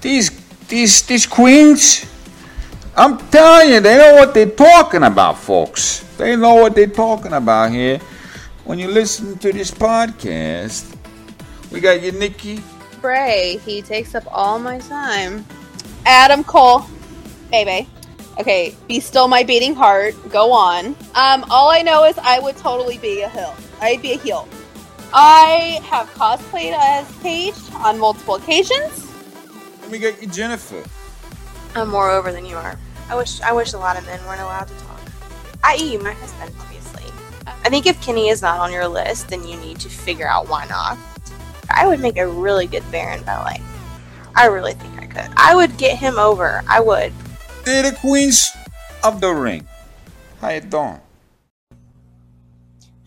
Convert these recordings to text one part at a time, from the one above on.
These these these queens, I'm telling you, they know what they're talking about, folks. They know what they're talking about here. When you listen to this podcast, we got your Nikki. Bray, he takes up all my time. Adam Cole, baby. Okay, be still my beating heart. Go on. Um, all I know is I would totally be a heel. I'd be a heel. I have cosplayed as Paige on multiple occasions. Then we got your Jennifer. I'm more over than you are. I wish I wish a lot of men weren't allowed to talk. I.e., my husband, obviously. I think if Kenny is not on your list, then you need to figure out why not. I would make a really good Baron Valet. I really think I could. I would get him over. I would. They're the queens of the ring. How you doing?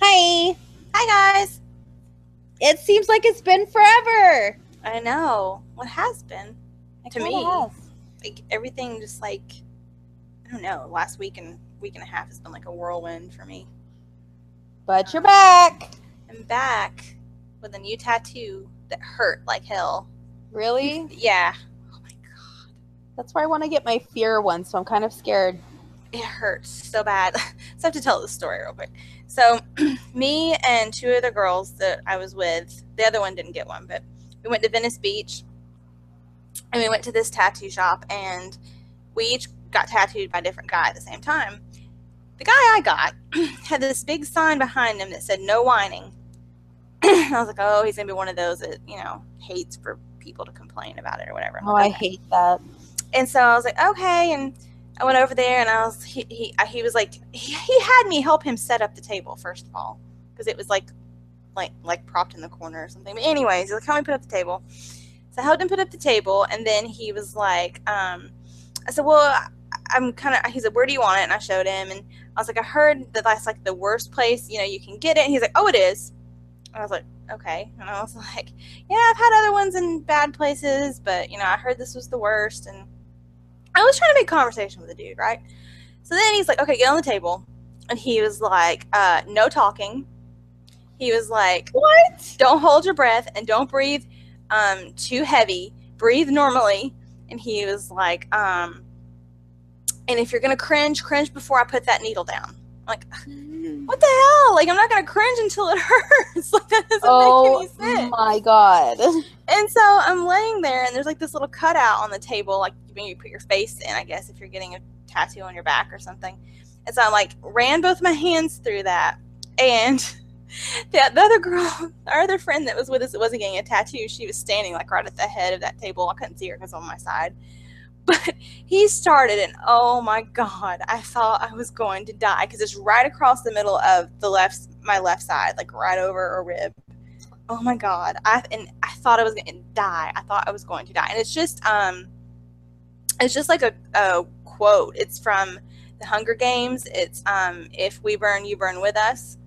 Hi. Hi guys. It seems like it's been forever. I know what has been It To kinda me. has. like everything. Just like I don't know. Last week and week and a half has been like a whirlwind for me. But you're back. I'm back with a new tattoo that hurt like hell. Really? Yeah. Oh my god. That's where I want to get my fear one, so I'm kind of scared. it hurts so bad. so I have to tell the story real quick. So, me and two of the girls that I was with, the other one didn't get one, but we went to Venice Beach and we went to this tattoo shop and we each got tattooed by a different guy at the same time. The guy I got had this big sign behind him that said no whining. I was like, oh, he's going to be one of those that, you know, hates for people to complain about it or whatever. I'm Oh, like, I "Okay." hate that. and so I was like, okay. And I went over there, and I was he he, I- he was like he, he had me help him set up the table first of all because it was like like like propped in the corner or something. But anyways, he's like, help me put up the table. So I helped him put up the table, and then he was like, um, I said, well, I- I'm kind of. He said, where do you want it? And I showed him, and I was like, I heard that that's like the worst place you know you can get it. And he's like, oh, it is. And I was like, okay. And I was like, yeah, I've had other ones in bad places, but you know, I heard this was the worst, and I was trying to make conversation with the dude, right? So then he's like, okay, get on the table. And he was like, uh, no talking. He was like, What? don't hold your breath and don't breathe um, too heavy. Breathe normally. And he was like, um, and if you're going to cringe, cringe before I put that needle down. I'm like, what the hell? Like, I'm not going to cringe until it hurts. like, that doesn't Oh make any sense. my god. And so I'm laying there, and there's like this little cutout on the table, like when you put your face in, I guess, if you're getting a tattoo on your back or something. And so I'm like, ran both my hands through that. And the, the other girl, our other friend that was with us that wasn't getting a tattoo, she was standing like right at the head of that table. I couldn't see her because on my side. But he started, and oh my God, I thought I was going to die because it's right across the middle of the left, my left side, like right over a rib oh my god i and i thought i was going to die i thought i was going to die and it's just um it's just like a, a quote it's from the hunger games it's um if we burn you burn with us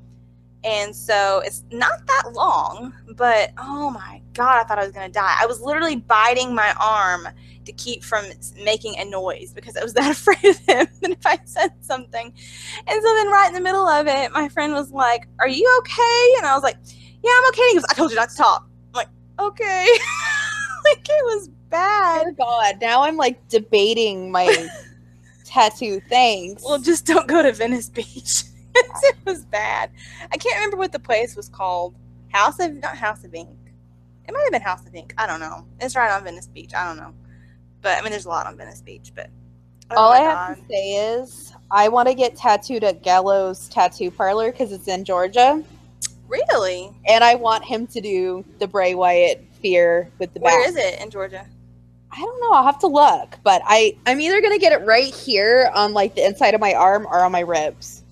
and so it's not that long but oh my god i thought i was going to die i was literally biting my arm to keep from s- making a noise because i was that afraid of him and if i said something and so then right in the middle of it my friend was like are you okay and i was like yeah, I'm okay. He goes, I told you not to talk. I'm like, okay. like it was bad. Dear god. Now I'm like debating my tattoo. Thanks. Well, just don't go to Venice Beach. it was bad. I can't remember what the place was called. House of not House of Ink. It might have been House of Ink. I don't know. It's right on Venice Beach. I don't know. But I mean there's a lot on Venice Beach, but oh All my I have to God. say is I want to get tattooed at Gallo's Tattoo Parlor because it's in Georgia, Really? and I want him to do the Bray Wyatt fear with the Where back. is it in Georgia? I don't know. I'll have to look, but I I'm either gonna get it right here on like the inside of my arm or on my ribs.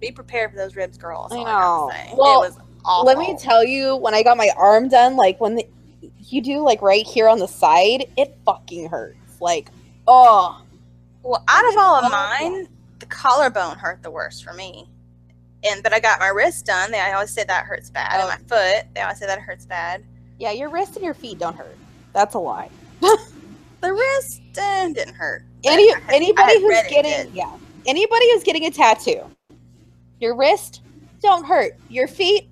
Be prepared for those ribs, girls. I all gotta know. say. Well, it was awful. Let me tell you, when I got my arm done, like when the, you do like right here on the side, it fucking hurts. Like, oh, Well, out of all of collarbone. mine, the collarbone hurt the worst for me. And but I got my wrist done. They I always say that hurts bad. Oh. And my foot, they always say that hurts bad. yeah, your wrist and your feet don't hurt. That's a lie. The wrist uh, didn't hurt. but Any I had- I anybody had who's read it getting did. yeah, anybody who's getting a tattoo, your wrist don't hurt. Your feet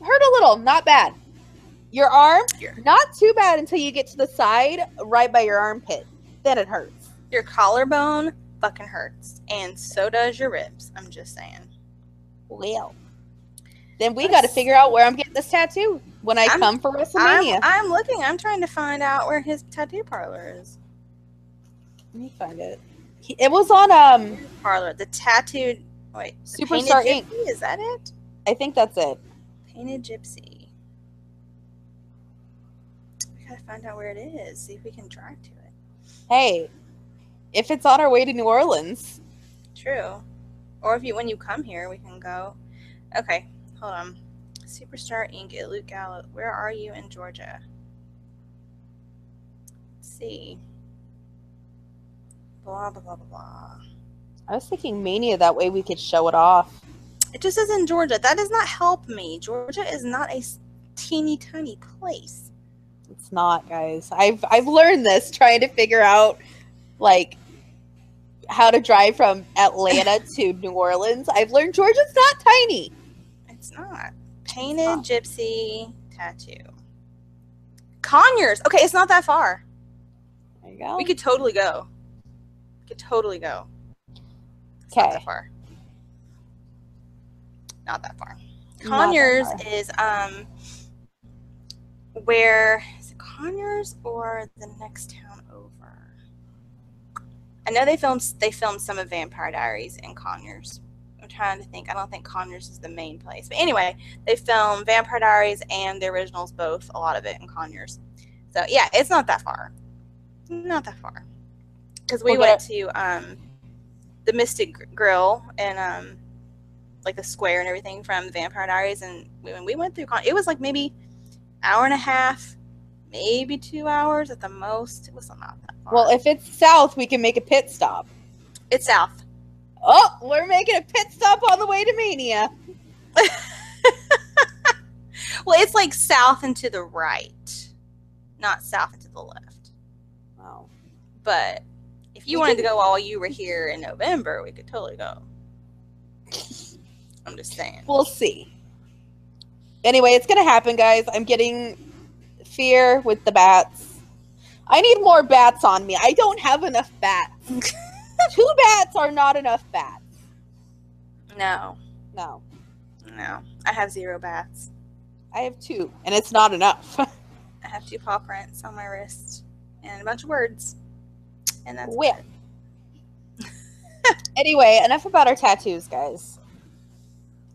hurt a little, not bad. Your arm, Here. not too bad until you get to the side, right by your armpit. Then it hurts. Your collarbone fucking hurts, and so does your ribs. I'm just saying. Well, then we Let's- got to figure out where I'm getting this tattoo when I I'm- come for I'm, WrestleMania. I'm looking. I'm trying to find out where his tattoo parlor is. Let me find it. He- It was on um. Parlor. The tattooed. Wait. the Painted Superstar Ink. Gypsy, Is that it? I think that's it. Painted Gypsy. We gotta find out where it is. See if we can drive to it. Hey, if it's on our way to New Orleans, True. Or if you when you come here, we can go. Okay, hold on. Superstar Inc. at Luke Gallup. Where are you in Georgia? Let's see. Blah blah blah blah blah. I was thinking Mania. That way we could show it off. It just says in Georgia. That does not help me. Georgia is not a s- teeny tiny place. It's not, guys. I've I've learned this trying to figure out like how to drive from Atlanta to New Orleans. I've learned Georgia's not tiny. It's not. Painted not. gypsy tattoo. Conyers. Okay, it's not that far. There you go. We could totally go. We could totally go. It's not okay. that far. Not that far. that Conyers far. is um where is it Conyers or the next town over? I know they filmed they filmed some of Vampire Diaries in Conyers. I'm trying to think. I don't think Conyers is the main place. But anyway, they filmed Vampire Diaries and the originals both, a lot of it in Conyers. So yeah, it's not that far. Not that far. Because we We'll went to um the Mystic Gr- Grill and um like the square and everything from Vampire Diaries, and we- when we went through, Con- it was like maybe hour and a half, maybe two hours at the most. It was not that far. Well, if it's south, we can make a pit stop. it's south. Oh, we're making a pit stop on the way to Mania. Well, it's like south and to the right, not south and to the left. Wow. But if you We wanted to can- go while you were here in November, we could totally go. I'm just saying. We'll see. Anyway, it's gonna happen, guys. I'm getting fear with the bats. I need more bats on me. I don't have enough bats. Two bats are not enough bats. No, No, no, I have zero bats. I have two, and it's not enough. I have two paw prints on my wrist and a bunch of words, and that's Well. anyway, enough about our tattoos, guys.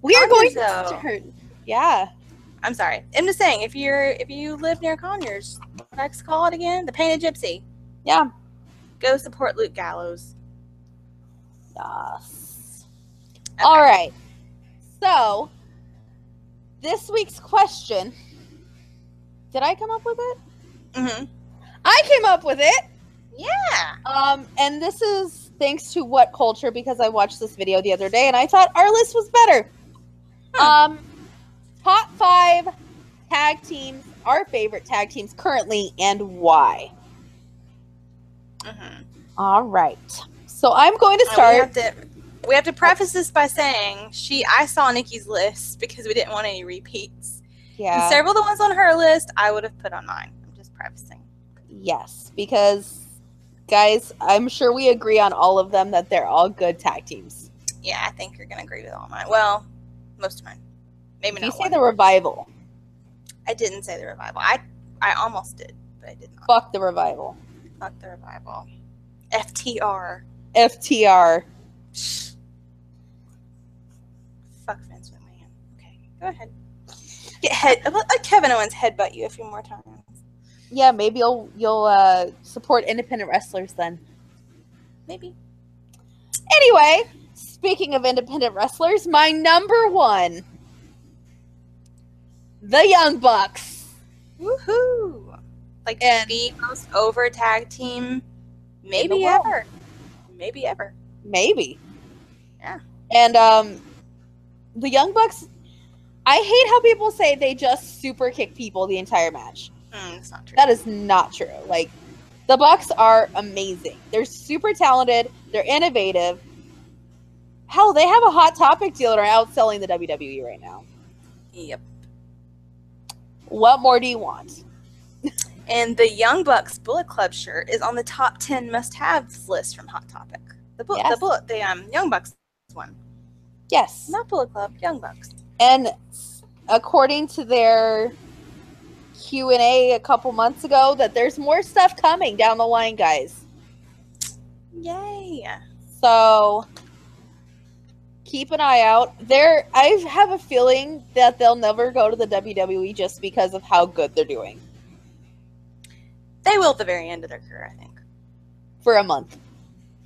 We are going Connor's, to though. start. Yeah, I'm sorry. I'm just saying, if you're if you live near Conyers, next call it again, the Painted Gypsy. yeah. Go support Luke Gallows. Yes. All right. So, this week's question. Did I come up with it? Mm-hmm. I came up with it. Yeah. Um, and this is thanks to What Culture because I watched this video the other day and I thought our list was better. Hmm. Um, top five tag teams, our favorite tag teams currently, and why. Mm-hmm. All right. So I'm going to We start. have to we have to preface this by saying she I saw Nikki's list because we didn't want any repeats. And Yeah. several of the ones on her list I would have put on mine. I'm just prefacing. yes, because guys, I'm sure we agree on all of them that they're all good tag teams. Yeah, I think you're gonna agree with all mine. Well, most of mine. Maybe If you not. say One. the revival, I didn't say the revival. I I almost did, but I did not. fuck the revival. Fuck the revival. FTR. FTR. Fuck Vince McMahon. Okay, go ahead. Get head. uh, Let let Kevin Owens headbutt you a few more times. Yeah, maybe you'll you'll uh, support independent wrestlers then. Maybe. Anyway, speaking of independent wrestlers, my number one, the Young Bucks. Woohoo! Like And- the most over tag team, maybe world. ever. Maybe ever. Maybe. Yeah. And um, the Young Bucks. I hate how people say they just super kick people the entire match. Mm, that's not true. That is not true. Like the Bucks are amazing. They're super talented. They're innovative. Hell, they have a E hot topic deal and are outselling the WWE right now. yep. What more do you want? And the Young Bucks Bullet Club shirt is on the top ten must-haves list from Hot Topic. The bullet, Yes. the bullet, the um, Young Bucks one, Yes. not Bullet Club, Young Bucks. And according to their Q and A a couple months ago, that there's more stuff coming down the line, guys. Yay! So keep an eye out. There, I have a feeling that they'll never go to the WWE just because of how good they're doing They will at the very end of their career, I think. for a month.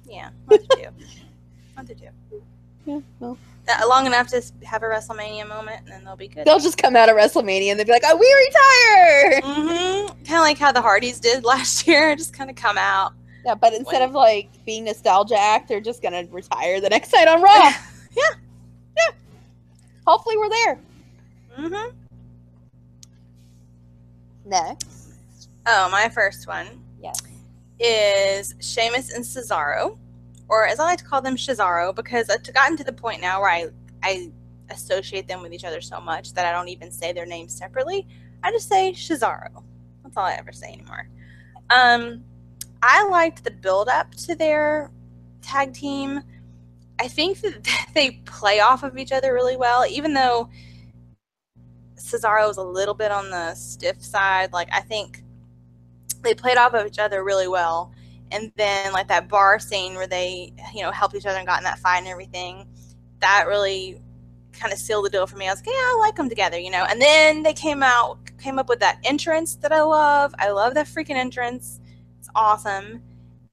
Yeah, month or two, month or two. Yeah, well, That- long enough to s- have a WrestleMania moment, and then they'll be good. they'll just come out of WrestleMania and they'll be like, "Oh, we retired." hmm Kind of like how the Hardys did last year, just kind of come out. Yeah, but instead of like being nostalgia act, they're just gonna retire the next night on Raw. yeah, yeah. Hopefully, we're there. hmm Next. Oh, my first one Yes. is Sheamus and Cesaro, or as I like to call them, Cesaro, because I've gotten to the point now where I I associate them with each other so much that I don't even say their names separately. I just say Cesaro. That's all I ever say anymore. Um, I liked the build up to their tag team. I think that they play off of each other really well, even though Cesaro is a little bit on the stiff side. Like I think they played off of each other really well. And then like that bar scene where they, you know, helped each other and got in that fight and everything, that really kind of sealed the deal for me. I was like, yeah, I like them together, you know. And then they came out, came up with that entrance that I love. I love that freaking entrance. It's awesome.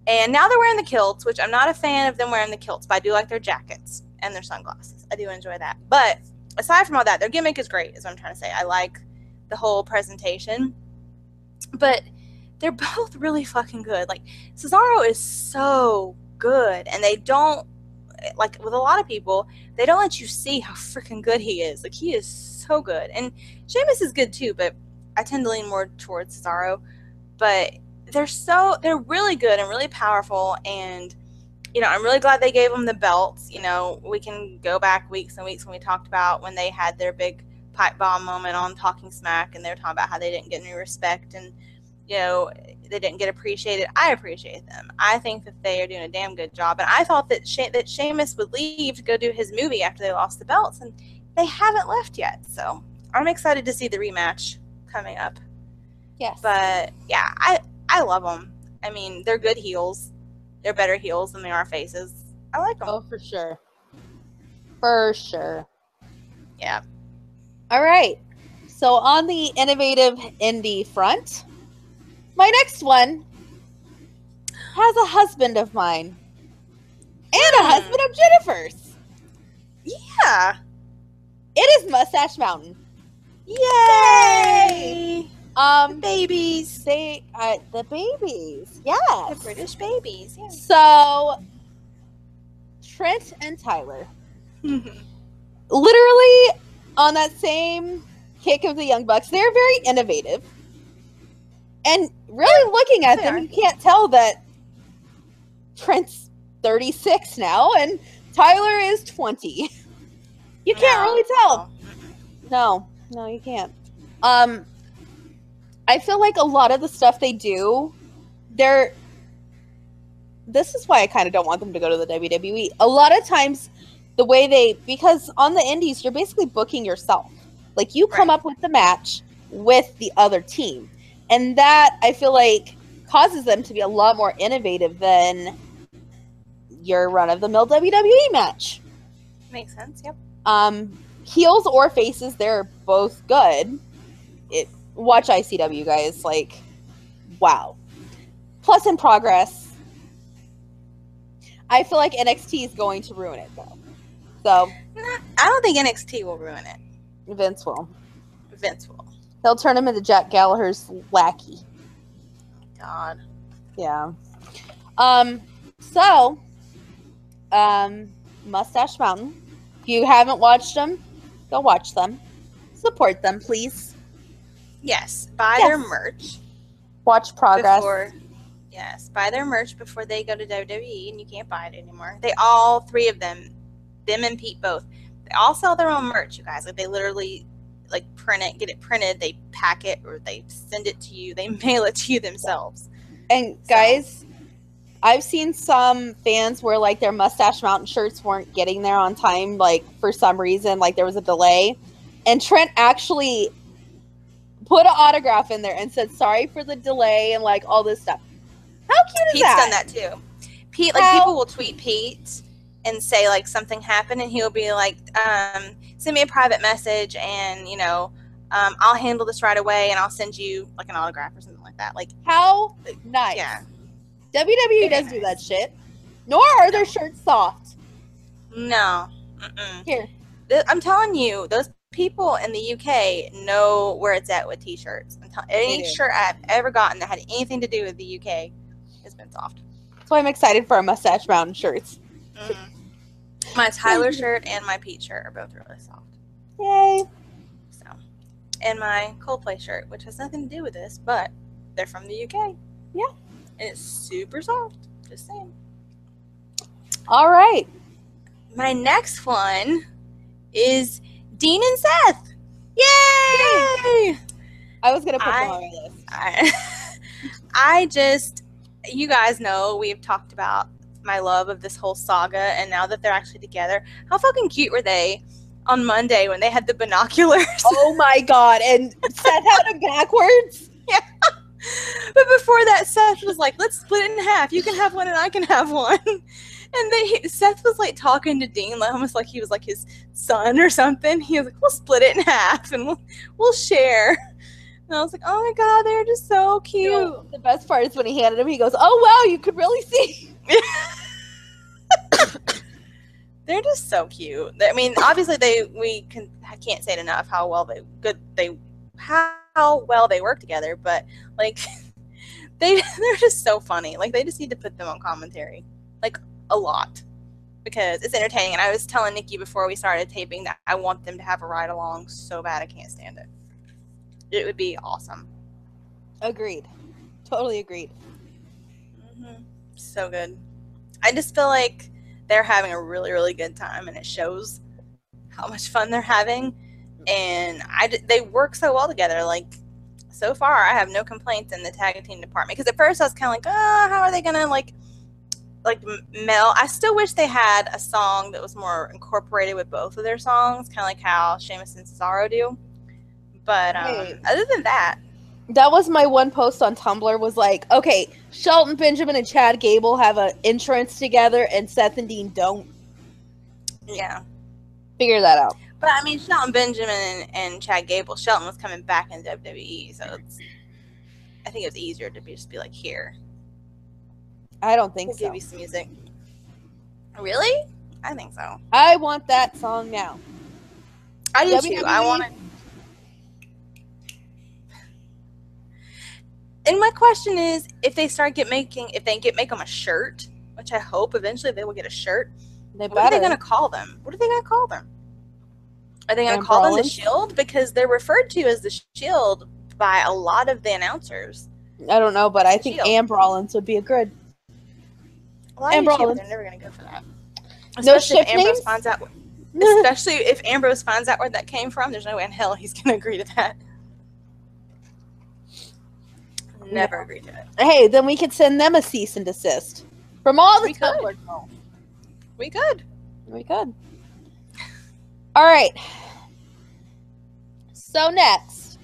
And now they're wearing the kilts, which I'm not a fan of them wearing the kilts, but I do like their jackets and their sunglasses. I do enjoy that. But aside from all that, their gimmick is great, is what I'm trying to say. I like the whole presentation. But they're both really fucking good. Like Cesaro is so good, and they don't like with a lot of people, they don't let you see how freaking good he is. Like he is so good, and Sheamus is good too, but I tend to lean more towards Cesaro. But they're so they're really good and really powerful, and you know I'm really glad they gave them the belts. You know we can go back weeks and weeks when we talked about when they had their big pipe bomb moment on Talking Smack, and they were talking about how they didn't get any respect and you know they didn't get appreciated. I appreciate them. I think that they are doing a damn good job. And I thought that she- that Sheamus would leave to go do his movie after they lost the belts, and they haven't left yet. So I'm excited to see the rematch coming up. Yes. But yeah, I I love them. I mean, they're good heels. They're better heels than they are faces. I like them. oh, for sure. For sure. Yeah. All right. So on the innovative indie front, my next one has a husband of mine and a Hmm. husband of Jennifer's. Yeah. It is Mustache Mountain. Yay! Um, Babies. they uh, the babies. The Yes. British babies. So Trent and Tyler. Yeah. literally on that same kick of the Young Bucks, they're very innovative. And really looking at They them, are. you can't tell that Trent's 36 now and Tyler is 20. You can't No. really tell. No, no, you can't. Um, I feel like a lot of the stuff they do, they're. This is why I kind of don't want them to go to the WWE. A lot of times, the way they because on the indies, you're basically booking yourself. Like you come Right. up with the match with the other team, and that I feel like causes them to be a lot more innovative than your run of the mill WWE E match Makes sense. Yep. um heels or faces they're both good it watch icw guys like wow plus in progress i feel like nxt is going to ruin it though so Nah, I don't think NXT will ruin it. vince will Vince will. they'll turn him into jack gallagher's lackey God. yeah um so um mustache mountain if you haven't watched them go watch them support them please Yes. Buy Yes. their merch watch progress before. Yes, buy their merch before they go to WWE, and you can't buy it anymore. They all three of them, them and Pete both, they all sell their own merch. You guys, like they literally, like print it, get it printed, they pack it or they send it to you, they mail it to you themselves. And guys, I've seen some fans where like their mustache mountain shirts weren't getting there on time, like for some reason, like there was a delay. And Trent actually put an autograph in there and said sorry for the delay and like all this stuff. How cute is Pete's that? done that too. Pete, like How- people will tweet Pete and say like something happened, and he'll be like, um, "Send me a private message, and you know, um, I'll handle this right away, and I'll send you like an autograph or something like that." Like, How nice. yeah, WWE Very doesn't do nice. that shit. Nor are their shirts soft. no, Mm-mm. Here. Th- I'm telling you, those people in the UK know where it's at with t-shirts. I'm tell- any do. shirt I've ever gotten that had anything to do with the UK has been soft. That's why I'm excited for our mustache mountain shirts. Mm. My Tyler shirt and my Pete shirt are both really soft. Yay. So, and my Coldplay shirt, which has nothing to do with this, but they're from the UK. Yeah. and it's super soft. Just saying. All right. My next one is Dean and Seth. Yay! I was gonna put I- them on my list. I, I just, you guys know we've talked about my love of this whole saga, and now that they're actually together, how fucking cute were they on Monday when they had the binoculars? Oh my god! And Seth had them backwards. but before that, Seth was like, "Let's split it in half. You can have one, and I can have one." And they, Seth was like talking to Dean, like almost like he was like his son or something. He was like, "We'll split it in half, and we'll we'll share." And I was like, "Oh my god, they're just so cute." The best part is when he handed him. He goes, "Oh wow, you could really see." They're just so cute. They- I mean, obviously they we can I can't say it enough how well they good they how well they work together, but like they they're just so funny. Like they just need to put them on commentary like a lot because it's entertaining. And I was telling Nikki before we started taping that I want them to have a ride along so bad I can't stand it. It would be awesome. Agreed. Totally agreed. hmm So good. I just feel like they're having a really, really good time, and it shows how much fun they're having. And I, d- they work so well together. Like so far, I have no complaints in the tag team department. Because at first, I was kind of like, oh, how are they gonna like, like m- mel? I still wish they had a song that was more incorporated with both of their songs, kind of like how Sheamus and Cesaro do. But um, Right. other than that, That was my one post on Tumblr. Was like, okay, Shelton Benjamin and Chad Gable have an entrance together, and Seth and Dean don't. yeah. Figure that out. But I mean, Shelton Benjamin and, and Chad Gable. Shelton was coming back in WWE, so it's. I think it was easier to be, just be like, here, I don't think we'll so. give you some music. Really? I think so. I want that song now. I do WWE? too. I want to. And my question is, if they start get making, if they get make them a shirt, which I hope eventually they will get a shirt. They What are better. they gonna call them? What are they gonna call them? Are they gonna Them call them the Rollins? Shield because they're referred to as the Shield by a lot of the announcers? I don't know, but I think Shield. Amber Rollins would be a good. A lot of And these people, Rollins. they're never gonna go for that. No Especially if ship Ambrose names? finds out. Especially if Ambrose finds out where that came from, there's no way in hell he's gonna agree to that. Never agree to it. hey, then we could send them a cease and desist from all the We could. Tumblr trolls. We could. We could. All right. So next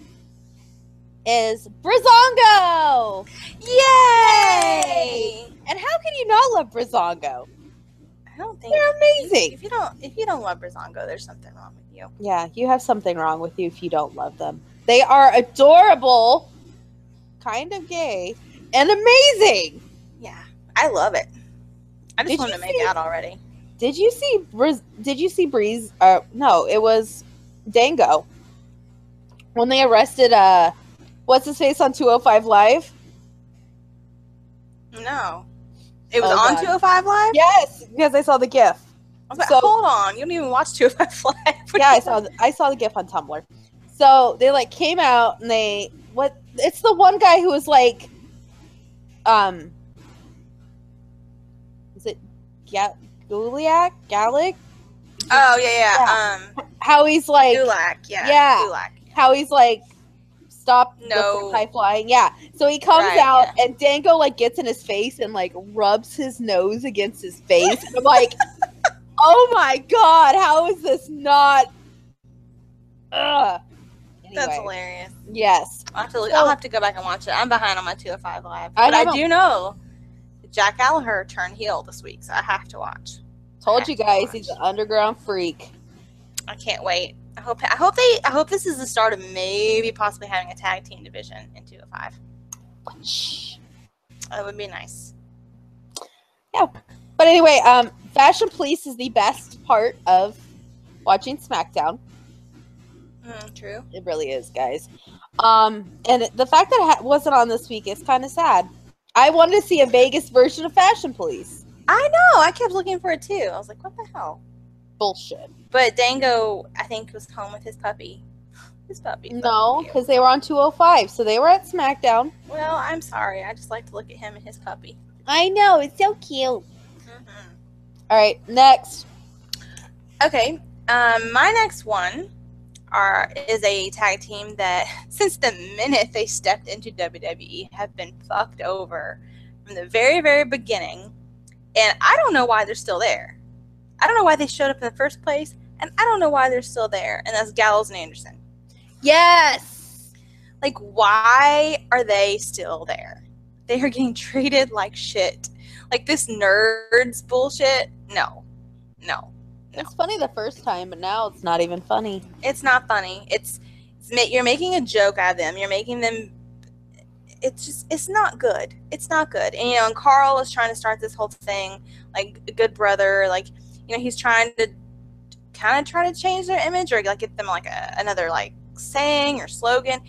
is Brizongo. Yay! And how can you not love Brizongo? I don't think They're amazing. If you don't, if you don't love Brizongo, there's something wrong with you. Yeah, you have something wrong with you if you don't love them. They are adorable, kind of gay, and amazing. Yeah, I love it. I just Did want you to make see- out already. Did you see Briz- did you see Breeze uh no, it was Dango. When they arrested uh what's his face on 205 live? No, it was Oh, on God. 205 Live. Yes, because I saw the gif. I was like, So- hold on, you don't even watch 205 Live. yeah, I saw the, I saw the gif on Tumblr. So they like came out and they what? It's the one guy who was like, um, is it Ga- Guliak Gallic? Oh yeah, yeah. Um, How he's like, Gulak. Yeah. Yeah. Gulak. how he's like, stop No. the high flying. Yeah. So he comes Right, out and Dango like gets in his face and like rubs his nose against his face. And I'm like, oh my god, how is this not? Ugh. That's Anyway, hilarious. yes. I'll have, to, So- I'll have to go back and watch it. I'm behind on my 205 Live. I But I, know. do know that Jack Gallagher turned heel this week, so I have to watch. Told you guys he's an underground freak. I can't wait. I hope I hope they I hope this is the start of maybe possibly having a tag team division in 205. It would be nice. But anyway, um, Fashion Police is the best part of watching SmackDown. Mm, true. It really is, guys. Um, and the fact that it ha- wasn't on this week is kind of sad. I wanted to see a Vegas version of Fashion Police. I know. I kept looking for it too. I was like, what the hell? Bullshit. But Dango, I think, was home with his puppy. His puppy. No, Cute. because they were on 205, so they were at SmackDown. Well, I'm sorry. I just like to look at him and his puppy. I know, it's so cute. Mhm. All right, next. Okay. Um, my next one are is a tag team that since the minute they stepped into WWE have been fucked over from the very very beginning, and I don't know why they're still there. I don't know why they showed up in the first place, and I don't know why they're still there. And that's Gallows and Anderson. Yes. Like, why are they still there? They are getting treated like shit. Like this nerds bullshit. No, no. It's funny the first time, but now it's not even funny. it's not funny. It's, it's ma- you're making a joke out of them. You're making them. It's just it's not good. It's not good. And you know, and Carl is trying to start this whole thing like a good brother. Like you know, he's trying to kind of try to change their image or like get them like a, another like saying or slogan.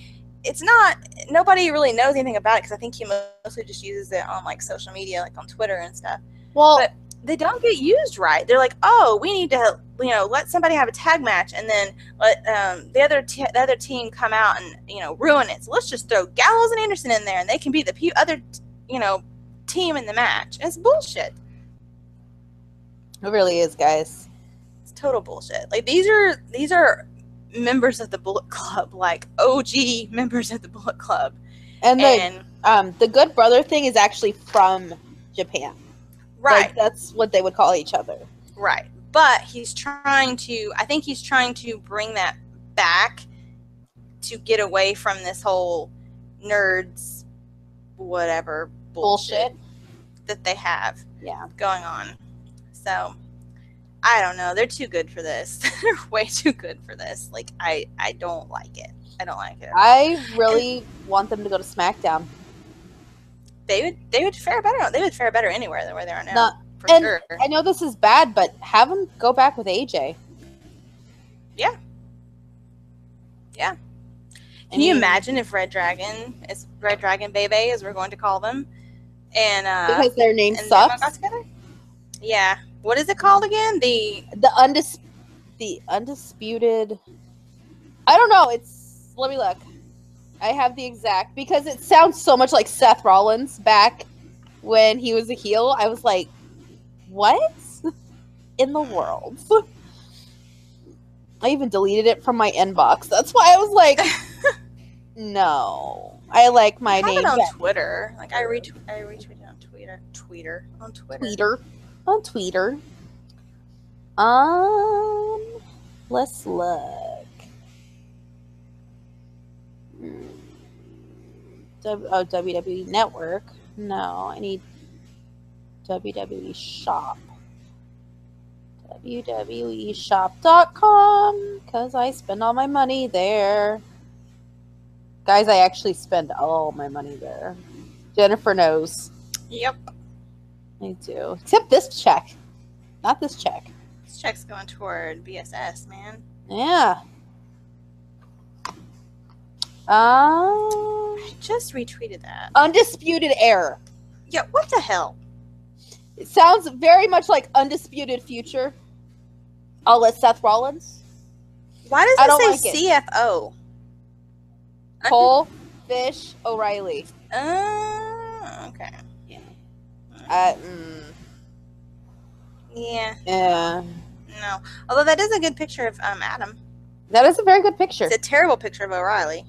It's not. Nobody really knows anything about it because I think he mostly just uses it on like social media, like on Twitter and stuff Well, But- they don't get used right. They're like, oh, we need to, you know, let somebody have a tag match, and then let um, the other te- the other team come out and you know ruin it. So let's just throw Gallows and Anderson in there, and they can be the pe- other, you know, team in the match. It's bullshit. it really is, guys. It's total bullshit. Like these are these are members of the Bullet Club, like OG members of the Bullet Club, And the and um, the Good Brother thing is actually from Japan. right. Like, that's what they would call each other. Right. But he's trying to, I think he's trying to bring that back to get away from this whole nerds, whatever bullshit, Bullshit. that they have Yeah. going on. So I don't know. They're too good for this. They're way too good for this. Like, I, I don't like it. I don't like it. I really want them to go to SmackDown. they would, they would fare better. They would fare better anywhere than where they are now. Not- for and- sure. I know this is bad, but have them go back with AJ. Yeah. Yeah. I Can you mean, imagine if Red Dragon is Red Dragon Bebe, as we're going to call them, and uh, Because their name and them all sucks. got together? Yeah. What is it called again? The The undis the undisputed I don't know, it's let me look. I have the exact because it sounds so much like Seth Rollins back when he was a heel. I was like, What in the world? I even deleted it from my inbox. That's why I was like No. I like my I have name it on better. Twitter. Like I retweet, I retweeted on Twitter, Twitter on Twitter. Tweeter. On Tweeter. Um, let's look. Hmm. W- oh, WWE Network. No, I need WWE Shop. E WWEshop.com because I spend all my money there. Guys, I actually spend all my money there. Jennifer knows. Yep. I do. Except this check. Not this check. This check's going toward BSS, man. Yeah. Um, I just retweeted that. undisputed error. Yeah. What the hell? It sounds very much like undisputed future. I'll let Seth Rollins, Why does I it don't say like CFO? Cole, Fish, O'Reilly. Uh, okay. Yeah. Uh, mm, yeah. yeah. No. Although that is a good picture of um, Adam. That is a very good picture. It's a terrible picture of O'Reilly.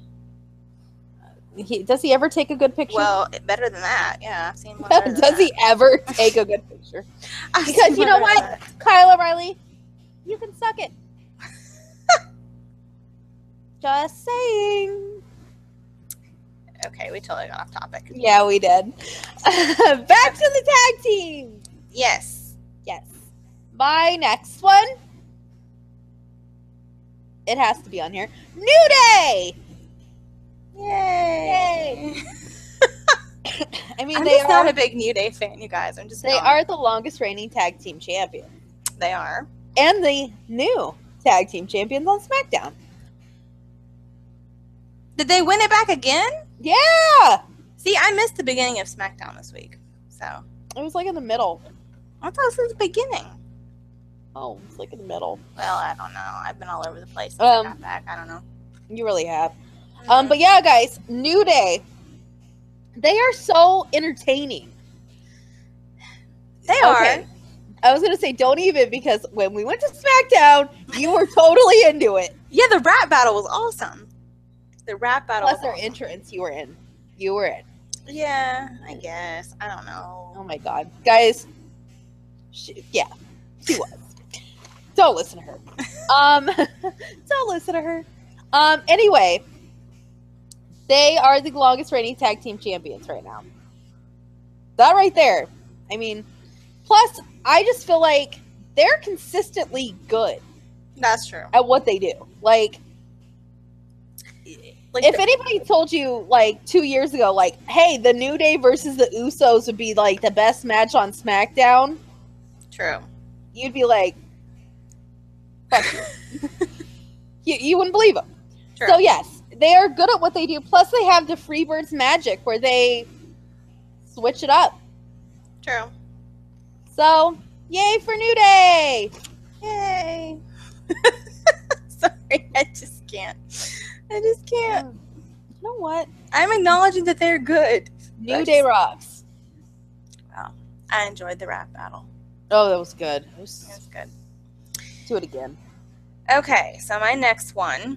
He, does he ever take a good picture? Well, it- better than that. Yeah, I've seen one. better than does he that. ever take a good picture? I've Because seen you know one better than Kyle O'Reilly, you can suck it. Just saying. that. Okay, we totally got off topic. Yeah, we did. Back to the tag team. Yes. Yes. My next one. It has to be on here. New Day. Yay! I mean, I'm they just are not a big New Day fan, you guys. I'm just they not. are the longest reigning tag team champions They are. and the new tag team champions on SmackDown. Did they win it back again? Yeah, See, I missed the beginning of SmackDown this week, so I it was like in the middle. thought this was the beginning. Oh, it was like in the middle. Well, I don't know. I've been all over the place. Since Um, I got back. I don't know. You really have. Um, but yeah, guys, New Day. They are so entertaining. they are. Okay. I was gonna say don't even because when we went to SmackDown, you were totally into it. Yeah, the rap battle was awesome. The rap battle. Plus was their awesome. entrance, you were in. You were in. Yeah, I guess. I don't know. Oh my god, guys. She, yeah, she was. Don't listen to her. Um, don't listen to her. Um, anyway, they are the longest reigning tag team champions right now. That right there. I mean, plus I just feel like they're consistently good That's true. at what they do. Like, Like if the- anybody told you like two years ago, like, hey, the New Day versus the Usos would be like the best match on SmackDown, true. you'd be like, fuck you. you, you wouldn't believe them. True. So, yes, they are good at what they do. Plus, they have the Freebirds magic where they switch it up. True. So, yay for New Day! Yay. Sorry, I just can't. I just can't. You know what? I'm acknowledging that they're good. New That's- Day rocks. I enjoyed the rap battle. Oh, that was good. It was good. Do it again. Okay, so my next one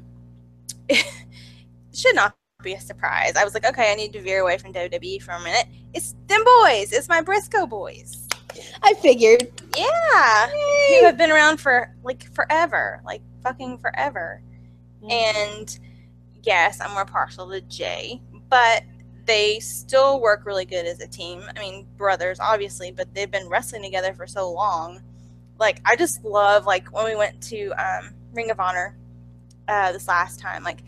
should not be a surprise. I was like, okay, I need to veer away from WWE for a minute. It's them boys. It's my Briscoe boys. I figured. Yeah, who have been around for like forever, like fucking forever. And yes, I'm more partial to Jay, but they still work really good as a team. I mean, brothers, obviously, but they've been wrestling together for so long. Like, I just love, like, when we went to um, Ring of Honor uh, this last time, like,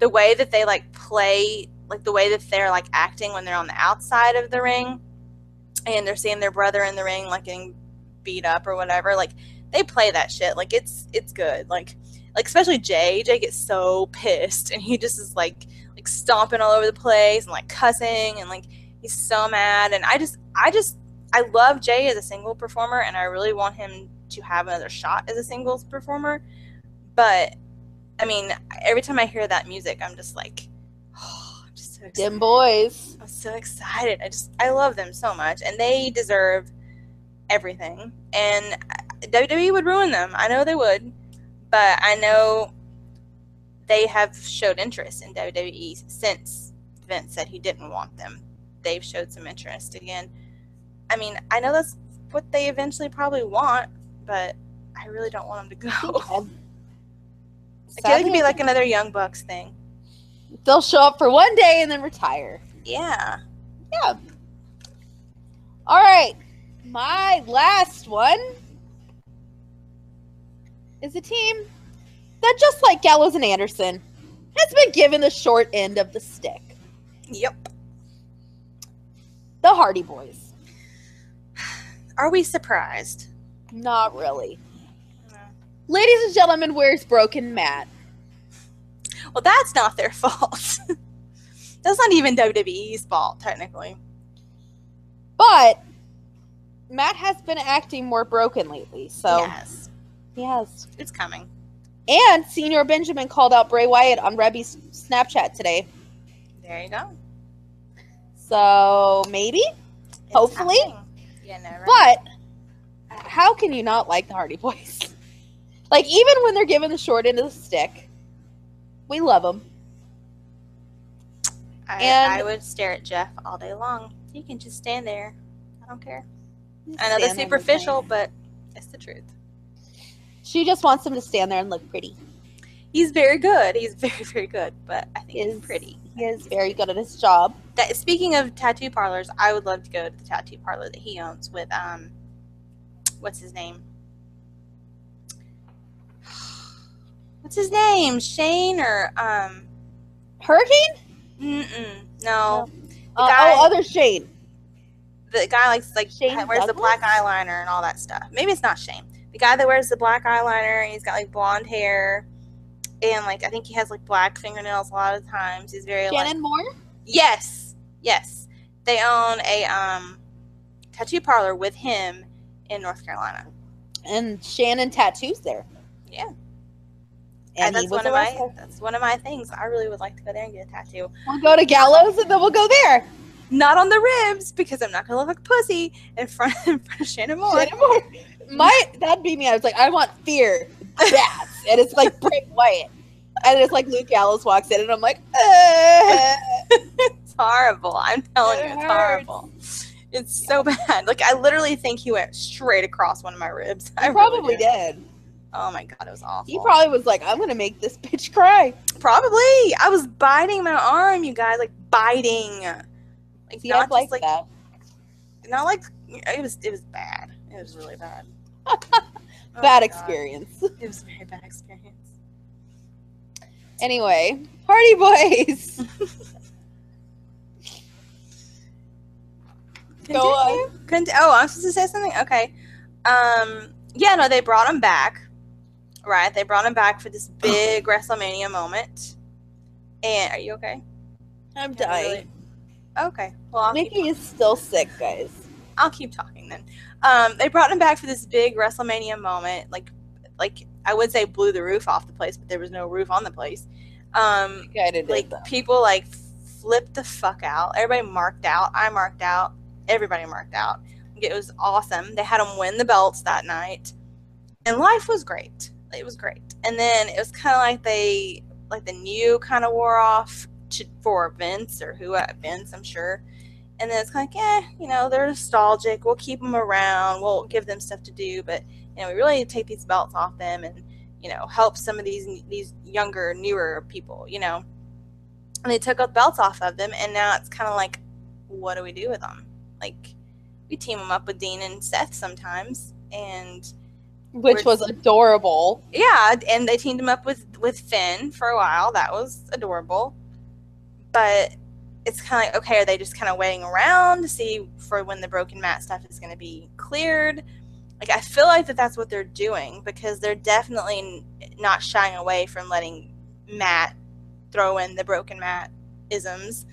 the way that they, like, play, like, the way that they're, like, acting when they're on the outside of the ring and they're seeing their brother in the ring, like, getting beat up or whatever. Like, they play that shit. Like, it's, it's good. Like, like especially Jay. Jay gets so pissed, and he just is like like stomping all over the place and like cussing and like he's so mad. And I just I just I love Jay as a single performer, and I really want him to have another shot as a singles performer. But I mean, every time I hear that music, I'm just like, oh, I'm just so excited. Them boys. I'm so excited. I just I love them so much, and they deserve everything. And uh, I- WWE E would ruin them. I know they would, but I know they have showed interest in WWE since Vince said he didn't want them. They've showed some interest again. I mean, I know that's what they eventually probably want, but I really don't want them to go. I feel like it'd be like another Young Bucks thing. they'll show up for one day and then retire. Yeah. All right, my last one is a team that, just like Gallows and Anderson, has been given the short end of the stick. Yep. The Hardy Boys. Are we surprised? Not really. Ladies and gentlemen, where's Broken Matt? Well, that's not their fault. that's not even WWE's fault, technically. But Matt has been acting more broken lately, so yes, he has. it's coming. And Senior Benjamin called out Bray Wyatt on Rebby's Snapchat today. There you go. So maybe. It's Hopefully. happening. You never. But how can you not like the Hardy Boys? Like even when they're given the short end of the stick, We love them. I, And- I would stare at Jeff all day long. You can just stand there. I don't care. I know that's Stand there with me. superficial, but it's the truth. She just wants him to stand there and look pretty. He's very good. He's very, very good, but I think he's Is- pretty. He is very good at his job. That, speaking of tattoo parlors, I would love to go to the tattoo parlor that he owns with um, what's his name? What's his name? Shane or um? Hurricane? Mm-mm, no, Uh, guy- oh, other Shane. the guy likes like Shane ha- wears the black Douglas? eyeliner and all that stuff. Maybe it's not Shane. The guy that wears the black eyeliner and he's got like blonde hair and like I think he has like black fingernails a lot of times. He's very like Shannon Moore? Yes. Yes. They own a um tattoo parlor with him in North Carolina. And Shannon tattoos there. Yeah. And, he that's was one of a my wrestler. that's one of my things. I really would like to go there and get a tattoo. We'll go to Gallows and then we'll go there. Not on the ribs because I'm not gonna look like a pussy in front in front of Shannon Moore. Shannon Moore. My that'd be me. I was like, I want fear, bats, and it's like Bray Wyatt, and it's like Luke Gallows walks in, and I'm like, uh, It's horrible. I'm telling It you, it's hurts. horrible. It's so bad. Like I literally think he went straight across one of my ribs. I I really probably do. did. Oh my god, it was awful. He probably was like, I'm gonna make this bitch cry. probably. I was biting my arm, you guys, like biting. Like See, I not like just like that. not like it was it was bad. It was really bad. Oh Bad my experience. God. It was a very bad experience. Anyway, Hardy Boys. Go Continue. on. Cont- oh, I'm supposed to say something. Okay. Um. Yeah. No, they brought him back. Right. They brought him back for this big WrestleMania moment. And are you okay? I'm Yeah, really- dying. Okay. Well, I'll keep, Mickey is still sick, guys. I'll keep talking then. Um, they brought him back for this big WrestleMania moment. Like, like I would say, blew the roof off the place, but there was no roof on the place. Um, Kind of like did though. people like flipped the fuck out. Everybody marked out. I marked out. Everybody marked out. It was awesome. They had them win the belts that night, and life was great. It was great. And then it was kind of like they like the new kind of wore off to, for Vince or who at Vince, I'm sure. And then it's kind of like, eh, you know, they're nostalgic. We'll keep them around. We'll give them stuff to do, but you know, we really take these belts off them and you know help some of these these younger, newer people, you know and they took the belts off of them and now it's kind of like what do we do with them like we team them up with dean and seth sometimes and Which was adorable. yeah and they teamed him up with with finn for a while that was adorable but it's kind of like okay are they just kind of waiting around to see for when the broken mat stuff is going to be cleared like i feel like that that's what they're doing because they're definitely n- not shying away from letting matt throw in the broken mat isms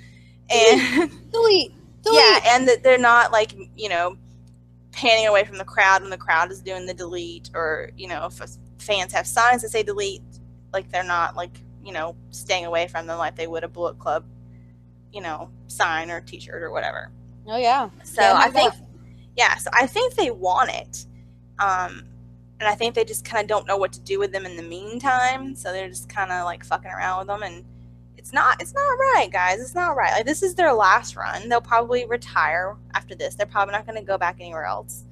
and Delete. Delete. yeah and that they're not like you know panning away from the crowd when the crowd is doing the delete or you know if fans have signs that say delete like they're not like you know staying away from them like they would a bullet club you know sign or t-shirt or whatever Oh yeah. so Yeah, i no think yeah so i think they want it um and i think they just kind of don't know what to do with them in the meantime so they're just kind of like fucking around with them and it's not it's not right guys it's not right like this is their last run they'll probably retire after this they're probably not going to go back anywhere else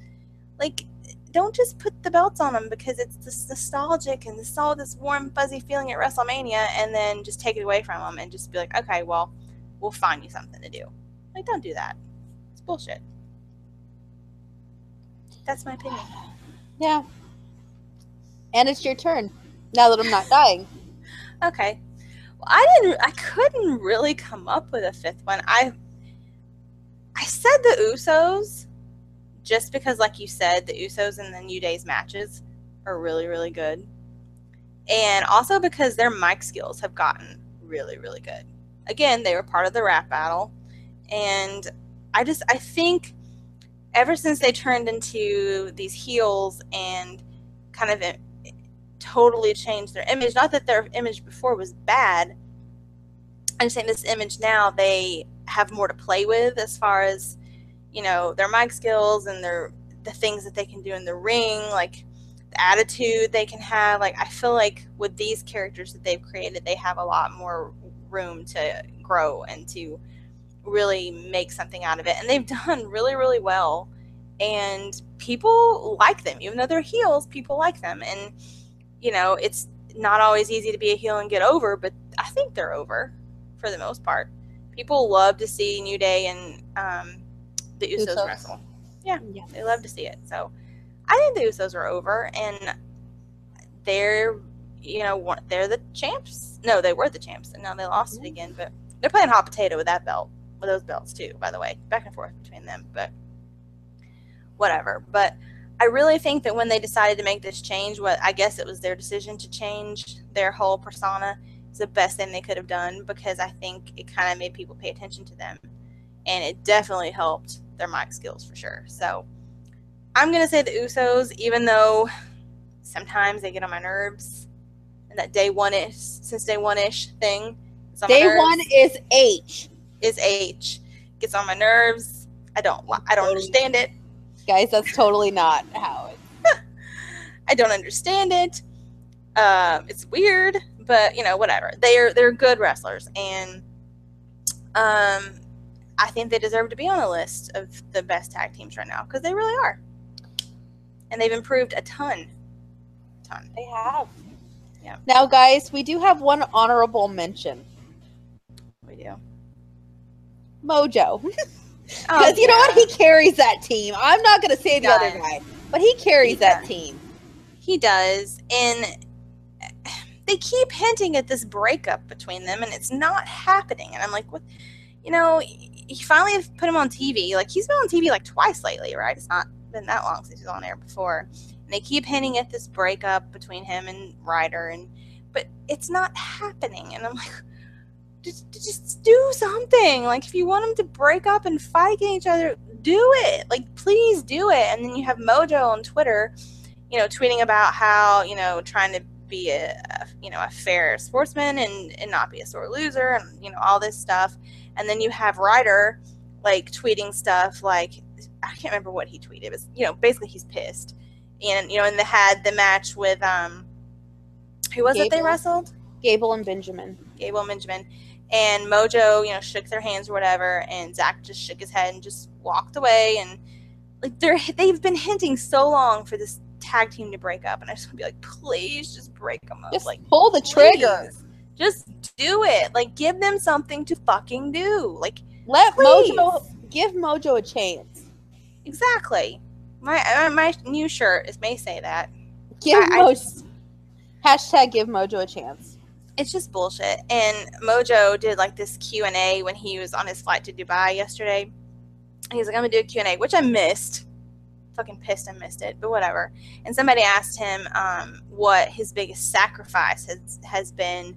like don't just put the belts on them because it's this nostalgic and this all this warm fuzzy feeling at wrestlemania and then just take it away from them and just be like okay well we'll find you something to do like don't do that it's bullshit that's my opinion Yeah. And it's your turn. Now that I'm not dying. Okay. Well, I didn't. I couldn't really come up with a fifth one. I I said the Usos, just because, like you said, the Usos and the New Day's matches are really, really good, and also because their mic skills have gotten really, really good. Again, they were part of the rap battle, and I just I think ever since they turned into these heels and kind of totally changed their image. Not that their image before was bad. I'm just saying this image now they have more to play with as far as you know their mic skills and their the things that they can do in the ring. Like the attitude they can have. Like I feel like with these characters that they've created, they have a lot more room to grow and to really make something out of it. And they've done really, really well. And people like them, even though they're heels. People like them, and you know it's not always easy to be a heel and get over, but I think they're over for the most part. People love to see New Day and um, the Usos, Usos. wrestle. Yeah, Yes. they love to see it. So I think the Usos are over, and they're you know one- they're the champs. No, they were the champs, and now they lost it again. But they're playing hot potato with that belt, with those belts too. By the way, back and forth between them, but whatever. But I really think that when they decided to make this change, what I guess it was their decision to change their whole persona is the best thing they could have done because I think it kind of made people pay attention to them, and it definitely helped their mic skills for sure. So I'm gonna say the Usos, even though sometimes they get on my nerves, and that day one ish since day one ish thing. is on my Day nerves one is H. is age gets on my nerves. I don't li- I don't understand it. Guys, that's totally not how it. I don't understand it. Um, it's weird, but you know whatever. They're they're good wrestlers, and um, I think they deserve to be on the list of the best tag teams right now because they really are, and they've improved a ton, ton. They have. Yeah. Now, guys, we do have one honorable mention We do. Mojo. Oh, Because you know what? yeah. He carries that team. I'm not going to say the other does. guy, but he carries He that does. team. He does. And they keep hinting at this breakup between them, and it's not happening. And I'm like, what? You know, he finally have put him on TV. Like, he's been on TV like twice lately, right? It's not been that long since he was on there before. And they keep hinting at this breakup between him and Ryder, and but it's not happening. And I'm like, just, just do something. Like, if you want them to break up and fight against each other, do it. Like, please do it. And then you have Mojo on Twitter you know, tweeting about how you know trying to be a, a you know a fair sportsman and and not be a sore loser and you know all this stuff, and then you have Ryder like tweeting stuff like I can't remember what he tweeted, but you know basically he's pissed, and you know and they had the match with um who was it they Gable. wrestled Gable and Benjamin. Gable and Benjamin. And Mojo, you know, shook their hands or whatever, and Zach just shook his head and just walked away. And like they're they've been hinting so long for this tag team to break up, and I just want to be like, please, just break them up. Just like pull the trigger. please, just do it. Like give them something to fucking do. Like Let Please. Mojo give Mojo a chance. exactly. My uh, my new shirt is may say that Give I- I Mojo. just- Hashtag give Mojo a chance. it's just bullshit. And Mojo did like this Q and A when he was on his flight to Dubai yesterday. And He's like, I'm gonna do a Q and A, which I missed. Fucking pissed, I missed it, but whatever. And somebody asked him um, what his biggest sacrifice has has been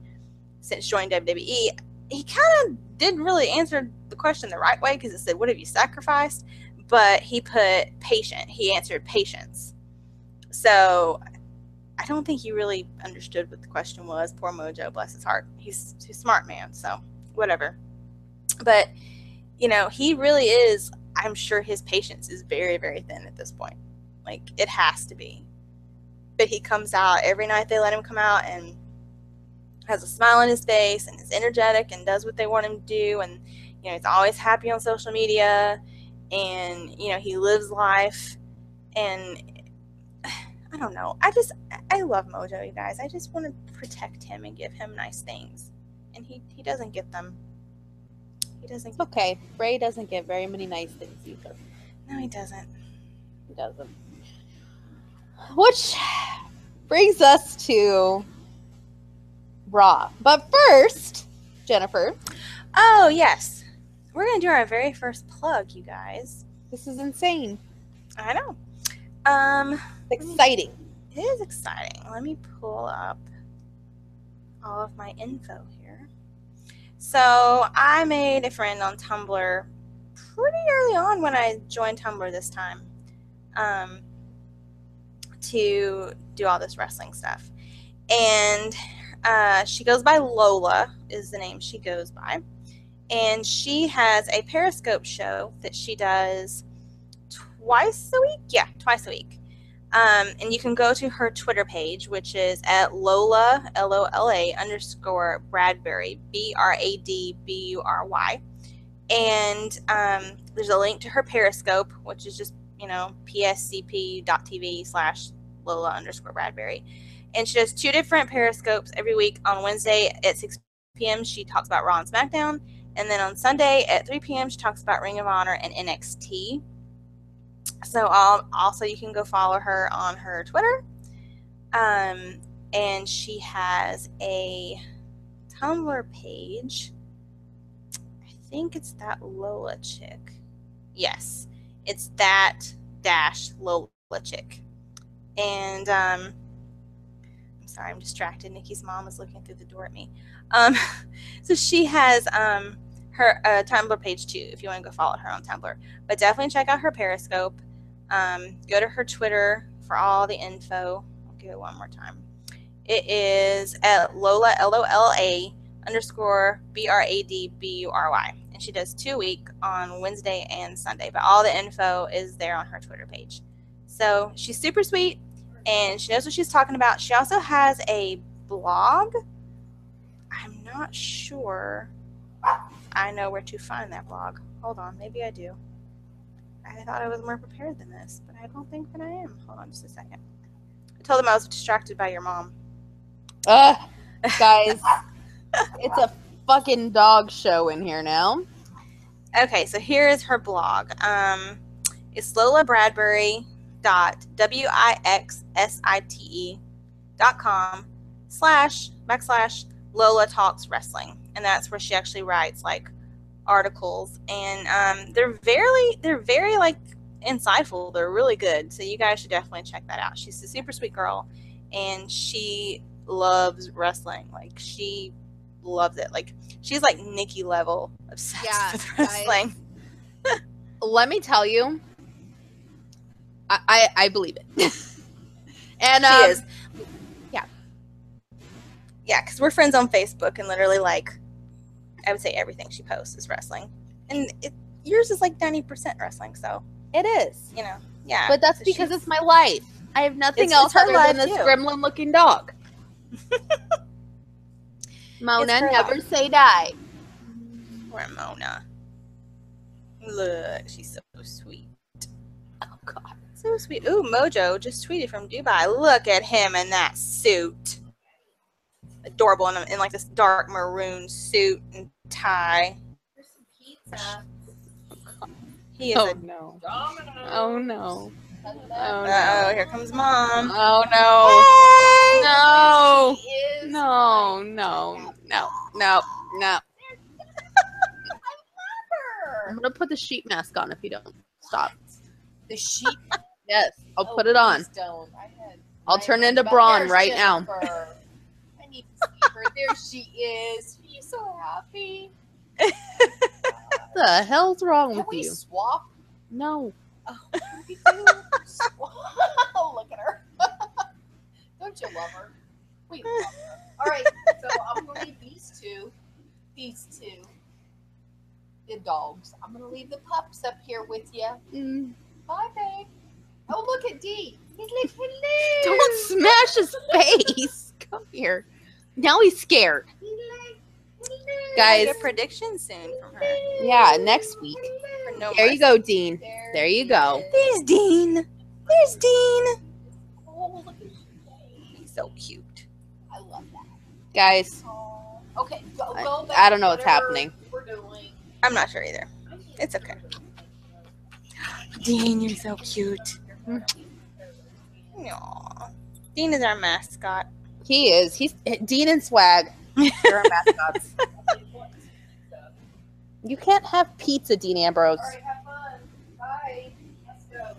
since joining WWE. He kind of didn't really answer the question the right way because it said, "What have you sacrificed?" But he put patient. He answered patience. So I don't think he really understood what the question was. Poor Mojo, bless his heart. He's he's a smart man, so whatever. But you know, he really is. I'm sure his patience is very, very thin at this point. Like it has to be. But he comes out every night. They let him come out and has a smile on his face and is energetic and does what they want him to do. And you know, he's always happy on social media. And you know, he lives life. And I don't know. I just I- I love Mojo, you guys. I just want to protect him and give him nice things, and he he doesn't get them. He doesn't. It's okay. Bray doesn't get very many nice things either. No, he doesn't. He doesn't. Which brings us to Raw. But first, Jennifer, Oh yes, we're gonna do our very first plug, you guys. this is insane. I know. Um, It's exciting. it is exciting. Let me pull up all of my info here. So I made a friend on Tumblr pretty early on when I joined Tumblr this time um, to do all this wrestling stuff. And uh, she goes by Lola, is the name she goes by. And she has a Periscope show that she does twice a week. Yeah, twice a week. Um, and you can go to her Twitter page, which is at Lola L O L A underscore Bradbury B R A D B U R Y, and um, there's a link to her Periscope, which is just you know pscp.tv slash Lola underscore Bradbury, and she does two different Periscopes every week. On Wednesday at 6 p.m., she talks about Raw and SmackDown, and then on Sunday at 3 p.m., she talks about Ring of Honor and NXT. So um, also you can go follow her on her Twitter. Um, and she has a Tumblr page. I think it's that Lola chick. Yes, it's that dash Lola chick. And um, I'm sorry, I'm distracted. Nikki's mom is looking through the door at me. Um, so she has um, her uh, Tumblr page too, if you want to go follow her on Tumblr. But definitely check out her Periscope. Um, go to her Twitter for all the info. I'll give it one more time. It is at Lola L O L A underscore B R A D B U R Y, and she does two week on Wednesday and Sunday. But all the info is there on her Twitter page. So she's super sweet, and she knows what she's talking about. She also has a blog. I'm not sure. I know where to find that blog. Hold on, maybe I do. I thought I was more prepared than this, but I don't think that I am. Hold on just a second. I told them I was distracted by your mom. Ugh, guys, it's a fucking dog show in here now. Okay, so here is her blog. Um, it's Lola Bradbury dot w i x s i t e dot com slash backslash Lola Talks Wrestling, and that's where she actually writes like articles, and um, they're very they're very like insightful. They're really good, so you guys should definitely check that out. She's a super sweet girl, and she loves wrestling. Like she loves it. Like she's like Nikki level obsessed Yeah, with I- wrestling. Let me tell you, I I, I believe it. and um, she is. yeah. Yeah, because we're friends on Facebook, and literally, like, I would say everything she posts is wrestling, and it, yours is like ninety percent wrestling. So it is. you know, yeah. But that's So because she's- it's my life. I have nothing It's- else it's her other than life, this too. gremlin-looking dog. Mona, It's her never say die. Ramona. Look, she's so sweet. Oh God. So sweet. Ooh, Mojo just tweeted from Dubai. Look at him in that suit. Adorable in, in like this dark maroon suit and tie. He is Oh a no. Oh no. Oh Uh oh, no. here comes mom. Oh no. No. No. No. No. No. No. I'm gonna put the sheet mask on if you don't stop. The sheep. Yes, I'll put it on. Don't. I had I'll my turn hand into about- Braun There's right now. Jennifer. I need to see her. There she is. Are you so happy? What the hell's wrong Can with we you? swap? No. Oh, can we do swap? Oh, look at her. Don't you love her? We love her. All right, so I'm gonna leave these two, these two, the dogs. I'm gonna leave the pups up here with you. Mm. Bye, babe. Oh, look at D. He's like, hello. Don't smash his face. Come here. Now he's scared. I Guys. get predictions soon from her. Yeah, next week. For no There you go, Dean. There, There he you go. is. There's Dean. There's Dean. Oh, look at you. He's so cute. I love that. Guys, Aw. Okay, go, I- go back I don't to know what's whatever happening. you We're doing. I'm not sure either. It's okay. Dean, you're so cute. Aww. Dean is our mascot. he is. He's Dean and Swag. They're our mascots. You can't have pizza, Dean Ambrose. All right, have fun. Bye. Let's go.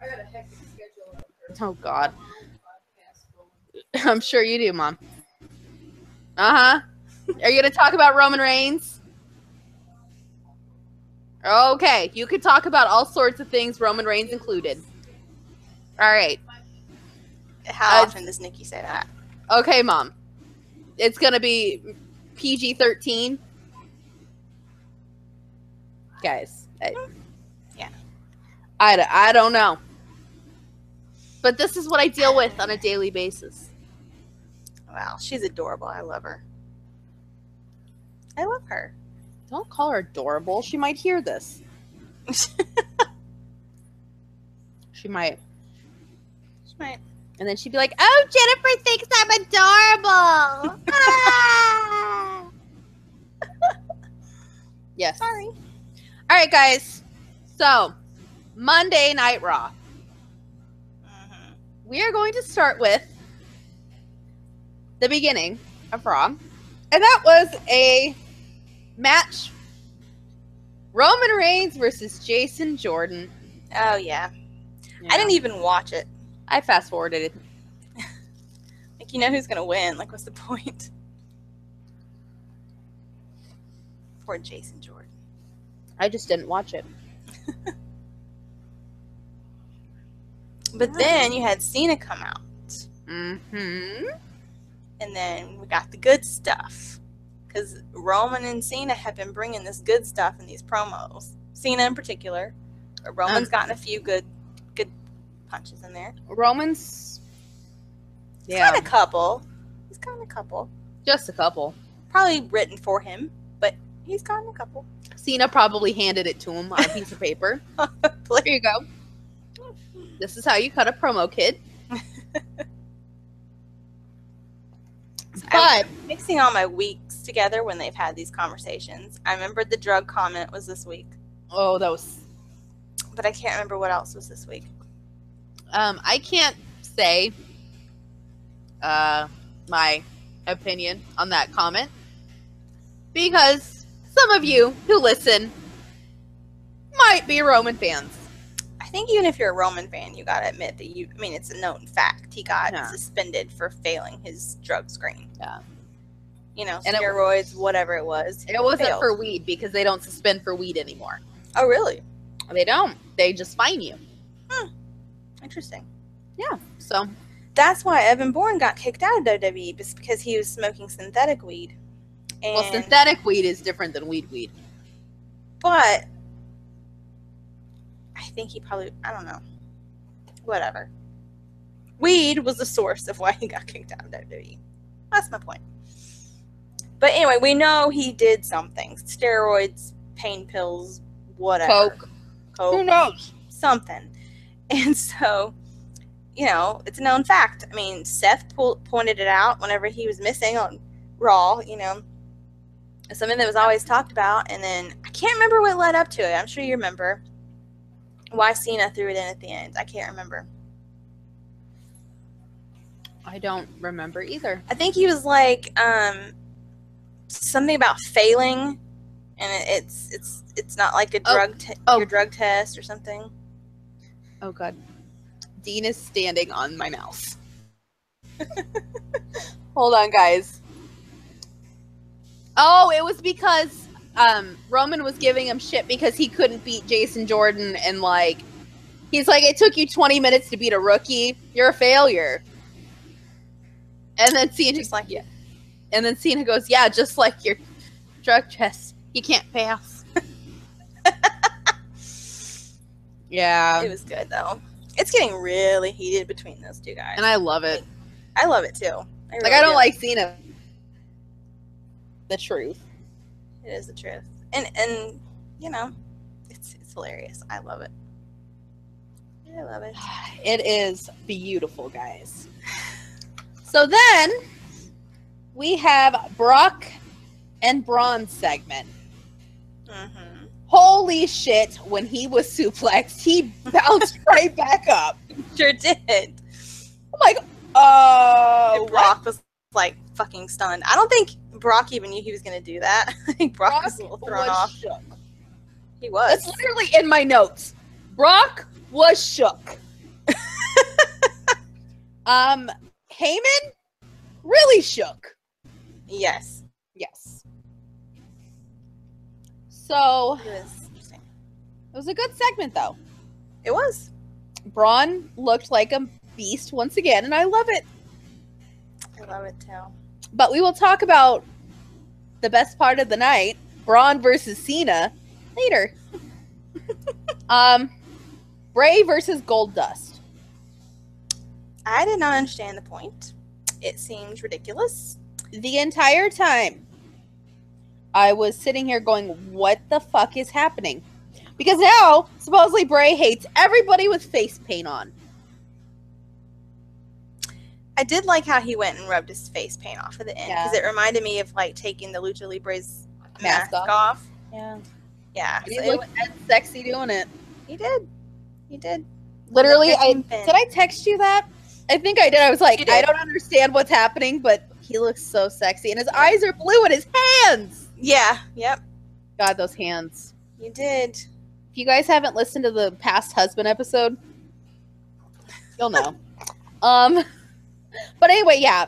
I got a hectic schedule. up here. Oh God, Podcast going. I'm sure you do, Mom. Uh huh. Are you gonna talk about Roman Reigns? Okay, you could talk about all sorts of things, Roman Reigns included. All right. How Uh, often does Nikki say that? Okay, Mom. It's gonna be PG thirteen. Guys. I, Yeah. I, d- I don't know. but this is what I deal with on a daily basis. Wow, she's adorable. I love her. I love her. Don't call her adorable. She might hear this. she might. She might. And then she'd be like, oh, Jennifer thinks I'm adorable. Ah! yes. Sorry. All right, guys. So, Monday Night Raw. Mm-hmm. We are going to start with the beginning of Raw. And that was a match Roman Reigns versus Jason Jordan. Oh yeah. I Yeah. didn't even watch it. I fast forwarded it. Like you know who's gonna win. Like what's the point? Poor Jason Jordan. I just didn't watch it. But then you had Cena come out, Mm-hmm. and then we got the good stuff. Because Roman and Cena have been bringing this good stuff in these promos. Cena in particular. But Roman's gotten a few good, good punches in there. Romans. He's Yeah, got a couple. He's gotten a couple. just a couple. Probably written for him, but he's gotten a couple. Cena probably handed it to him on a piece of paper. Here you go. This is how you cut a promo, kid. I But was mixing all my weeks together when they've had these conversations. I remember the drug comment was this week, oh, that was. but I can't remember what else was this week. Um, I can't say uh, my opinion on that comment because some of you who listen might be Roman fans. I think even if you're a Roman fan, you gotta admit that you. I mean, it's a known fact he got Yeah. suspended for failing his drug screen. Yeah. You know, And it- steroids, whatever it was. he It wasn't failed. for weed because they don't suspend for weed anymore. Oh, really? They don't. They just fine you. Interesting. So That's why Evan Bourne got kicked out of WWE, just because he was smoking synthetic weed. And well, synthetic weed is different than weed weed. but I think he probably I don't know. Whatever. Weed was the source of why he got kicked out of WWE. That's my point. But anyway, we know he did something. Steroids, pain pills, whatever. Coke. Coke knows? something. And so, you know, it's a known fact. I mean, Seth po- pointed it out whenever he was missing on Raw, you know, It's something that was always talked about. And then I can't remember what led up to it. I'm sure you remember why Cena threw it in at the end. I can't remember. I don't remember either. I think he was like um, something about failing. And it, it's it's it's not like a Oh. drug te- Oh. your drug test or something. Oh god. Dean is standing on my mouse. Hold on, guys. Oh, it was because um, Roman was giving him shit because he couldn't beat Jason Jordan, and like, he's like, it took you 20 minutes to beat a rookie. You're a failure. And then Cena Just like- yeah. And then Cena goes, yeah, just like your drug test, you can't pass. yeah. It was good though. It's getting really heated between those two guys. and I love it. I love it too. I Like really I don't do. like Cena. The truth. it is the truth, and and you know, it's it's hilarious. I love it. I love it. It is beautiful, guys. So then we have Brock and Braun segment. hmm Holy shit, when he was suplexed, he bounced right back up. Sure did. I'm like, oh, And Brock was like fucking stunned. I don't think Brock even knew he was gonna do that. I think Brock, Brock was a little what? thrown was off. shook. He That's was. literally in my notes. Brock was shook. um, Heyman really shook. Yes. Yes. So It was interesting. it was a good segment, though. It was. Braun looked like a beast once again, and I love it. I love it too. But we will talk about the best part of the night, Braun versus Cena, later. um, Bray versus Gold Dust. I did not understand the point. It seemed ridiculous. the entire time I was sitting here going, what the fuck is happening? Because now, supposedly, Bray hates everybody with face paint on. I did like how he went and rubbed his face paint off at the end because it reminded me of like taking the Lucha Libre's mask, Mask off. off. Yeah. Yeah, He so it looked as sexy doing it. w- he did. He did. Literally, Looked I like Finn. did I text you that? I think I did. I was You like, did. I don't understand what's happening, but he looks so sexy. And his eyes are blue and his hands. Yeah. Yep. God, those hands. You did. If you guys haven't listened to the past husband episode, you'll know. um, but anyway, yeah.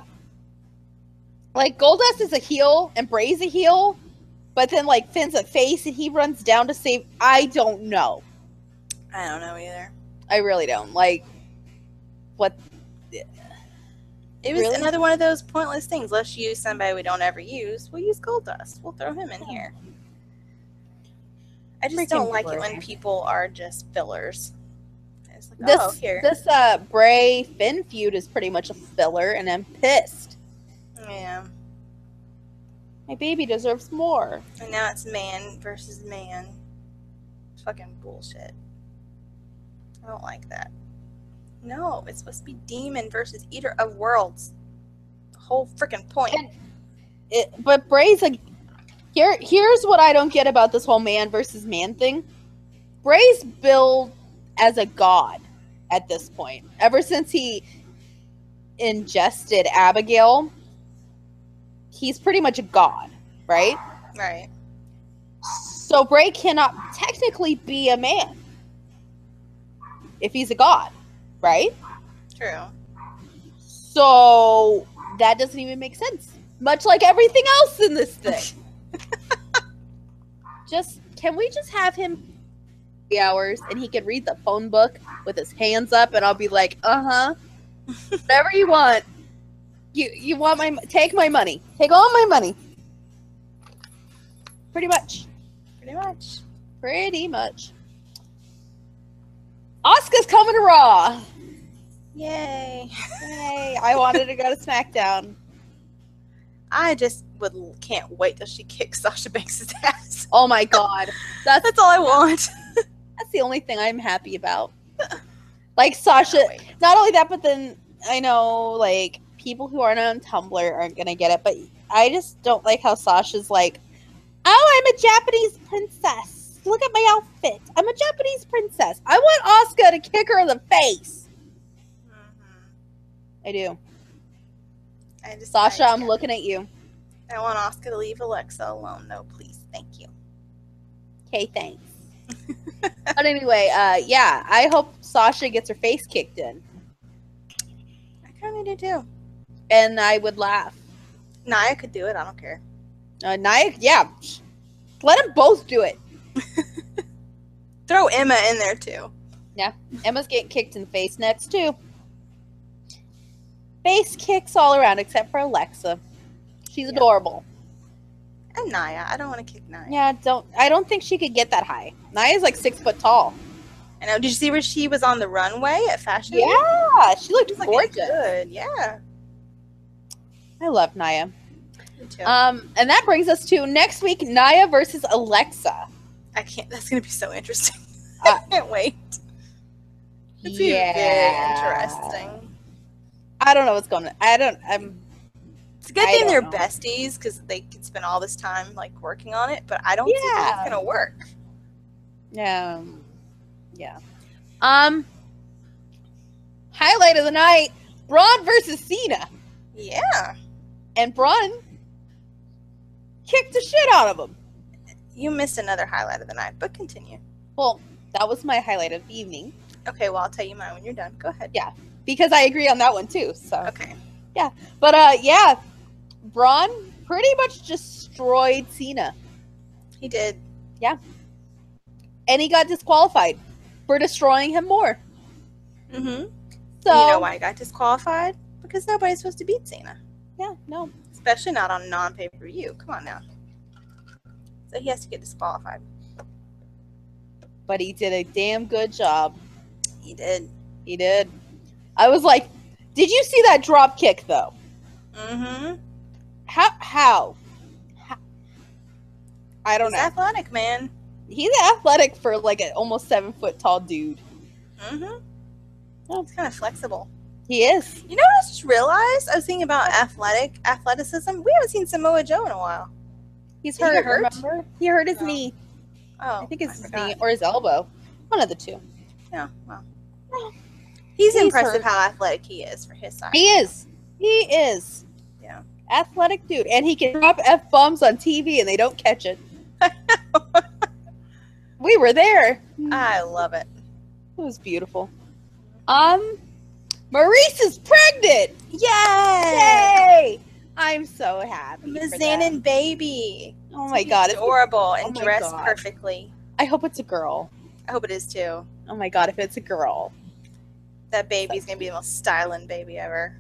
Like Goldust is a heel and Bray's a heel, but then like Finn's a face and he runs down to save. I don't know. I don't know either. I really don't. Like, what? It was Really? another one of those pointless things. Let's use somebody we don't ever use. We'll use gold dust. We'll throw him in here. I just Freaking don't like Bray. it when people are just fillers. It's like, This oh, here. this uh Bray Finn feud is pretty much a filler, and I'm pissed. yeah. My baby deserves more. And now it's man versus man. It's fucking bullshit. I don't like that. No, it's supposed to be demon versus eater of worlds. The whole freaking point. And- it, but Bray's a here. Here's what I don't get about this whole man versus man thing. Bray's billed as a god at this point. Ever since he ingested Abigail, he's pretty much a god, right? right. So Bray cannot technically be a man if he's a god, right? True. So that doesn't even make sense. Much like everything else in this thing. just can we just have him three hours and he could read the phone book with his hands up and I'll be like, uh huh, whatever you want. You you want my take my money, take all my money. Pretty much, Pretty much. pretty much. Oscar's coming to Raw. Yay. Yay! I wanted to go to SmackDown. I just would can't wait till she kicks Sasha Banks' ass. Oh my god. That's That's all I want. that's the only thing I'm happy about. Like Sasha not only that, but then I know like people who aren't on Tumblr aren't gonna get it, but I just don't like how Sasha's like, Oh, I'm a Japanese princess. Look at my outfit. I'm a Japanese princess. I want Oscar to kick her in the face. Mhm. I do. I just Sasha, I, I'm looking at you. I want Oscar to leave Alexa alone. No, please. Thank you. Okay, thanks. but anyway, uh yeah, I hope Sasha gets her face kicked in. I kind of do too. And I would laugh. Naya could do it. I don't care. Uh, Nia, yeah. Let them both do it. Throw Emma in there too. Emma's getting kicked in the face next, too. Face kicks all around except for Alexa. She's Yeah. adorable. And Naya. I don't want to kick Naya. Yeah, don't. I don't think she could get that high. Naya's like six foot tall. I know. Did you see where she was on the runway at Fashion Week? Yeah, she looked She's looking gorgeous. Good. Yeah. I love Naya. Me too. Um, and that brings us to next week: Naya versus Alexa. I can't. That's gonna be so interesting. Uh, I can't wait. It's gonna be very interesting. I don't know what's going. on. I don't. I'm. It's a good I thing they're don't know. besties because they can spend all this time like working on it. But I don't think Yeah. that's gonna work. Yeah. Um, Yeah. Um. Highlight of the night: Braun versus Cena. Yeah. and Braun kicked the shit out of him. You missed another highlight of the night, but continue. Well, that was my highlight of the evening Okay. Well, I'll tell you mine when you're done. Go ahead. because I agree on that one too. So, Okay. but uh, yeah, Braun pretty much destroyed Cena, He did. and he got disqualified for destroying him more. Mm-hmm. So, you know why I got disqualified? Because nobody's supposed to beat Cena, yeah, no, especially not on non pay per view. Come on now. So he has to get disqualified. but he did a damn good job. He did. He did. I was like, Did you see that drop kick though? Mm-hmm. How? How? how? I don't He's know. athletic, man. He's athletic for like an almost seven foot tall dude. Mm-hmm. He's kind of flexible. He is. You know what I just realized? I was thinking about athletic athleticism. We haven't seen Samoa Joe in a while. He's Did he hurt. get hurt? Remember? He hurt his No. knee. Oh, I think it's his forgot. knee or his elbow. One of the two. Yeah. Well. He's, Oh. He's impressive hurt. how athletic he is for his size. He is. He is. Yeah. Athletic dude, and he can drop f bombs on TV, and they don't catch it. we were there. I love it. It was beautiful. Um, Maurice is pregnant. Yay! Yay! I'm so happy. for that. Mizanin baby. Oh my god, it's, oh adorable and my dressed God. perfectly. I hope it's a girl. I hope it is too. Oh my god, if it's a girl, Oh That baby's gonna be the most styling baby ever.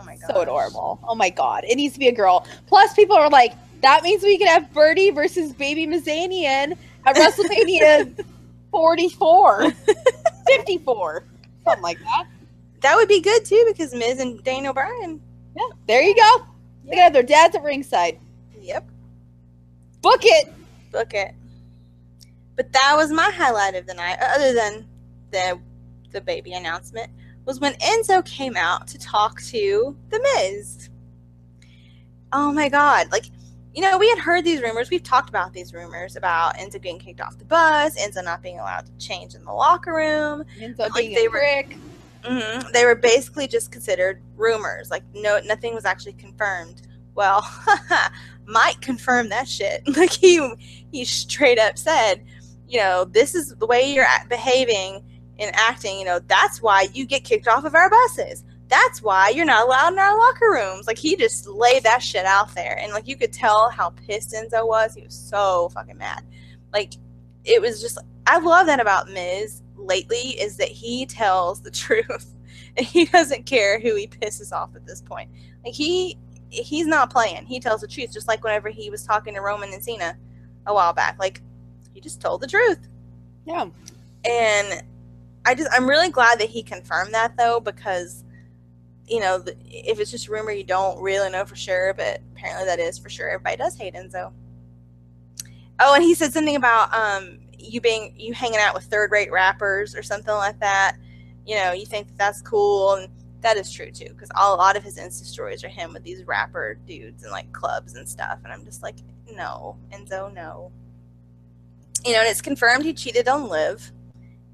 Oh my god, so adorable. Oh my god, it needs to be a girl. Plus, people are like, that means we could have Birdie versus Baby Mizanian at WrestleMania 44, 54, something like that. That would be good too because Miz and Daniel Bryan. Yeah, there you go. They can have their dads at ringside. Yep, Book it. book it. But that was my highlight of the night, uh, other than the the baby announcement, was when Enzo came out to talk to the Miz. Oh my god! Like, you know, we had heard these rumors. We've talked about these rumors about Enzo getting kicked off the bus, Enzo not being allowed to change in the locker room. Ends up Like being they a were- prick. hmm They were basically just considered rumors. Like no, nothing was actually confirmed. Well, Mike confirmed that shit. Like he he straight up said, you know, this is the way you're act- behaving and acting. You know, that's why you get kicked off of our buses. That's why you're not allowed in our locker rooms. Like he just laid that shit out there, and like you could tell how pissed Enzo was. He was so fucking mad. Like it was just I love that about Miz lately is that he tells the truth and he doesn't care who he pisses off at this point. Like he he's not playing. He tells the truth just like whenever he was talking to Roman and Cena a while back. Like he just told the truth. Yeah. And I just I'm really glad that he confirmed that though because you know, th- if it's just rumor, you don't really know for sure, but apparently that is for sure. Everybody does hate Enzo. Oh, and he said something about um, you being you hanging out with third-rate rappers or something like that. You know, you think that that's cool, and that is true too, because a lot of his Insta stories are him with these rapper dudes and like clubs and stuff. And I'm just like, no, Enzo, no. You know, and it's confirmed he cheated on Liv,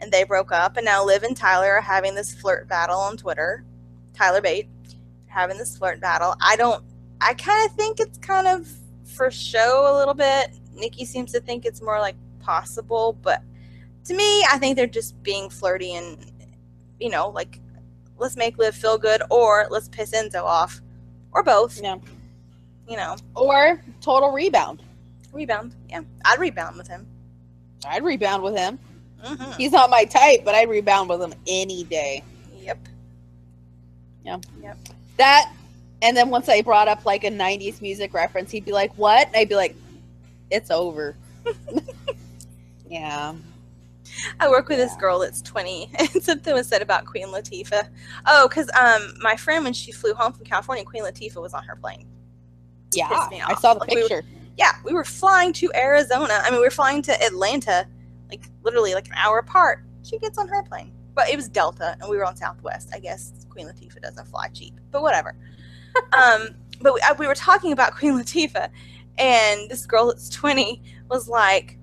and they broke up, and now Liv and Tyler are having this flirt battle on Twitter. Tyler Bate having this flirt battle. I don't. I kind of think it's kind of for show a little bit. Nikki seems to think it's more like possible, but to me, I think they're just being flirty and you know, like let's make Liv feel good or let's piss Enzo off or both. Yeah. You know, Or total rebound. rebound. Yeah, I'd rebound with him. I'd rebound with him. hmm He's not my type, but I'd rebound with him any day. Yep. That, and then once I brought up like a 90s music reference, he'd be like, What? And I'd be like, It's over. yeah. I work with this Yeah. girl that's 20, and something was said about Queen Latifah. Oh, because um, my friend, when she flew home from California, Queen Latifah was on her plane. Yeah. Pissed me I off. saw the Like, we were- picture. Yeah, we were flying to Arizona. I mean, we were flying to Atlanta, like literally like an hour apart. She gets on her plane. But it was Delta, and we were on Southwest. I guess Queen Latifah doesn't fly cheap, but whatever. um, but we, I, we were talking about Queen Latifah, and this girl that's 20 was like,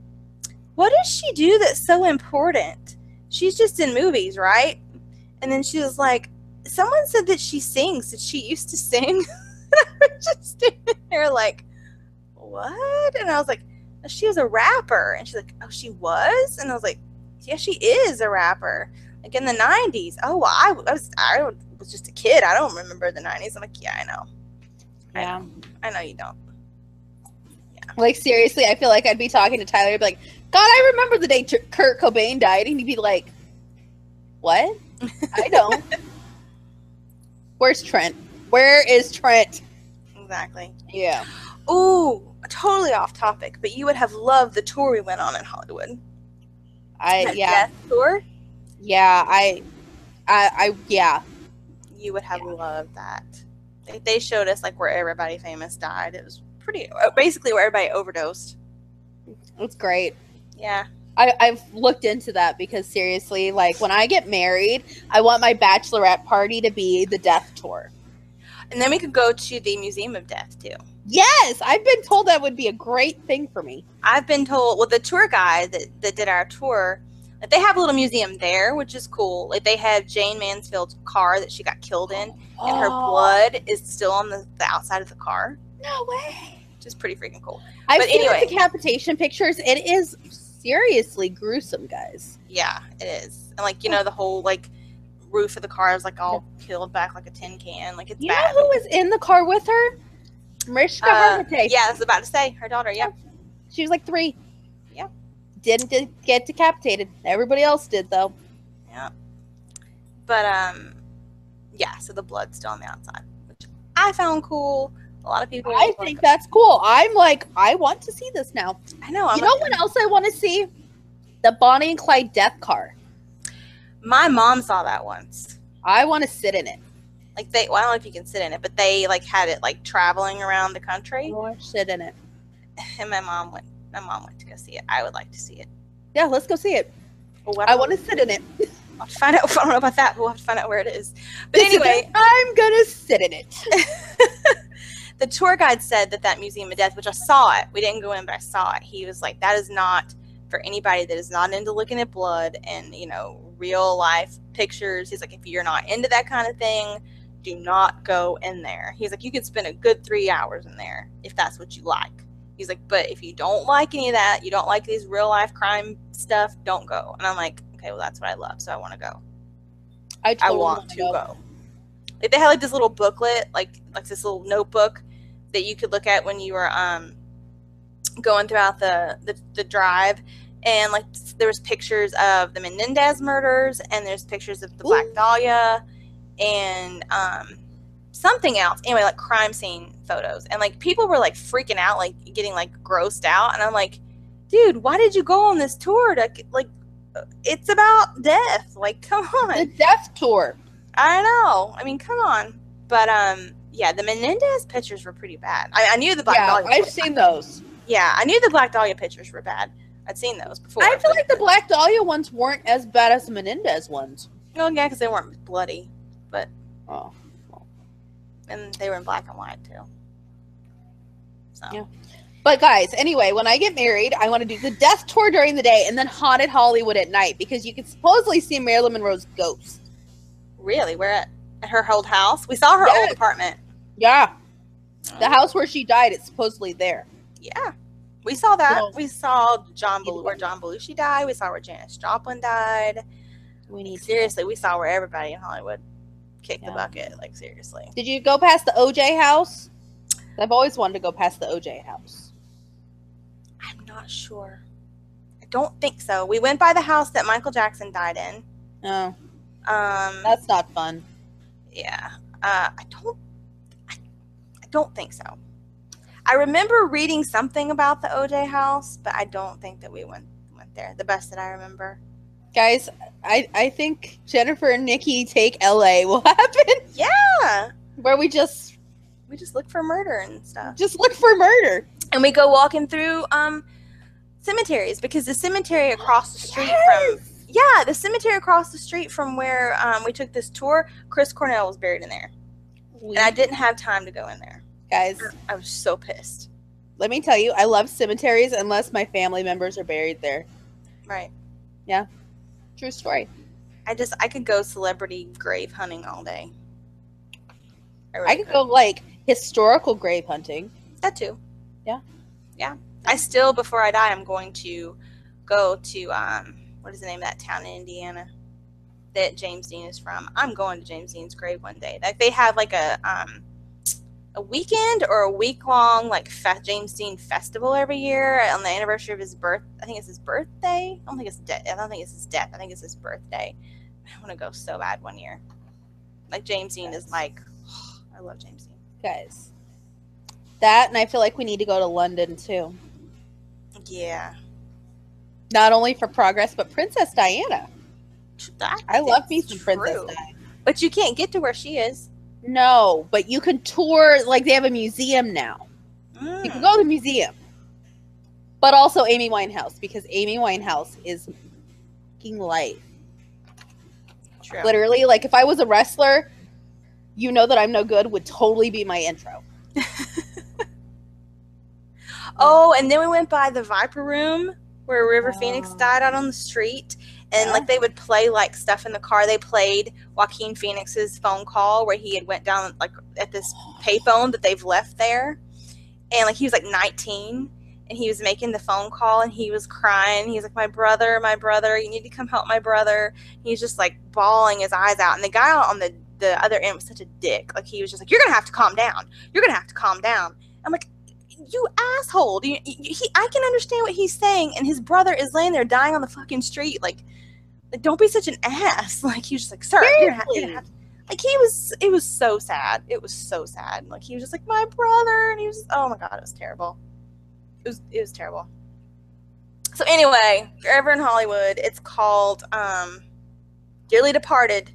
What does she do that's so important? She's just in movies, right? And then she was like, Someone said that she sings. Did she used to sing? and I was just standing there like, What? And I was like, "Oh, She was a rapper. And she's like, Oh, she was? And I was like, Yeah, she is a rapper. Like in the 90s. Oh, well, I, I was I was just a kid. I don't remember the 90s. I'm like, Yeah, I know. I Yeah. I know you don't. Like, seriously, I feel like I'd be talking to Tyler. I'd be like, God, I remember the day Tr- Kurt Cobain died. And he'd be like, What? I don't. Where's Trent? Where is Trent? Exactly. Yeah. Ooh, totally off topic, but you would have loved the tour we went on in Hollywood. I, That Uh, yeah. Death tour. Yeah, I, I, I, yeah, you would have Yeah. loved that. They, they showed us like where everybody famous died. It was pretty uh, basically where everybody overdosed. It's great. Yeah. I, I've looked into that because seriously, like when I get married, I want my bachelorette party to be the death tour. And then we could go to the Museum of Death too. Yes, I've been told that would be a great thing for me. I've been told, well, the tour guide that, that did our tour, that they have a little museum there, which is cool. Like they have Jane Mansfield's car that she got killed in, and her blood is still on the, the outside of the car, Oh, No way. which is pretty freaking cool. I've But seen the anyway. decapitation pictures. It is seriously gruesome, guys. Yeah, it is. And like you know, the whole like roof of the car is like all peeled back like a tin can. Like it's You bad. know who was in the car with her? Mariska Uh, Hargitay. yeah, I was about to say her daughter. Yeah, She was like three. Yeah. Didn't de- get decapitated. Everybody else did, though. yeah. But um, yeah. So the blood's still on the outside, which I found cool. A lot of people. I were think that's cool. I'm like, I want to see this now. I know. I'm you know what else I want to see? The Bonnie and Clyde death car. My mom saw that once. I want to sit in it. Like they, well, I don't know if you can sit in it, but they like had it like traveling around the I country, want to sit in it. and my mom went. My mom went to go see it. I would like to see it. Yeah, let's go see it. Well, I want to sit in it. I'll have to find out. I don't know about that. but We'll have to find out where it is. But This is anyway, it. I'm gonna sit in it. the tour guide said that that Museum of Death, which I saw it. We didn't go in, but I saw it. He was like, "That is not for anybody that is not into looking at blood and you know real life pictures." He's like, "If you're not into that kind of thing." Do not go in there. He's like, you could spend a good three hours in there if that's what you like. He's like, but if you don't like any of that, you don't like these real life crime stuff, don't go. And I'm like, okay, well, that's what I love. So I want to go. I, I totally want to wanna go. go. Like they had like this little booklet, like like this little notebook that you could look at when you were um going throughout the the, the drive, and like s- there was pictures of the Menendez murders, and there's pictures of the Black Ooh. Dahlia, and um something else. Anyway, like crime scene photos, and like people were like freaking out, like getting like grossed out, and I'm like, dude, why did you go on this tour to like? It's about death. Like, come on. The death tour. I don't know. I mean, come on. But um, yeah, the Menendez pictures were pretty bad. I, I knew the Black yeah, Dahlia. I've were- seen those. Yeah, I knew the Black Dahlia pictures were bad. I'd seen those before. I feel like the Black Dahlia ones weren't as bad as the Menendez ones. no, yeah, because they weren't bloody, but Oh, and they were in black and white too. So Yeah. But guys, anyway, when I get married, I want to do the death tour during the day and then haunted Hollywood at night because you can supposedly see Marilyn Monroe's ghost. really, we're at, at her old house. We saw her Yes. old apartment. Yeah, the house where she died. It's supposedly there. Yeah. We saw that. So- we saw John Bel- Either where way. John Belushi died. We saw where Janis Joplin died. We Like, need. seriously, we saw where everybody in Hollywood kicked Yeah. the bucket. Like seriously. Did you go past the OJ house? I've always wanted to go past the OJ house. I'm not sure. I don't think so. We went by the house that Michael Jackson died in. Oh, Um, that's not fun. yeah. Uh, I don't. I, I don't think so. I remember reading something about the OJ house, but I don't think that we went went there. The best that I remember. Guys, I, I think Jennifer and Nikki take LA will happen Yeah, where we just we just look for murder and stuff, just look for murder. and we go walking through um cemeteries because the cemetery across the street from yeah the cemetery across the street from where um, we took this tour, Chris Cornell was buried in there. We- and I didn't have time to go in there. guys, I was so pissed. let me tell you, I love cemeteries unless my family members are buried there. Right. True story. I just I could go celebrity grave hunting all day. really I could go like historical grave hunting. that too. Yeah. Yeah. I still before I die I'm going to go to um what is the name of that town in Indiana that James Dean is from. I'm going to James Dean's grave one day. Like they have like a um a weekend or a week long like fe- James Dean festival every year on the anniversary of his birth. I think it's his birthday. I don't think it's de- I don't think it's his death. I think it's his birthday. I want to go so bad one year. Like James Dean is like I love James Dean. Guys, that and I feel like we need to go to London too. Yeah. Not only for progress, but Princess Diana. That I love me is some Princess true. Diana. But you can't get to where she is. No, but you can tour. Like they have a museum now. You can go to the museum. But also Amy Winehouse because Amy Winehouse is fucking life. Hmm. True. Literally, like if I was a wrestler, you know that I'm no good would totally be my intro. Oh, and then we went by the Viper Room where River Phoenix Oh. died out on the street. And Yeah. like they would play like stuff in the car. They played Joaquin Phoenix's phone call where he had went down like at this payphone that they've left there, and like he was like 19 and he was making the phone call and he was crying. He was like, "My brother, my brother, you need to come help my brother." He was just like bawling his eyes out, and the guy on the the other end was such a dick. Like he was just like, "You're gonna have to calm down. You're gonna have to calm down." I'm like, you asshole. You, you- he, I can understand what he's saying, and his brother is laying there dying on the fucking street. Like, don't be such an ass. Like, he was just like, sir, you're gonna, ha- you're gonna have to. Like, he was, it was so sad. It was so sad. Like, he was just like, my brother. And he was, oh my God, it was terrible. It was, it was terrible. So, anyway, if you're ever in Hollywood, it's called um, Dearly Departed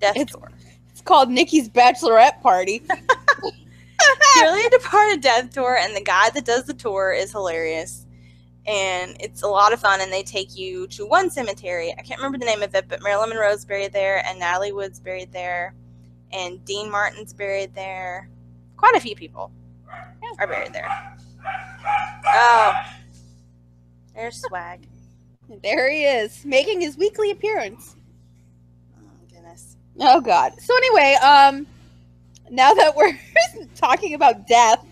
Death It's- Tour. It's called Nikki's Bachelorette Party. Dearly Departed Death Tour, and the guy that does the tour is hilarious. And it's a lot of fun, and they take you to one cemetery. I can't remember the name of it, but Marilyn Monroe's buried there, and Natalie Wood's buried there, and Dean Martin's buried there. Quite a few people are buried there. Oh, there's swag. There he is, making his weekly appearance. Oh, goodness. Oh god. So anyway, um now that we're talking about death,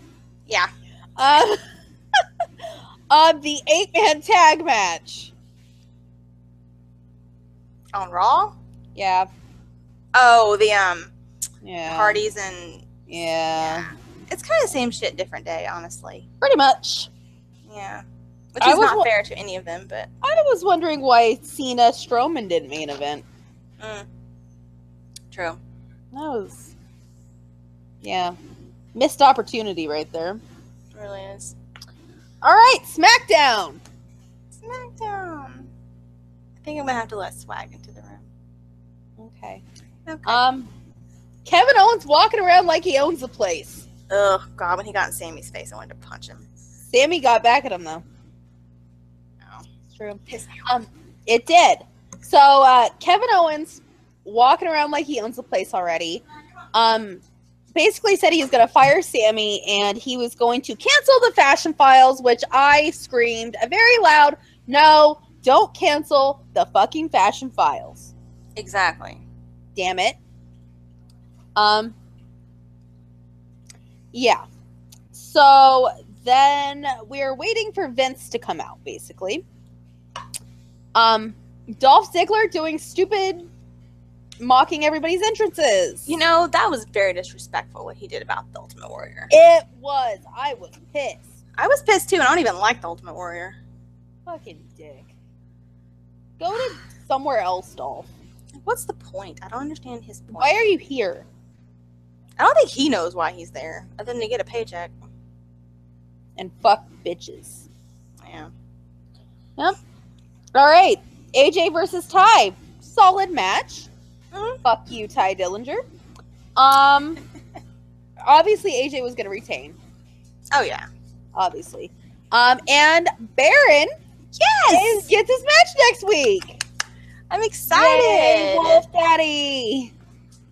Yeah. um um the eight man tag match. On Raw? Yeah. Oh, the um Yeah. parties and Yeah. it's kind of the same shit, different day, honestly. Pretty much. Yeah. Which I is was not wa- fair to any of them, but I was wondering why Cena Strowman didn't main event. true. That was Yeah. Missed opportunity right there. It really is. Alright, SmackDown. SmackDown. I think I'm gonna have to let Swag into the room. Okay. Okay. Um Kevin Owens walking around like he owns the place. Ugh, God, when he got in Sammy's face, I wanted to punch him. Sammy got back at him though. No. It's true. Piss me Um, it did. So uh, Kevin Owens walking around like he owns the place already. Um, basically said he was going to fire Sammy and he was going to cancel the Fashion Files, which I screamed a very loud, "No, don't cancel the fucking Fashion Files! Exactly. Damn it!" Um. Yeah. So then we're waiting for Vince to come out, basically. Um, Dolph Ziggler doing stupid, mocking everybody's entrances. You know, that was very disrespectful what he did about the Ultimate Warrior. it was. I was pissed. I was pissed too, and I don't even like the Ultimate Warrior. Fucking dick. Go to somewhere else, Dolph. Like, what's the point? I don't understand his point. Why are you here? I don't think he knows why he's there, other than to get a paycheck. And fuck bitches. Yeah. All right, AJ versus Ty. Solid match. Mhm. Fuck you, Ty Dillinger. Um, obviously AJ was gonna retain. Oh yeah. obviously. Um, and Baron yes! gets his match next week. I'm excited. Yay, Wolf Daddy.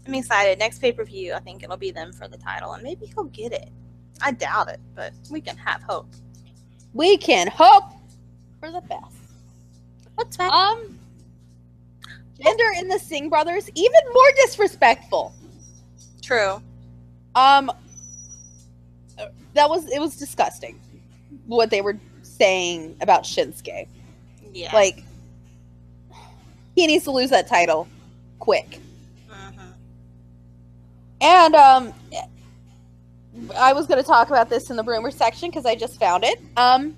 I'm excited. Next pay per view, I think it'll be them for the title, and maybe he'll get it. I doubt it, but we can have hope. We can hope for the best. What's that? Um, Gender in the Singh brothers even more disrespectful. True. Um, that was it was disgusting what they were saying about Shinsuke. Yeah. Like he needs to lose that title quick. Mhm. And um, I was going to talk about this in the rumor section because I just found it. Um,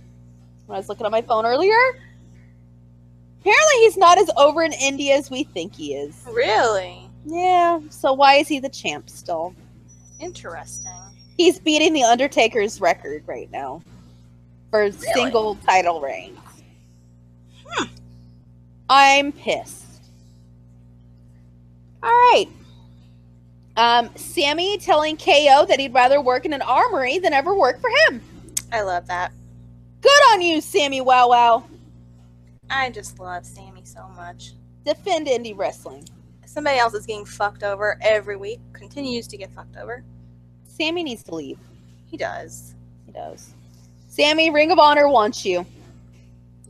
when I was looking on my phone earlier, apparently he's not as over in India as we think he is. Really Yeah. So why is he the champ still? interesting. He's beating the Undertaker's record right now for single title reigns. I'm pissed. All right. Um, Sammy telling KO that he'd rather work in an armory than ever work for him. I love that. Good on you, Sammy Wow Wow. I just love Sammy so much. Defend indie wrestling. Somebody else is getting fucked over every week. Continues to get fucked over. Sammy needs to leave. He does. He does. Sammy, Ring of Honor wants you.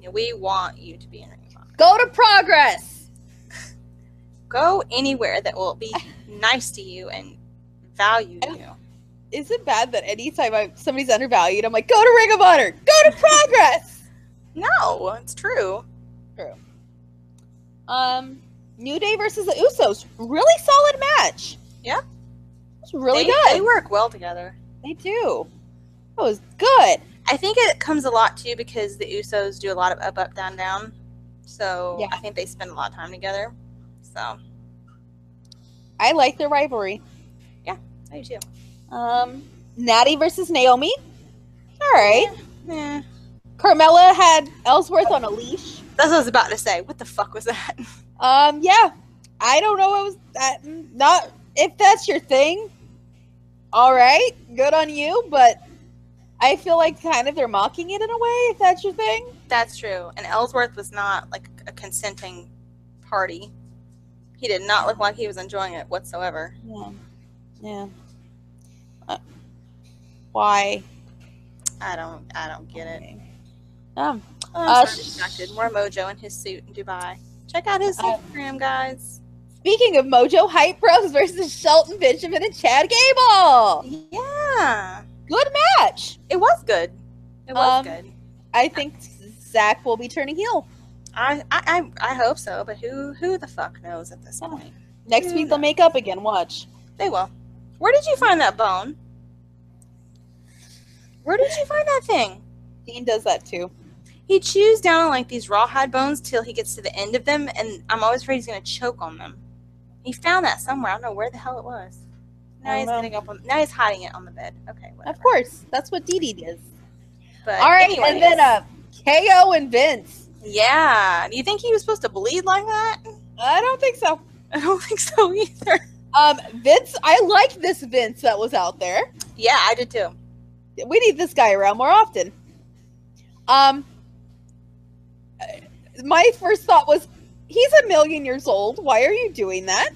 Yeah, we want you to be in Ring of Honor. Go to progress. Go anywhere that will be nice to you and value I- you. Is it bad that anytime I, somebody's undervalued, I'm like, go to Ring of Honor, go to progress. No, it's true. um, New Day versus the Usos. Really solid match. Yeah. It was really they, good. They work well together. They do. That was good. I think it comes a lot too because the Usos do a lot of up, up, down, down. So Yeah. I think they spend a lot of time together. So I like their rivalry. I do too. Um, Natty versus Naomi. All right. Yeah. Carmella had Ellsworth on a leash. That's what I was about to say. What the fuck was that? Um, yeah. I don't know what was that. Not if that's your thing. All right, good on you. But I feel like kind of they're mocking it in a way. If that's your thing. That's true. And Ellsworth was not like a consenting party. He did not look like he was enjoying it whatsoever. Yeah. Yeah. Uh, why? I don't. I don't get it. Okay. Um, Oh, I'm Uh, sorry, I'm sh- distracted. More Mojo in his suit in Dubai. Check out his Uh, Instagram, guys. Speaking of Mojo Hype Bros versus Shelton Benjamin and Chad Gable, Yeah, good match. it was good. It was Um, good. I think Zach will be turning heel I, I I I hope so, but who who the fuck knows at this Yeah. point? next Who week. They'll make up again. Watch. They will. Where did you find that bone? Where did you find that thing? Dean does that too. He chews down on like these rawhide bones till he gets to the end of them, and I'm always afraid he's gonna choke on them. He found that somewhere. I don't know where the hell it was. I Now don't he's know. getting up on. Now he's hiding it on the bed. Okay, whatever. Of course, that's what Dee Dee does. But All right, anyways. and then uh, KO and Vince. Yeah. Do you think he was supposed to bleed like that? I don't think so. I don't think so either. Um, Vince, I like this Vince that was out there. Yeah, I did too. we need this guy around more often. Um, my first thought was, he's a million years old. Why are you doing that?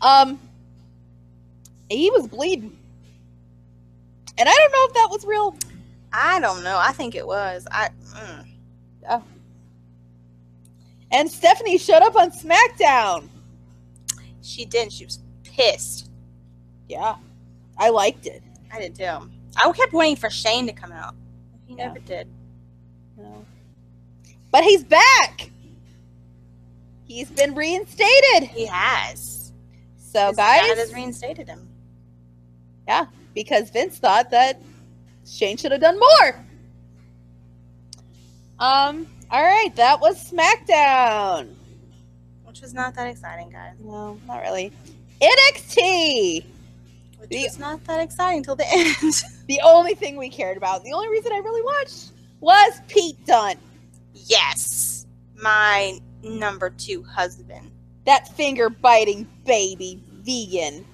Um, he was bleeding, and I don't know if that was real. I don't know. I think it was. I. Mm. And Stephanie showed up on SmackDown. She didn't. She was pissed. Yeah, I liked it. I did too. I kept waiting for Shane to come out. He Yeah. never did. No. But he's back. He's been reinstated. He has. So, Oh, His guys, dad has reinstated him. because Vince thought that Shane should have done more. Um. All right, that was SmackDown. Which was not that exciting, guys. No, not really. NXT, Which The- was not that exciting till the end. the only thing we cared about, the only reason I really watched was Pete Dunne. yes. My number two husband. That finger biting baby vegan.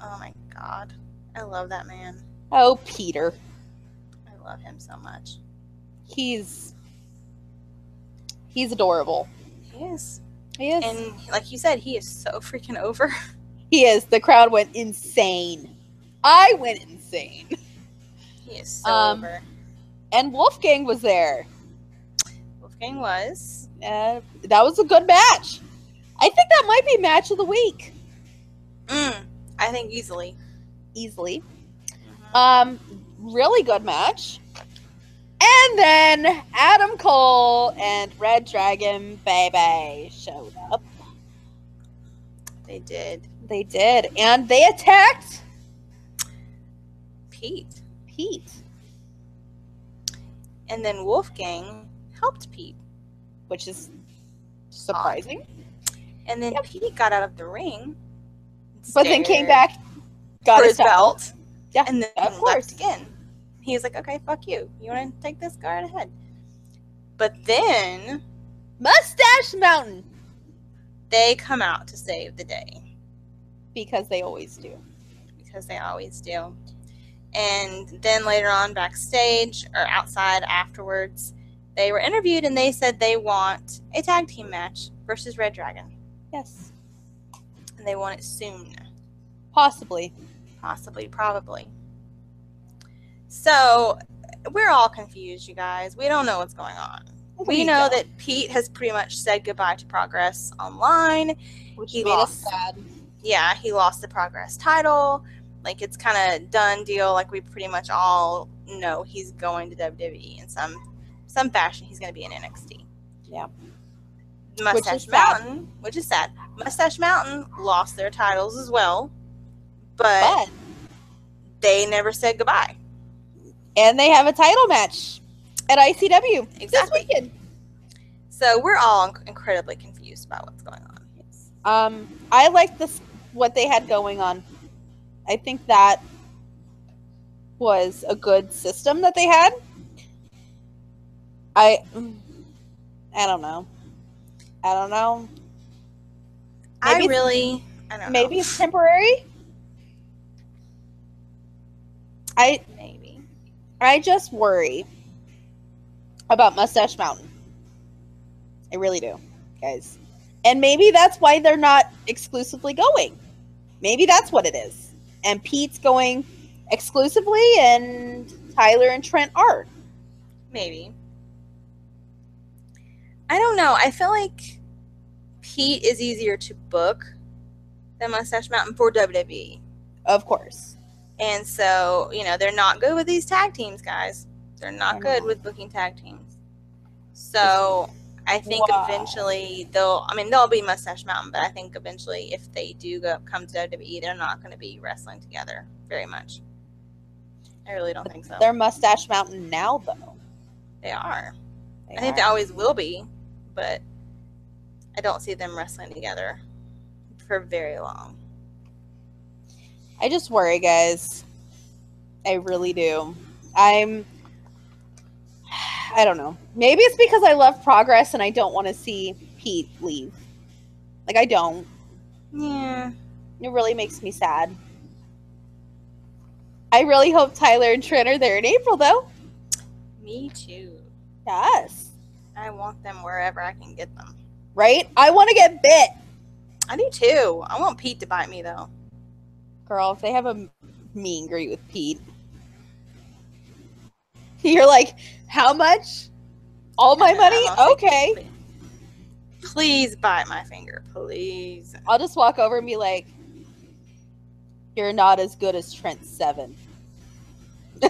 Oh my god. I love that man. Oh, Peter, I love him so much. he's he's adorable. He is. He is. And like you said, he is so freaking over. he is. The crowd went insane. I went insane. He is so Um, over. and Wolfgang was there. Wolfgang was. Uh, that was a good match. I think that might be match of the week Mm, I think easily. easily. Um, really good match. And then Adam Cole and Red Dragon Baby showed up. They did. They did, and they attacked Pete. Pete, And then Wolfgang helped Pete. which is surprising. And then Pete got out of the ring. But then came stared back, got for his his belt. belt. Yeah, And then of left course. again. He was like, okay, fuck you. You want to take this guy right ahead. But then Mustache Mountain. they come out to save the day. because they always do. because they always do. And then later on, backstage or outside afterwards, they were interviewed and they said they want a tag team match versus Red Dragon. Yes, And they want it soon, possibly. possibly, probably. So we're all confused, you guys. We don't know what's going on. We, know that Pete has pretty much said goodbye to Progress Online. Which He made us lost. sad. yeah, he lost the Progress title. Like it's kind of done deal. Like we pretty much all know he's going to WWE in some some fashion. He's going to be in NXT. Yeah. Mustache sad. Mountain, which is sad. Mustache Mountain lost their titles as well, but But they never said goodbye. and they have a title match at ICW this Exactly. weekend. So we're all inc- incredibly confused about what's going on. Um, I like this what they had going on. I think that was a good system that they had. I, mm, I don't know. I don't know. I Maybe- really, I don't Maybe know. it's temporary. I Maybe. I just worry about Mustache Mountain. I really do, guys. And maybe that's why they're not exclusively going. Maybe that's what it is. And Pete's going exclusively, and Tyler and Trent are. Maybe. I don't know. I feel like Pete is easier to book than Mustache Mountain for E. WWE. Of course. And so, you know, they're not good with these tag teams, guys. They're not They're good not. with booking tag teams. So I think Wow. eventually they'll, I mean, they'll be Mustache Mountain, but I think eventually if they do go, come to WWE, they're not going to be wrestling together very much. I really don't think so. They're Mustache Mountain now, though. They are. They I think are. they always will be, but I don't see them wrestling together for very long. I just worry, guys. I really do. I'm. I don't know. Maybe it's because I love progress and I don't want to see Pete leave. Like, I don't. Yeah. It really makes me sad. I really hope Tyler and Trent are there in April, though. Me too. Yes. I want them wherever I can get them. Right? I want to get bit. I do too. I want Pete to bite me though. Girl, if they have a meet and greet with Pete, you're like, how much? All my And I money? don't think Okay. he'll be- Please bite my finger, please. I'll just walk over and be like, "You're not as good as Trent Seven.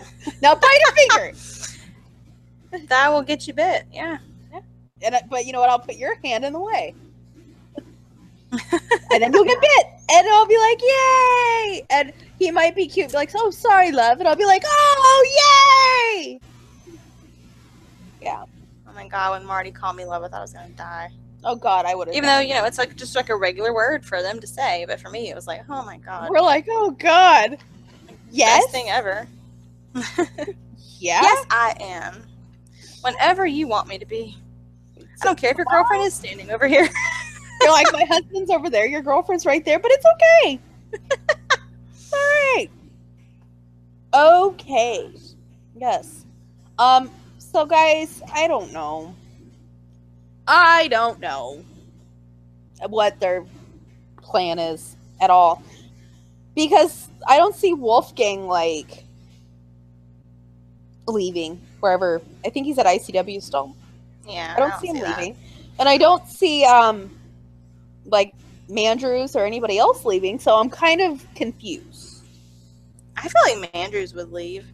now bite your finger, That will get you bit. Yeah. and I, but you know what? I'll put your hand in the way, and then you'll get bit, and I'll be like, "Yay!" And he might be cute, be like, "Oh, sorry, love," and I'll be like, "Oh, yay!" Oh my god, when Marty called me love, I thought I was gonna die. Oh God, I would have. Even though you know it's like just like a regular word for them to say, but for me it was like, oh my god, we're like, "Oh God, yes, best thing ever. yeah, Yes, I am. Whenever you want me to be. I don't care if your girlfriend is standing over here. You're like, my husband's over there, your girlfriend's right there, but it's okay. It's all right. Okay. Yes. Um, so guys, I don't know. I don't know what their plan is at all. Because I don't see Wolfgang like leaving wherever. I think he's at ICW still. Yeah. I don't see him that. leaving. And I don't see um like Mandrews or anybody else leaving, so I'm kind of confused. I feel like Mandrews would leave.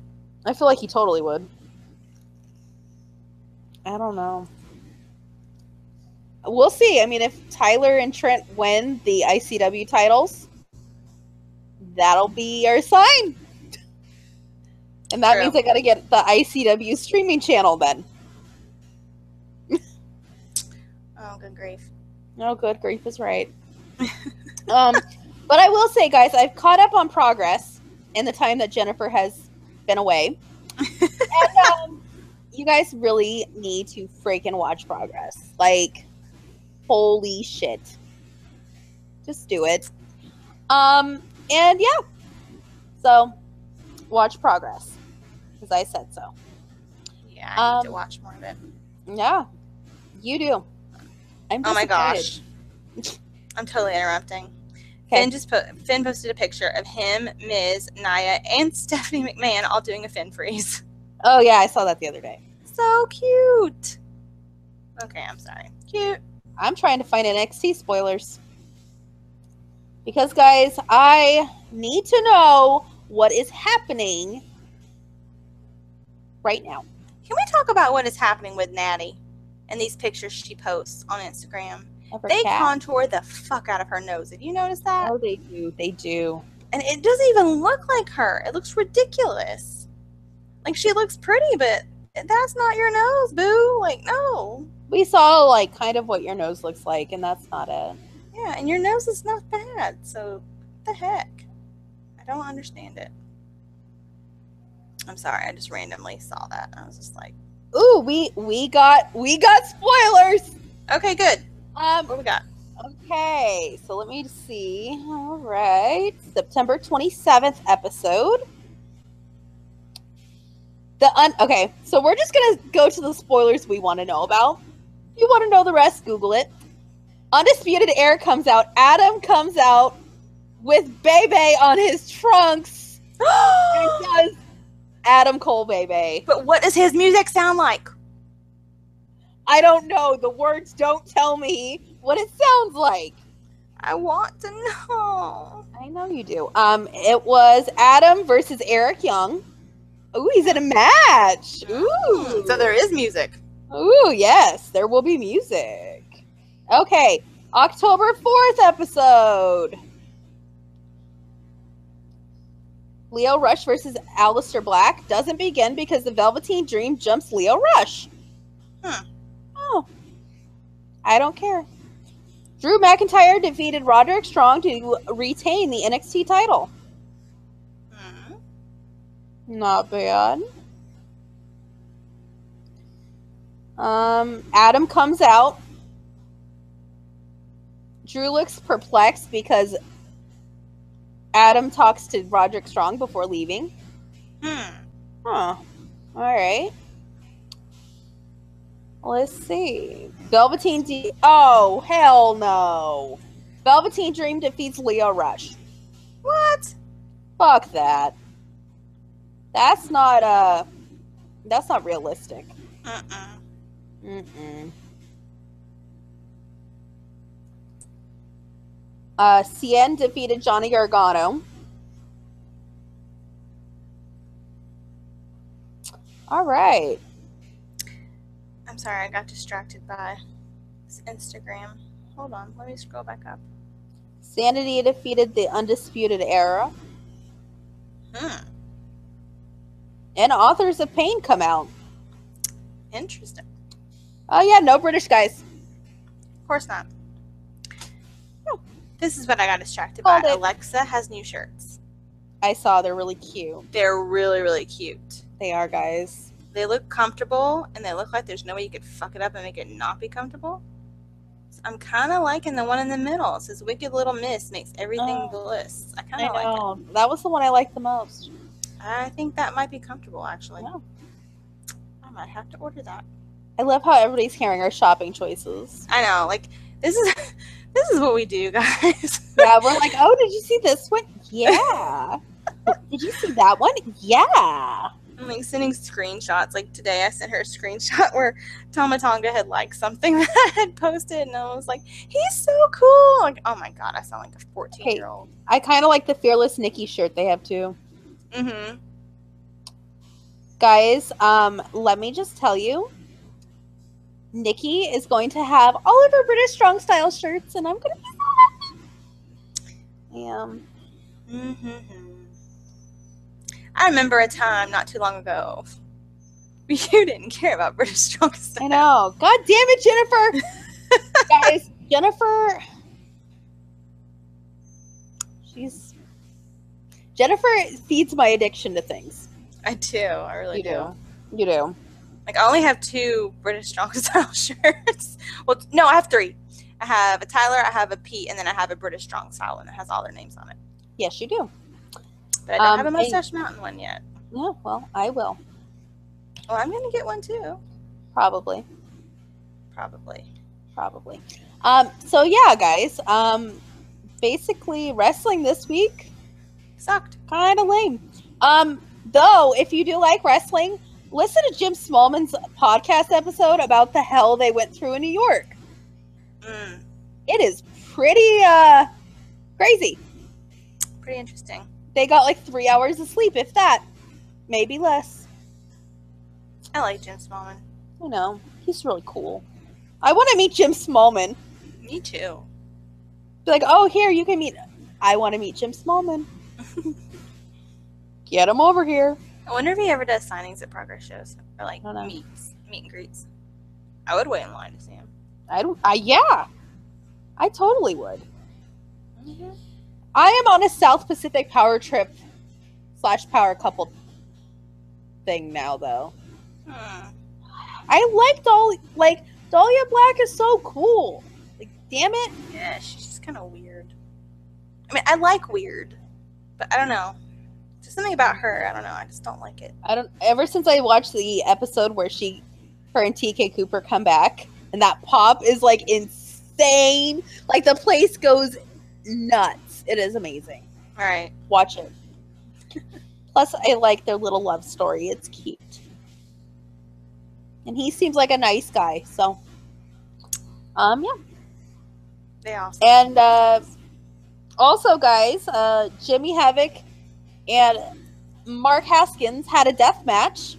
I feel like he totally would. I don't know. We'll see. I mean, if Tyler and Trent win the ICW titles, that'll be our sign. And that True. means I got to get the ICW streaming channel then. Oh, good grief. No, good grief is right. um, but I will say, guys, I've caught up on progress in the time that Jennifer has been away. and um, you guys really need to freaking watch progress. Like, holy shit. Just do it. Um, and yeah, so watch progress because I said so. Yeah, I need to Um, watch more of it. Yeah, you do. I'm Oh my disappointed. gosh. I'm totally interrupting. 'Kay. Finn just po- Finn posted a picture of him, Ms. Naya, and Stephanie McMahon all doing a Finn freeze. Oh yeah, I saw that the other day. So cute. Okay, I'm sorry. Cute. I'm trying to find NXT spoilers. Because guys, I need to know what is happening right now. Can we talk about what is happening with Natty and these pictures she posts on Instagram? of her They cat. contour the fuck out of her nose. Have you noticed that? Oh, they do. They do. And it doesn't even look like her. It looks ridiculous. Like she looks pretty, but that's not your nose, boo. Like no. We saw like kind of what your nose looks like, and that's not it. Yeah, and your nose is not bad. So what the heck? I don't understand it. I'm sorry. I just randomly saw that. I was just like, Ooh, we we got we got spoilers. okay, good. Um. What we got? Okay, so let me see. All right, September twenty seventh episode. The un. Okay, so we're just gonna go to the spoilers we want to know about. If you want to know the rest, Google it. Undisputed air comes out. Adam comes out with Bebe on his trunks. and does Adam Cole, baby. but what does his music sound like? I don't know. The words don't tell me what it sounds like. I want to know. I know you do. Um, it was Adam versus Eric Young. Ooh, he's in a match. Ooh. Hmm, So there is music. Ooh, yes, there will be music. Okay, October 4th episode. Leo Rush versus Aleister Black doesn't begin because the Velveteen Dream jumps Leo Rush. Hmm. Oh, I don't care. Drew McIntyre defeated Roderick Strong to retain the NXT title. Hmm. Not bad. Um, Adam comes out. Drew looks perplexed because Adam talks to Roderick Strong before leaving. Hmm. Huh. All right. Let's see. Velveteen D. Oh, hell no. Velveteen Dream defeats Leo Rush. What? Fuck that. That's not uh that's not realistic. Mm-mm. Mm-mm. Uh Cien defeated Johnny Gargano. All right. I'm sorry. I got distracted by this Instagram. Hold on. Let me scroll back up. Sanity defeated the Undisputed Era. Hmm. And Authors of Pain come out. Interesting. Oh yeah, no British guys. Of course not. No. Oh, This is what I got distracted Called by. it. Alexa has new shirts. I saw they're really cute. They're really, really cute. They are guys. They look comfortable, and they look like there's no way you could fuck it up and make it not be comfortable. So I'm kind of liking the one in the middle. It says "Wicked Little Miss makes everything Oh. bliss." I kind I of like know. That was the one I liked the most. it. I think that might be comfortable, actually. Yeah. Oh. I might have to order that. I love how everybody's hearing our shopping choices. I know, like this is this is what we do, guys. Yeah, we're like, oh, did you see this one? Yeah. did you see that one? Yeah. I'm like sending screenshots. Like today, I sent her a screenshot where Tomatonga had liked something that I had posted, and I was like, "He's so cool!" Like, oh my god, I sound like a 14 year old. I kind of like the Fearless Nikki shirt they have too. Mm-hmm. Guys, um, let me just tell you, Nikki is going to have all of her British Strong Style shirts, and I'm going to be so happy. Um, Mm-hmm. I remember a time not too long ago. You didn't care about British Strong I Style. know. God damn it, Jennifer. Guys, Jennifer. She's. Jennifer feeds my addiction to things. I do. I really You do. do. You do. Like I only have two British Strong Style shirts. Well, no, I have three. I have a Tyler, I have a Pete, and then I have a British Strong Style one that has all their names on it. Yes, you do. But I don't Um, have a and- Mustache Mountain one yet. Yeah, well, I will. Well, I'm gonna get one too, Probably. probably. Probably. Um, so, yeah, guys. Um, basically, wrestling this week Sucked. kind of lame. Um, though, if you do like wrestling, listen to Jim Smallman's podcast episode about the hell they went through in New York. Mm, It is pretty uh crazy. pretty interesting. They got like three hours of sleep, if that, maybe less. I like Jim Smallman. You know, he's really cool. I want to meet Jim Smallman. Me too. Be like, oh, here you can meet. I want to meet Jim Smallman. Get him over here. I wonder if he ever does signings at progress shows or like Don't know. meets, meet and greets. I would wait in line to see him. I don't. I yeah. I totally would. Mm-hmm. I am on a South Pacific power trip slash power couple thing now though. Hmm. I like Dolly like Dahlia Black is so cool. Like damn it. Yeah, she's just kind of weird. I mean, I like weird, but I don't know. There's something about her. I don't know. I just don't like it. I don't ever since I watched the episode where she her and TK Cooper come back and that pop is like insane. Like the place goes nuts. It is amazing. All right. Watch it. Plus, I like their little love story. It's cute. And he seems like a nice guy. So, um, yeah. They all. And uh, also, guys, uh, Jimmy Havoc and Mark Haskins had a death match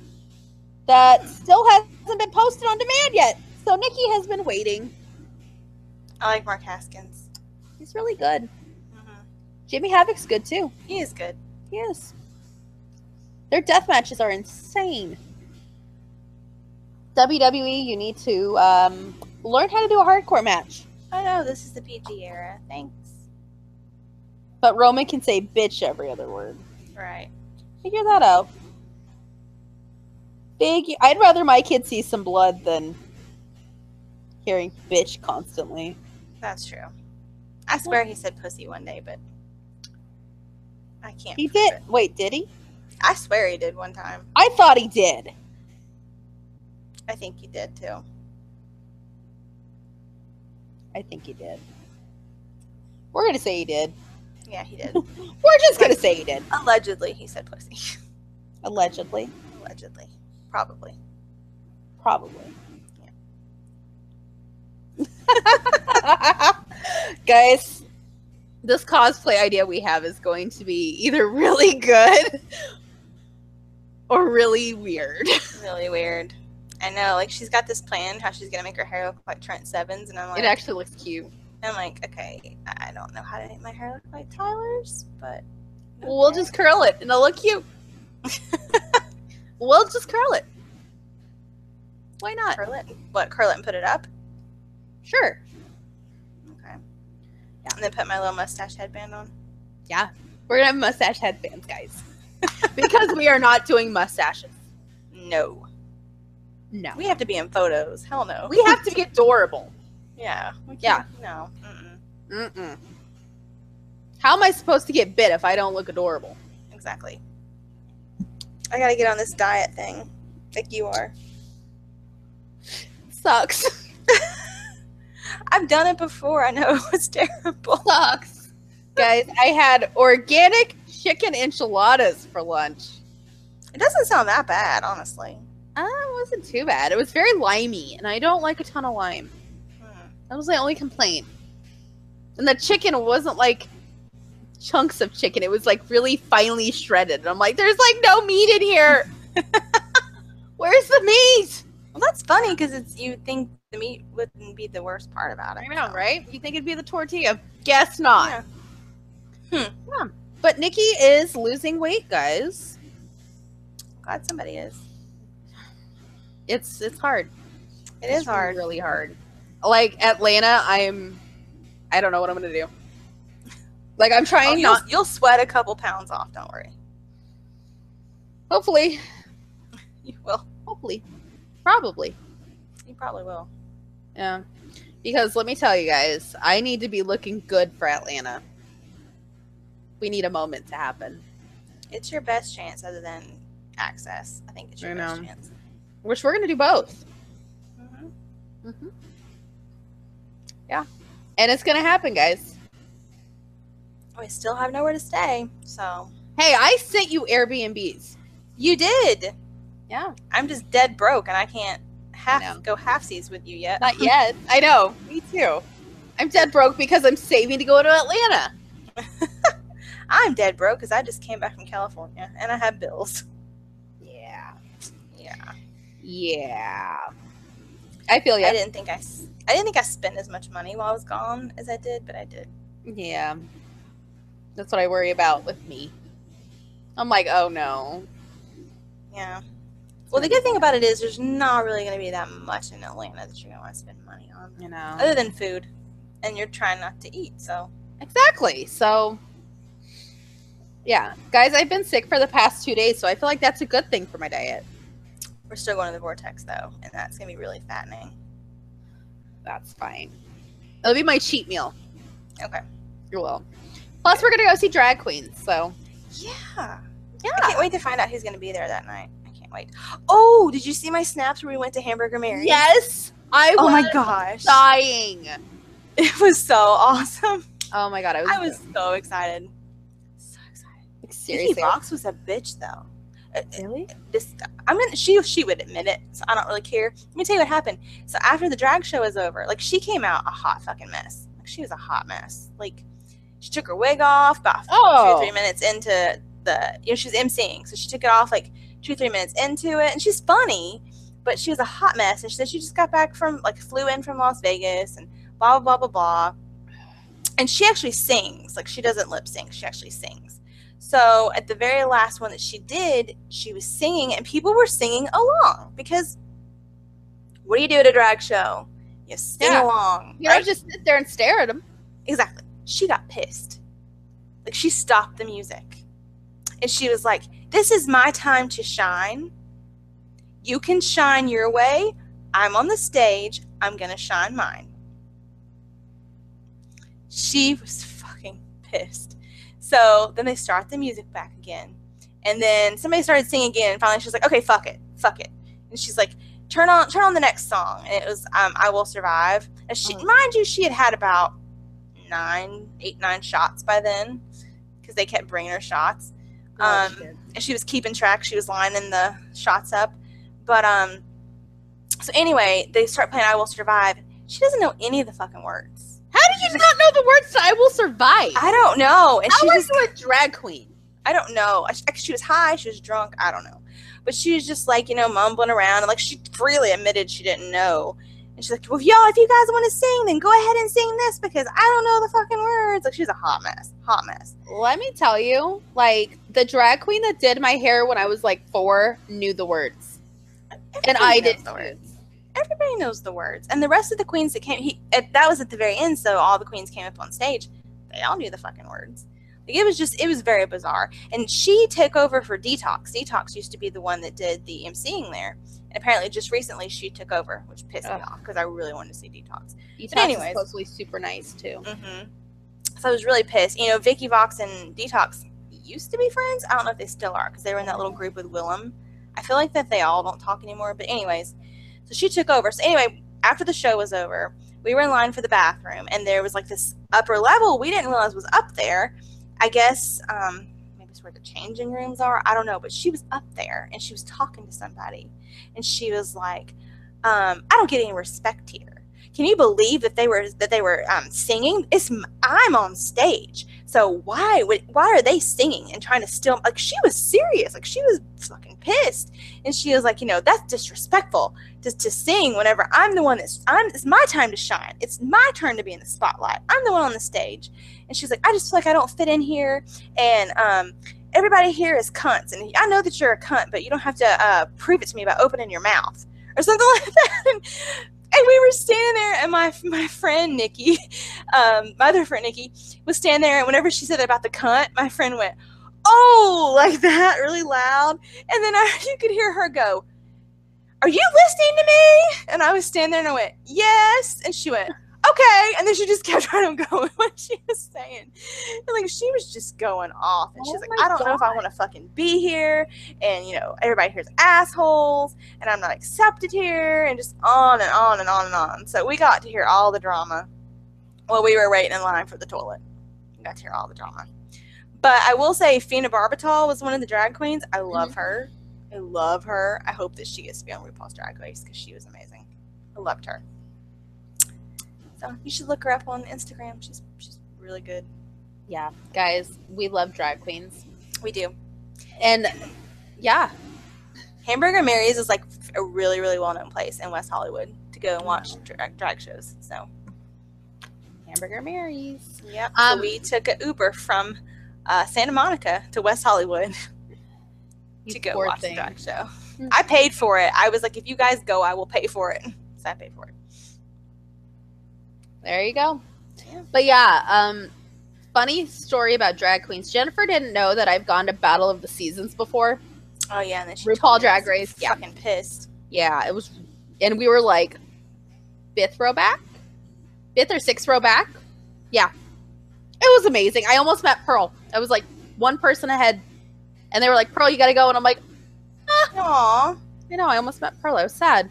that still hasn't been posted on demand yet. So, Nikki has been waiting. I like Mark Haskins. He's really good. Mhm. Jimmy Havoc's good too. He is good. Yes. Their death matches are insane. WWE, you need to um, learn how to do a hardcore match. I know this is the PG era. Thanks. But Roman can say bitch every other word. Right. Figure that out. Big. I'd rather my kid see some blood than hearing bitch constantly. That's true. I swear he said pussy one day, but I can't. He prove did. it. Wait, did he? I swear he did one time. I thought he did. I think he did too. I think he did. We're gonna say he did. Yeah, he did. We're just gonna say he did. Allegedly, he said pussy. Allegedly. Allegedly. Probably. Probably. Guys, this cosplay idea we have is going to be either really good or really weird. Really weird. I know. Like she's got this plan how she's gonna make her hair look like Trent Sevens, and I'm like, It actually looks cute. I'm like, okay, I I don't know how to make my hair look like Tyler's, but We'll just curl it and it'll look cute. we'll just curl it. Why not? curl it. What curl it and put it up? Sure. Okay. Yeah, and then put my little mustache headband on. Yeah. We're going to have mustache headbands, guys. because we are not doing mustaches. No, No. we have to be in photos. Hell no. We have to be adorable. Yeah. We Yeah. can't- No. Mm-mm. Mm-mm. How am I supposed to get bit if I don't look adorable? Exactly. I gotta get on this diet thing, like you are. Sucks. I've done it before. I know it was terrible. Sucks. Guys, I had organic chicken enchiladas for lunch. It doesn't sound that bad, honestly. Uh, it wasn't too bad. It was very limey, and I don't like a ton of lime. Hmm. That was my only complaint. And the chicken wasn't like chunks of chicken, it was like really finely shredded. And I'm like, there's like no meat in here. Where's the meat? Well, that's funny because it's you think the meat wouldn't be the worst part about it. I know, right? You think it'd be the tortilla? Guess not. Hmm. Yeah. But Nikki is losing weight, guys. Glad somebody is. It's it's hard. It is It's really, hard. really hard. Like Atlanta, I'm I don't know what I'm gonna do. Like I'm Oh, trying you'll, not you'll sweat a couple pounds off. Don't worry. hopefully. You will. Hopefully. Probably. You probably will. Yeah. Because let me tell you guys, I need to be looking good for Atlanta. We need a moment to happen. It's your best chance other than access. I think it's your I best know. chance. Which we're going to do both. Mhm. hmm Yeah. And it's going to happen, guys. We still have nowhere to stay, so Hey, I sent you Airbnbs. you did. Yeah. I'm just dead broke, and I can't half know. go half seas with you yet. Not yet. I know. Me too. I'm dead broke because I'm saving to go to Atlanta. I'm dead broke because I just came back from California and I have bills. Yeah. Yeah, Yeah. I feel I you. didn't think I, s- I didn't think I spent as much money while I was gone as I did, but I did. Yeah. That's what I worry about with me. I'm like, oh no. Yeah. Well, the good thing about it is there's not really going to be that much in Atlanta that you're going to want to spend money on, You know. other than food, and you're trying not to eat. So Exactly. So, yeah, guys, I've been sick for the past two days, so I feel like that's a good thing for my diet. we're still going to the vortex though, and that's going to be really fattening. That's fine. It'll be my cheat meal. Okay. You will. Plus, we're gonna go see drag queens. So, Yeah. I yeah. can't wait to find out who's going to be there that night. I can't wait. Oh, did you see my snaps where we went to Hamburger Mary? Yes, I Oh was my gosh. dying. It was so awesome. Oh my god, I was, I was so excited. So excited. like, Nikki seriously. Box was a bitch though. Uh, Really? this I'm gonna she she would admit it, so I don't really care. Let me tell you what happened. So after the drag show was over, like she came out a hot fucking mess. Like she was a hot mess. Like she took her wig off about Oh. two or three minutes into the you know, she was emceeing, so she took it off like two or three minutes into it, and she's funny, but she was a hot mess. And she said she just got back from like flew in from Las Vegas and blah blah blah blah blah. And she actually sings. Like she doesn't lip sync, she actually sings. So at the very last one that she did, she was singing, and people were singing along because what do you do at a drag show? You sing Yeah. along. You know, right? just sit there and stare at them. Exactly. She got pissed. Like she stopped the music. And she was like, This is my time to shine. You can shine your way. I'm on the stage. I'm going to shine mine. She was fucking pissed. So then they start the music back again. And then somebody started singing again. And finally she was like, Okay, fuck it. Fuck it. And she's like, Turn on, turn on the next song, and it was um, "I Will Survive." And she, Mhm. mind you, she had had about nine, eight, nine shots by then because they kept bringing her shots. Um, And she was keeping track. She was lining the shots up. But um, so anyway, they start playing "I Will Survive." She doesn't know any of the fucking words. How did you not know the words to "I will survive"? I don't know, and How she are just you a drag queen? I don't know. I, I- she was high. She was drunk. I don't know. But she was just like, you know, mumbling around. And like, she freely admitted she didn't know. And she's like, well, y'all, if you guys want to sing, then go ahead and sing this because I don't know the fucking words. Like, she was a hot mess. Hot mess. Let me tell you, like the drag queen that did my hair when I was like four knew the words, and I Everybody knows did the too. words. Everybody knows the words. And the rest of the queens that came, he, at, that was at the very end. So all the queens came up on stage. They all knew the fucking words. Like, it was just, it was very bizarre. And she took over for Detox. Detox used to be the one that did the emceeing there. And apparently, just recently, she took over, which pissed Ugh. me off because I really wanted to see Detox. You But talk is anyways. supposedly super nice too. Mm-hmm. So I was really pissed. You know, Vicky Vox and Detox used to be friends. I don't know if they still are because they were in that little group with Willem. I feel like that they all don't talk anymore. But anyways, so she took over. So anyway, after the show was over, we were in line for the bathroom, and there was like this upper level we didn't realize was up there. I guess um, maybe it's where the changing rooms are. I don't know, but she was up there and she was talking to somebody, and she was like, um, "I don't get any respect here. Can you believe that they were that they were um, singing? It's m- I'm on stage, so why would why are they singing and trying to steal?" Like she was serious, like she was fucking pissed, and she was like, "You know, that's disrespectful to, to sing whenever I'm the one that's I'm it's my time to shine. It's my turn to be in the spotlight. I'm the one on the stage." And she's like, "I just feel like I don't fit in here." and um, everybody here is cunts. And I know that you're a cunt, but you don't have to uh, prove it to me by opening your mouth or something like that. And, and we were standing there, and my my friend Nikki, um, my other friend Nikki, was standing there. And whenever she said about the cunt, my friend went, "Oh, like that, really loud." And then I, you could hear her go. Are you listening to me? And I was standing there and I went, Yes. And she went, okay. And then she just kept on going what she was saying. And, like she was just going off. And Oh she's like, my I don't know if I God. want to fucking be here. And you know, everybody here's assholes and I'm not accepted here and just on and on and on and on. So we got to hear all the drama while we were waiting in line for the toilet. We got to hear all the drama. But I will say Fina Barbital was one of the drag queens. I love her. I love her. I hope that she gets to be on RuPaul's Drag Race because she was amazing. I loved her. So you should look her up on Instagram. She's she's really good. Yeah, guys, we love drag queens, We do. and yeah, Hamburger Mary's is like a really really well known place in West Hollywood to go and watch drag, drag shows. So hamburger Marys. yep. Um, so we took an Uber from uh, Santa Monica to West Hollywood You to go poor watch thing. the drag show. I paid for it. I was like, if you guys go, I will pay for it. So I paid for it. There you go. Yeah. But yeah, um, funny story about drag queens. Jennifer didn't know that I've gone to Battle of the Seasons before. Oh yeah, and then she RuPaul told me Drag I was Race, yeah. Fucking pissed. Yeah, it was, and we were like fifth row back, fifth or sixth row back. Yeah, it was amazing. I almost met Pearl. I was like one person ahead, and they were like, "Pearl, you got to go," and I'm like, Aw. "You know, I almost met Pearl. I was sad."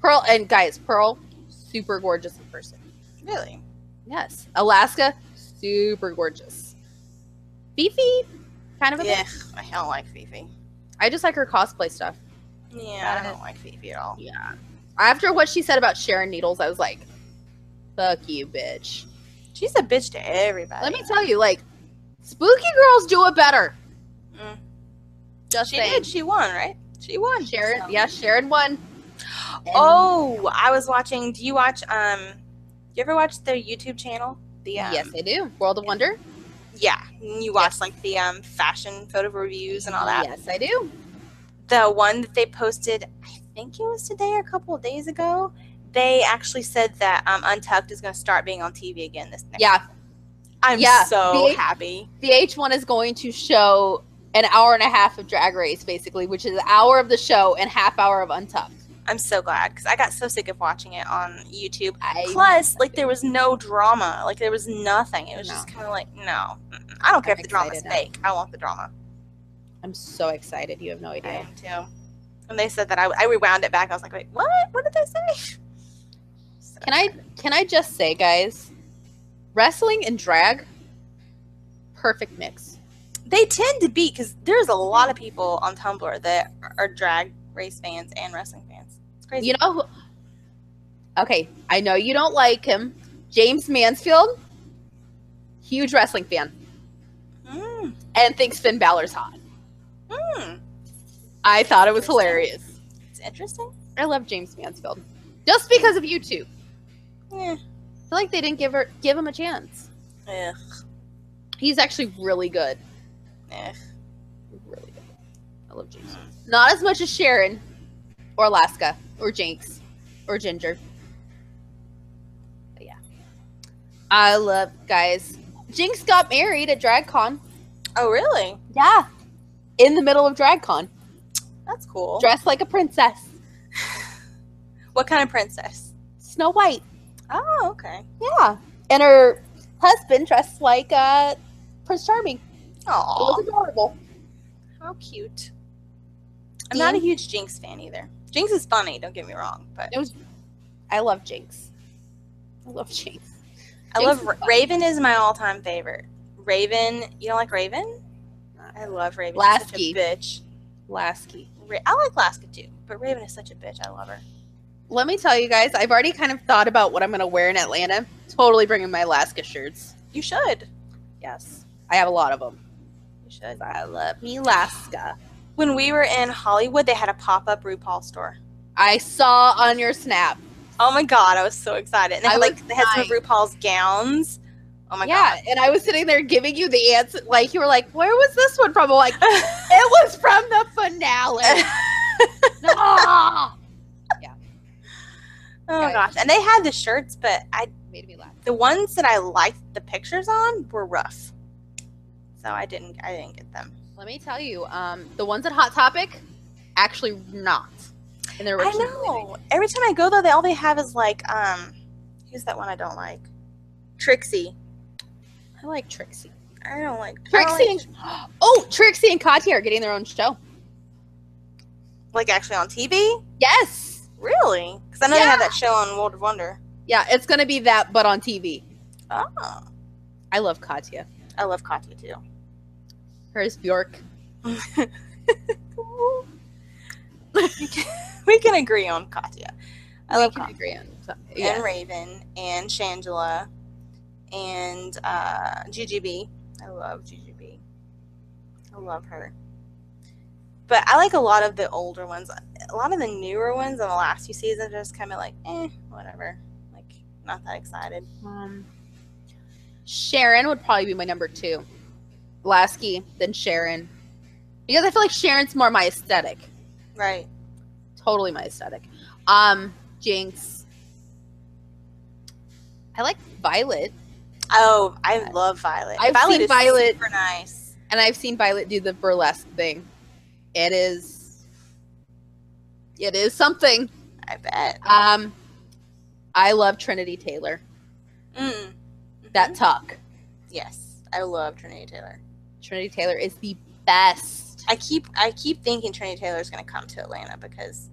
Pearl and guys, Pearl, super gorgeous in person. Really? Yes, Alaska, super gorgeous. Fifi, kind of a Yeah, bitch. I don't like Fifi. I just like her cosplay stuff. Yeah, I Got it. don't like Fifi at all. Yeah. After what she said about Sharon Needles, I was like, "Fuck you, bitch." She's a bitch to everybody. Let me tell you, like, spooky girls do it better. Mm. Just she saying. did. She won, right? She won. Sharon, so. yeah, Sharon won. Oh, I was watching. Do you watch? Um, you ever watch their YouTube channel? The um, yes, they do. World of Wonder. Yeah, you watch like the um fashion photo reviews and all that. Yes, I do. the one that they posted, I think it was today or a couple of days ago, they actually said that um, Untucked is going to start being on TV again this next. Yeah, I'm Yeah, so the- happy. the H one is going to show an hour and a half of Drag Race, basically, which is an hour of the show and half hour of Untucked. I'm so glad because I got so sick of watching it on YouTube. I Plus, like there was no drama, like there was nothing. It was No. just kind of like, no, mm-mm. I don't care I'm if the drama's excited now. fake. I want the drama. I'm so excited. You have no I idea. am too. And they said that I, I rewound it back. I was like, wait, what? What did they say? So Can I can I just say, guys, wrestling and drag, perfect mix. they tend to be because there's a lot of people on Tumblr that are drag race fans and wrestling fans. It's crazy. You know, who- okay, I know you don't like him. James Mansfield, huge wrestling fan, Mm, and thinks Finn Balor's hot. mm. I thought it was Interesting. hilarious. It's interesting. I love James Mansfield just because of YouTube. Yeah. I feel like they didn't give her give him a chance. Ugh, He's actually really good, ugh. really good. I love James. Not as much as Sharon, or Alaska, or Jinx, or Ginger. But yeah, I love guys. Jinx got married at DragCon. Oh, really? Yeah. In the middle of DragCon, That's cool. dressed like a princess, what kind of princess? Snow White. Oh, okay. Yeah. And her husband dressed like uh, Prince Charming. It Oh, was adorable. how cute. I'm not a Dean? huge Jinx fan either. Jinx is funny. Don't get me wrong, but I love Jinx. I love Jinx. I Jinx love is Ra- funny. Raven. Is my all-time favorite. Raven. You don't like Raven? I love Raven. She's such Lasky. a bitch. Lasky. Ra- I like Laska too, but Raven is such a bitch. I love her. Let me tell you guys, I've already kind of thought about what I'm going to wear in Atlanta. Totally bringing my Alaska shirts. You should. Yes. I have a lot of them. You should. I love me Alaska. When we were in Hollywood, they had a pop up RuPaul store. I saw on your snap. Oh my god, I was so excited. And they I had was like they had some of dying. RuPaul's gowns. Oh my yeah, god. and I was sitting there giving you the answer. Like, you were like, where was this one from? I'm like, Oh it was from the finale. Ah! Oh my Guys. gosh. And they had the shirts, but I Made me laugh. the ones that I liked the pictures on were rough. So I didn't I didn't get them. Let me tell you, um, the ones at Hot Topic, actually not. And they're I know. Every time I go though, they all they have is like um Who's that one I don't like? Trixie. I like Trixie. I don't like I don't Trixie like- and oh, Trixie and Katya are getting their own show. like actually on TV. Yes, Really? Because I know they Yeah. have that show on World of Wonder. yeah, it's gonna be that, but on TV. Oh, I love Katya. I love Katya too. Her is Bjork. We can- we can agree on Katya. I love Katya. Yeah. And Raven and Shangela and uh, GGB. I love GGB. I love her. But I like a lot of the older ones. A lot of the newer ones in the last few seasons are just kind of like, eh, whatever. Like, not that excited. Um, Sharon would probably be my number two. Lasky, then Sharon. Because I feel like Sharon's more my aesthetic. Right. Totally my aesthetic. Um, Jinx. I like Violet, Oh, I love Violet. I've Violet seen is Violet- super nice. and I've seen Violet do the burlesque thing. It is it is something. I bet. Um I love Trinity Taylor. Mm. Uh, That tuck. Yes, I love Trinity Taylor. Trinity Taylor is the best. I keep I keep thinking Trinity Taylor is going to come to Atlanta because,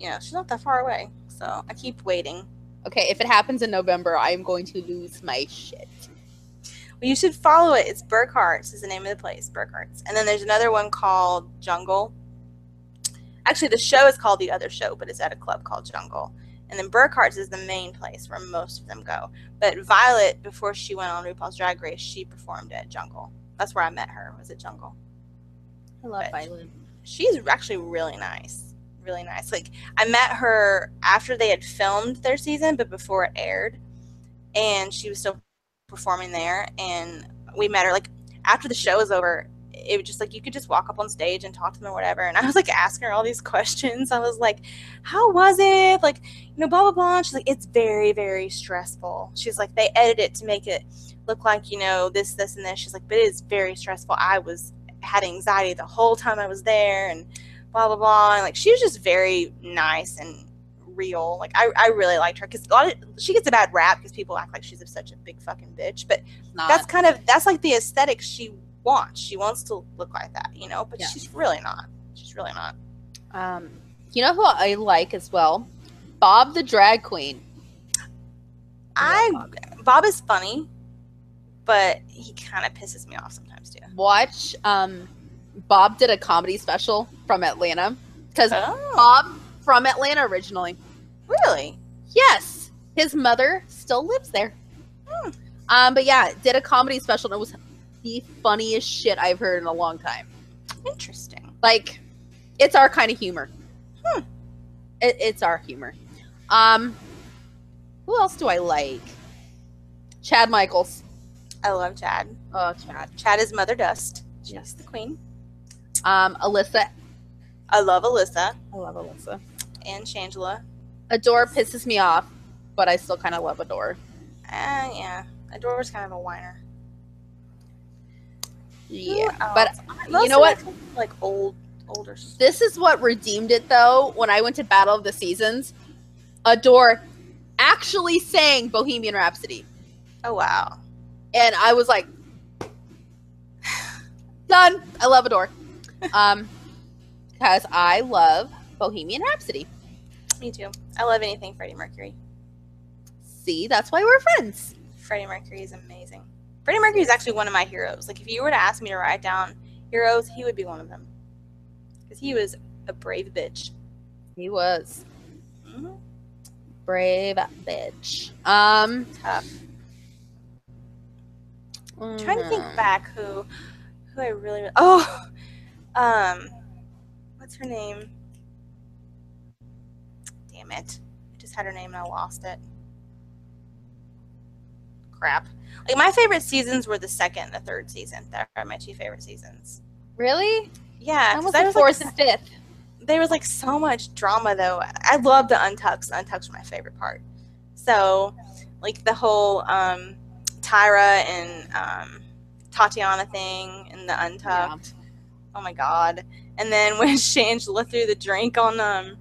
you know, she's not that far away. So I keep waiting. Okay, if it happens in November, I am going to lose my shit. Well, you should follow it. It's Burkhart's is the name of the place, Burkhart's. And then there's another one called Jungle. Actually, the show is called The Other Show, but it's at a club called Jungle. And then Burkhart's is the main place where most of them go. But Violet, before she went on RuPaul's Drag Race, she performed at Jungle. That's where I met her. Was at Jungle. I love But- Violet. she's actually really nice really nice like i met her after they had filmed their season but before it aired and she was still performing there and we met her like after the show was over it was just like you could just walk up on stage and talk to them or whatever and i was like asking her all these questions i was like how was it like you know blah blah blah And she's like it's very very stressful she's like they edit it to make it look like you know this this and this she's like but it is very stressful i was had anxiety the whole time I was there and blah blah blah. And like she was just very nice and real. Like I, I really liked her because a lot of she gets a bad rap because people act like she's such a big fucking bitch. But Not, that's kind of that's like the aesthetic she wants. She wants to look like that, you know. But Yeah. she's really not. She's really not. um, you know who I like as well? Bob the drag queen. I love Bob is funny, but he kind of pisses me off sometimes too. Watch. Um, Bob did a comedy special from Atlanta because Oh, Bob from Atlanta originally. really? Yes, his mother still lives there. Hmm. Um, but yeah, did a comedy special and it was the funniest shit I've heard in a long time. Interesting. like it's our kind of humor it, it's our humor um who else do i like chad michaels I love Chad. oh chad Chad is Mother Dust. She's the queen. um alyssa I love Alyssa. i love alyssa and Shangela. adore pisses me off but i still kind of love adore Uh, yeah, Adora's kind of a whiner. yeah Who but else? Most know of what? it's Like old, older. s- this is what redeemed it though when i went to battle of the seasons adore actually sang bohemian rhapsody Oh wow, and I was like, done. I love Adore, um, because I love Bohemian Rhapsody. me too. I love anything Freddie Mercury. See, that's why we're friends. Freddie Mercury is amazing. Freddie Mercury is actually one of my heroes. Like if you were to ask me to write down heroes, he would be one of them because he was a brave bitch. He was Mm-hmm. Mhm. brave bitch. Um, Tough. I'm trying to think mm, back who, who I really. Oh, um, what's her name? Damn it! I just had her name and I lost it. Crap. Like my favorite seasons were the second, and the third season. That are my two favorite seasons. Really? Yeah, I was 'cause the there was, fourth like, and fifth. there was like so much drama though. I love the untucks. The untucks were my favorite part. So, like the whole um, Tyra and um, Tatiana thing and the untucked. Oh my god! And then when Shangela threw the drink on um,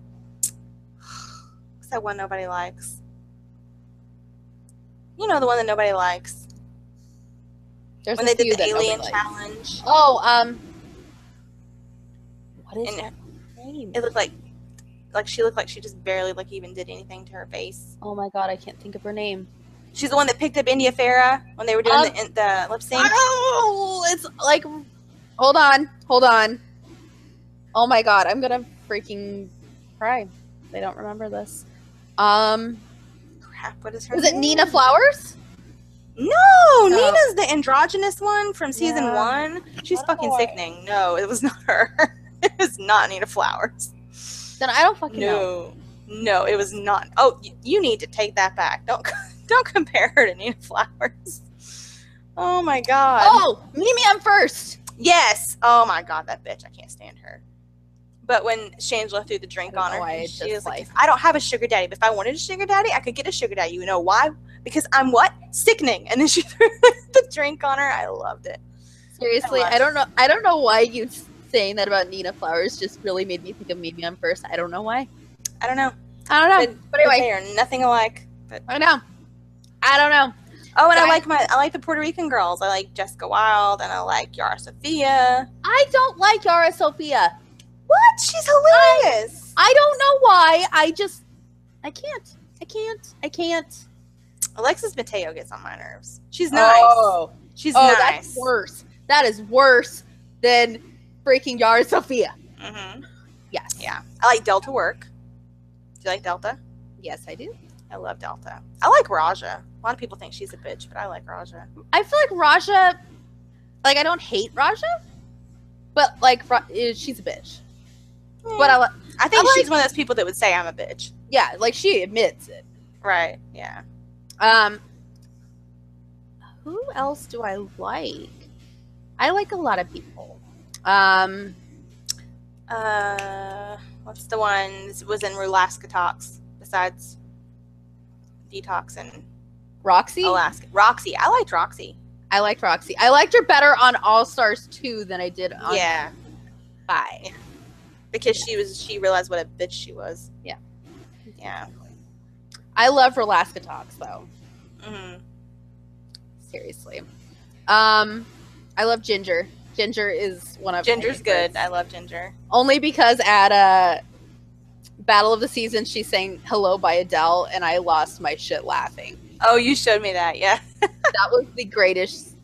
what's that one nobody likes? You know the one that nobody likes. There's when a they few did the that nobody alien likes. challenge, Oh, um, what is and her name? it looked like like she looked like she just barely like even did anything to her face. Oh my god, I can't think of her name. She's the one that picked up India Farah when they were doing Um, the, in- the lip sync. Oh, it's like, hold on, hold on. Oh my god, I'm gonna freaking cry. They don't remember this. Um, Crap, what is her? was it name? Nina Flowers? No, Nina's the androgynous one from season Yeah. one. She's What a fucking boy. sickening. No, it was not her. it was not Nina Flowers. Then I don't fucking know. No, no, it was not. Oh, y- you need to take that back. Don't don't compare her to Nina Flowers. Oh my god. Oh, Mimi, I'm first. Yes. Oh my god, that bitch. I can't stand her. But when Shangela threw the drink I don't on know her, why and I she was like, dislike- "If I don't have a sugar daddy, but if I wanted a sugar daddy, I could get a sugar daddy. You know why? Because I'm what? Sickening. And then she threw the drink on her. I loved it. Seriously, love- I don't know. I don't know why you saying that about Nina Flowers just really made me think of Mimi, I'm first. I don't know why. I don't know. I don't know. But anyway, they are nothing alike. But I know. I don't know. oh, and I Guys- like my I like the Puerto Rican girls. I like Jessica Wilde and I like Yara Sofia. I don't like Yara Sophia. What? She's hilarious. I don't know why. I just, I can't. I can't. I can't. Alexis Mateo gets on my nerves. She's nice. Oh, She's oh nice. that's worse. That is worse than freaking Yara Sophia. hmm Yes. Yeah, I like Delta work. Do you like Delta? Yes, I do. I love Delta. I like Raja. A lot of people think she's a bitch, but I like Raja. I feel like Raja, like I don't hate Raja, but like Ra- eh, she's a bitch. But I, li- Hmm. I think I like- she's one of those people that would say I'm a bitch. yeah, like she admits it. Right? Yeah. Um, who else do I like? I like a lot of people. Um, Uh, what's the one that was in Rulaska talks besides Detox and Roxy. Alaska? Roxy. I liked Roxy. I liked Roxy. I liked her better on All Stars 2 than I did on Yeah, 5. because she was she realized what a bitch she was. Yeah. Yeah. I love Relaska Talks, though. hmm Seriously. Um, I love Ginger. Ginger is one of my Ginger's favorites. good. I love Ginger. Only because at uh, Battle of the Season, she sang Hello by Adele, and I lost my shit laughing. Oh, you showed me that. Yeah. That was the greatest.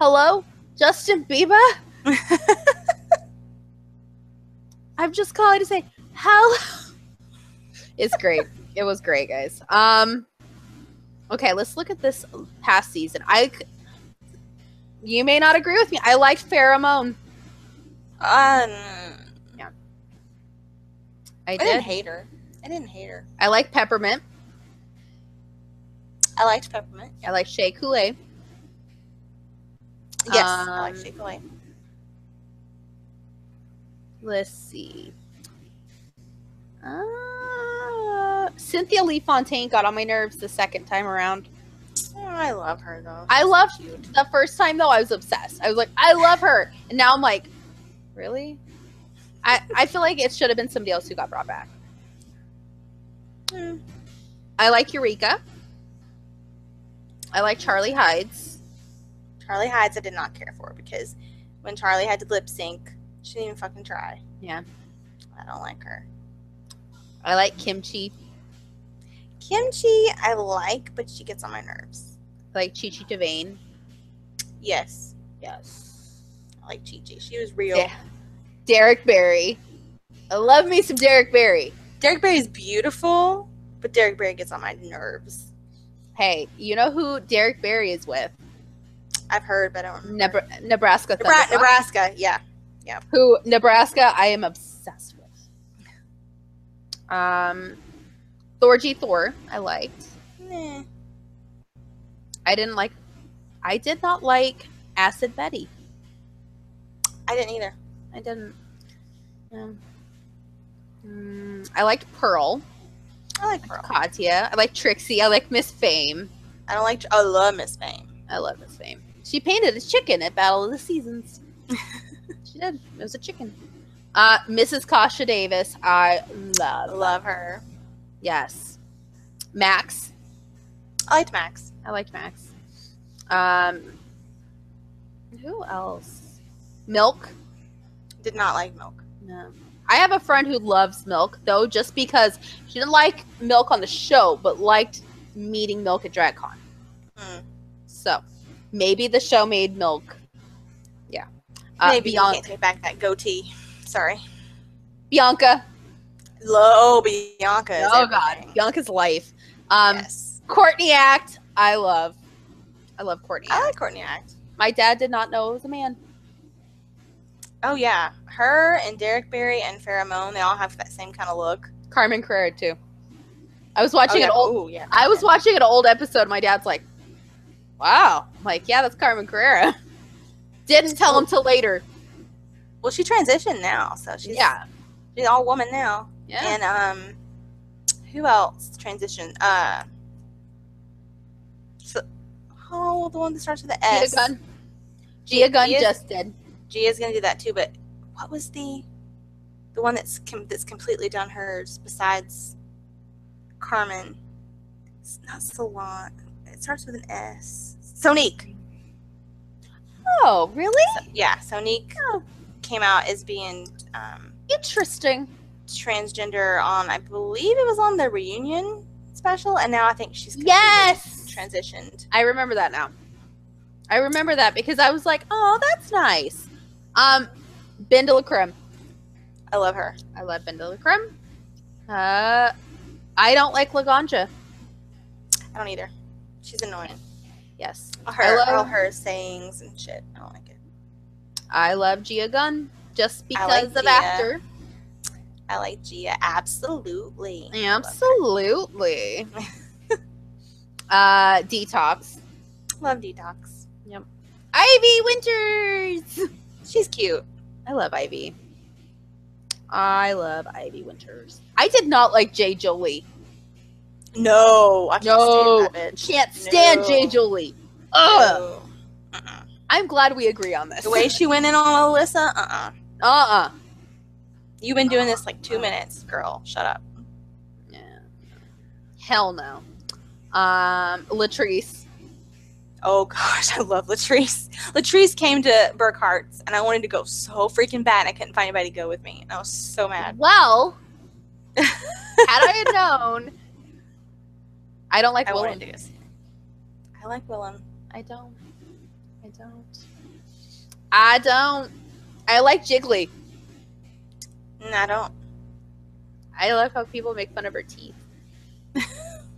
Hello? Justin Bieber? I'm just calling to say hello. It's great. it was great, guys. Um Okay, let's look at this past season. I c- You may not agree with me. I liked Pheromone. Um. I I didn't did. hate her. I didn't hate her. I like Peppermint. I liked peppermint. I like Shea Coulee. Yes, I like Um, Chick Fil A. Let's see. Uh, Cynthia Lee Fontaine got on my nerves the second time around. Oh, I love her though. I love Cute. the first time though. I was obsessed. I was like, I love her, and now I'm like, really? I I feel like it should have been somebody else who got brought back. Mm. I like Eureka. I like Charlie Hides. Charlie Hides. I did not care for because when Charlie had to lip sync, she didn't even fucking try. Yeah. I don't like her. I like Kimchi. Kimchi, I like, but she gets on my nerves. I like Chi Chi Devane. Yes, Yes. I like Chi Chi. She was real. Yeah. Derek Barry. I love me some Derek Barry. Derek Barry's beautiful, but Derek Barry gets on my nerves. Hey, you know who Derek Barry is with? I've heard, but I don't remember. Nebra- Nebraska Nebra- Thunderfuck, Nebraska. Yeah. Who Nebraska? I am obsessed with. Um, Thorgy Thor, I liked. Meh. I didn't like. I did not like Acid Betty. I didn't either. I didn't. Um, mm, I liked Pearl, I like Pearl. Katya. I like Trixie. I like Miss Fame. I don't like. I love Miss Fame. I love Miss Fame. She painted a chicken at Battle of the Seasons. she did. It was a chicken. Uh, Mrs. Kasha Davis, I love. Love her. Yes. Max, I liked Max. I liked Max. Um, who else? Milk. Did not like Milk. No. I have a friend who loves Milk though, just because she didn't like Milk on the show, but liked meeting Milk at DragCon. Hmm. So maybe the show made Milk. Yeah. Uh, Maybe you Bian- can't take back that goatee. Sorry. Bianca. Low Bianca. Is Oh God, everything. Bianca's life. Um, yes. Courtney Act. I love. I love Courtney. I Act. like Courtney Act. My dad did not know it was a man. Oh yeah, her and Derek Barry and Pheromone, they all have that same kind of look. Carmen Carrera too. I was Oh, watching yeah. an old. Ooh, yeah. I was watching an old episode. My dad's like, "Wow." I'm like, "Yeah, that's Carmen Carrera." Didn't tell him till later. Well, she transitioned now, so she's yeah. she's all woman now. Yeah. And um, who else transitioned? Uh, so, oh, the one that starts with the Gia S. Gunn. Gia Gunn Gia's- just did. Gia's gonna do that too, but what was the the one that's com- that's completely done hers besides Carmen? It's not Salon. It starts with an S. Sonique. Oh, really? yeah, Sonique Oh. came out as being um, Interesting. transgender on, I believe it was on the reunion special, and now I think she's completely Yes. transitioned. I remember that now. I remember that because I was like, "Oh, that's nice." Um, Ben de la Creme. I love her. I love Ben de la Creme. Uh, I don't like Laganja. I don't either. She's annoying. Yes, All her, love- all her sayings and shit. I don't like it. I love Gia Gunn just I because like of Gia. after. I like Gia absolutely. I love her. Absolutely. uh, detox. Love detox. Ivy Winters. She's cute. I love Ivy. I love Ivy Winters. I did not like Jay Jolie. No, I can't No. stand that bitch. Can't stand No. Jay Jolie. Ugh. No. Uh-uh. I'm glad we agree on this. The way she went in on Alyssa, uh uh-uh. uh. uh uh you have been doing this like two minutes, girl. Shut up. Yeah. Hell no. Um, Latrice. Oh gosh, I love Latrice. Latrice came to Burkhart's and I wanted to go so freaking bad. I couldn't find anybody to go with me. And I was so mad. Well, had I had known, I don't like I Willem. wanted to go see her. I like Willem. I don't. I don't. I don't. I like Jiggly. No, Mm, I don't. I love how people make fun of her teeth.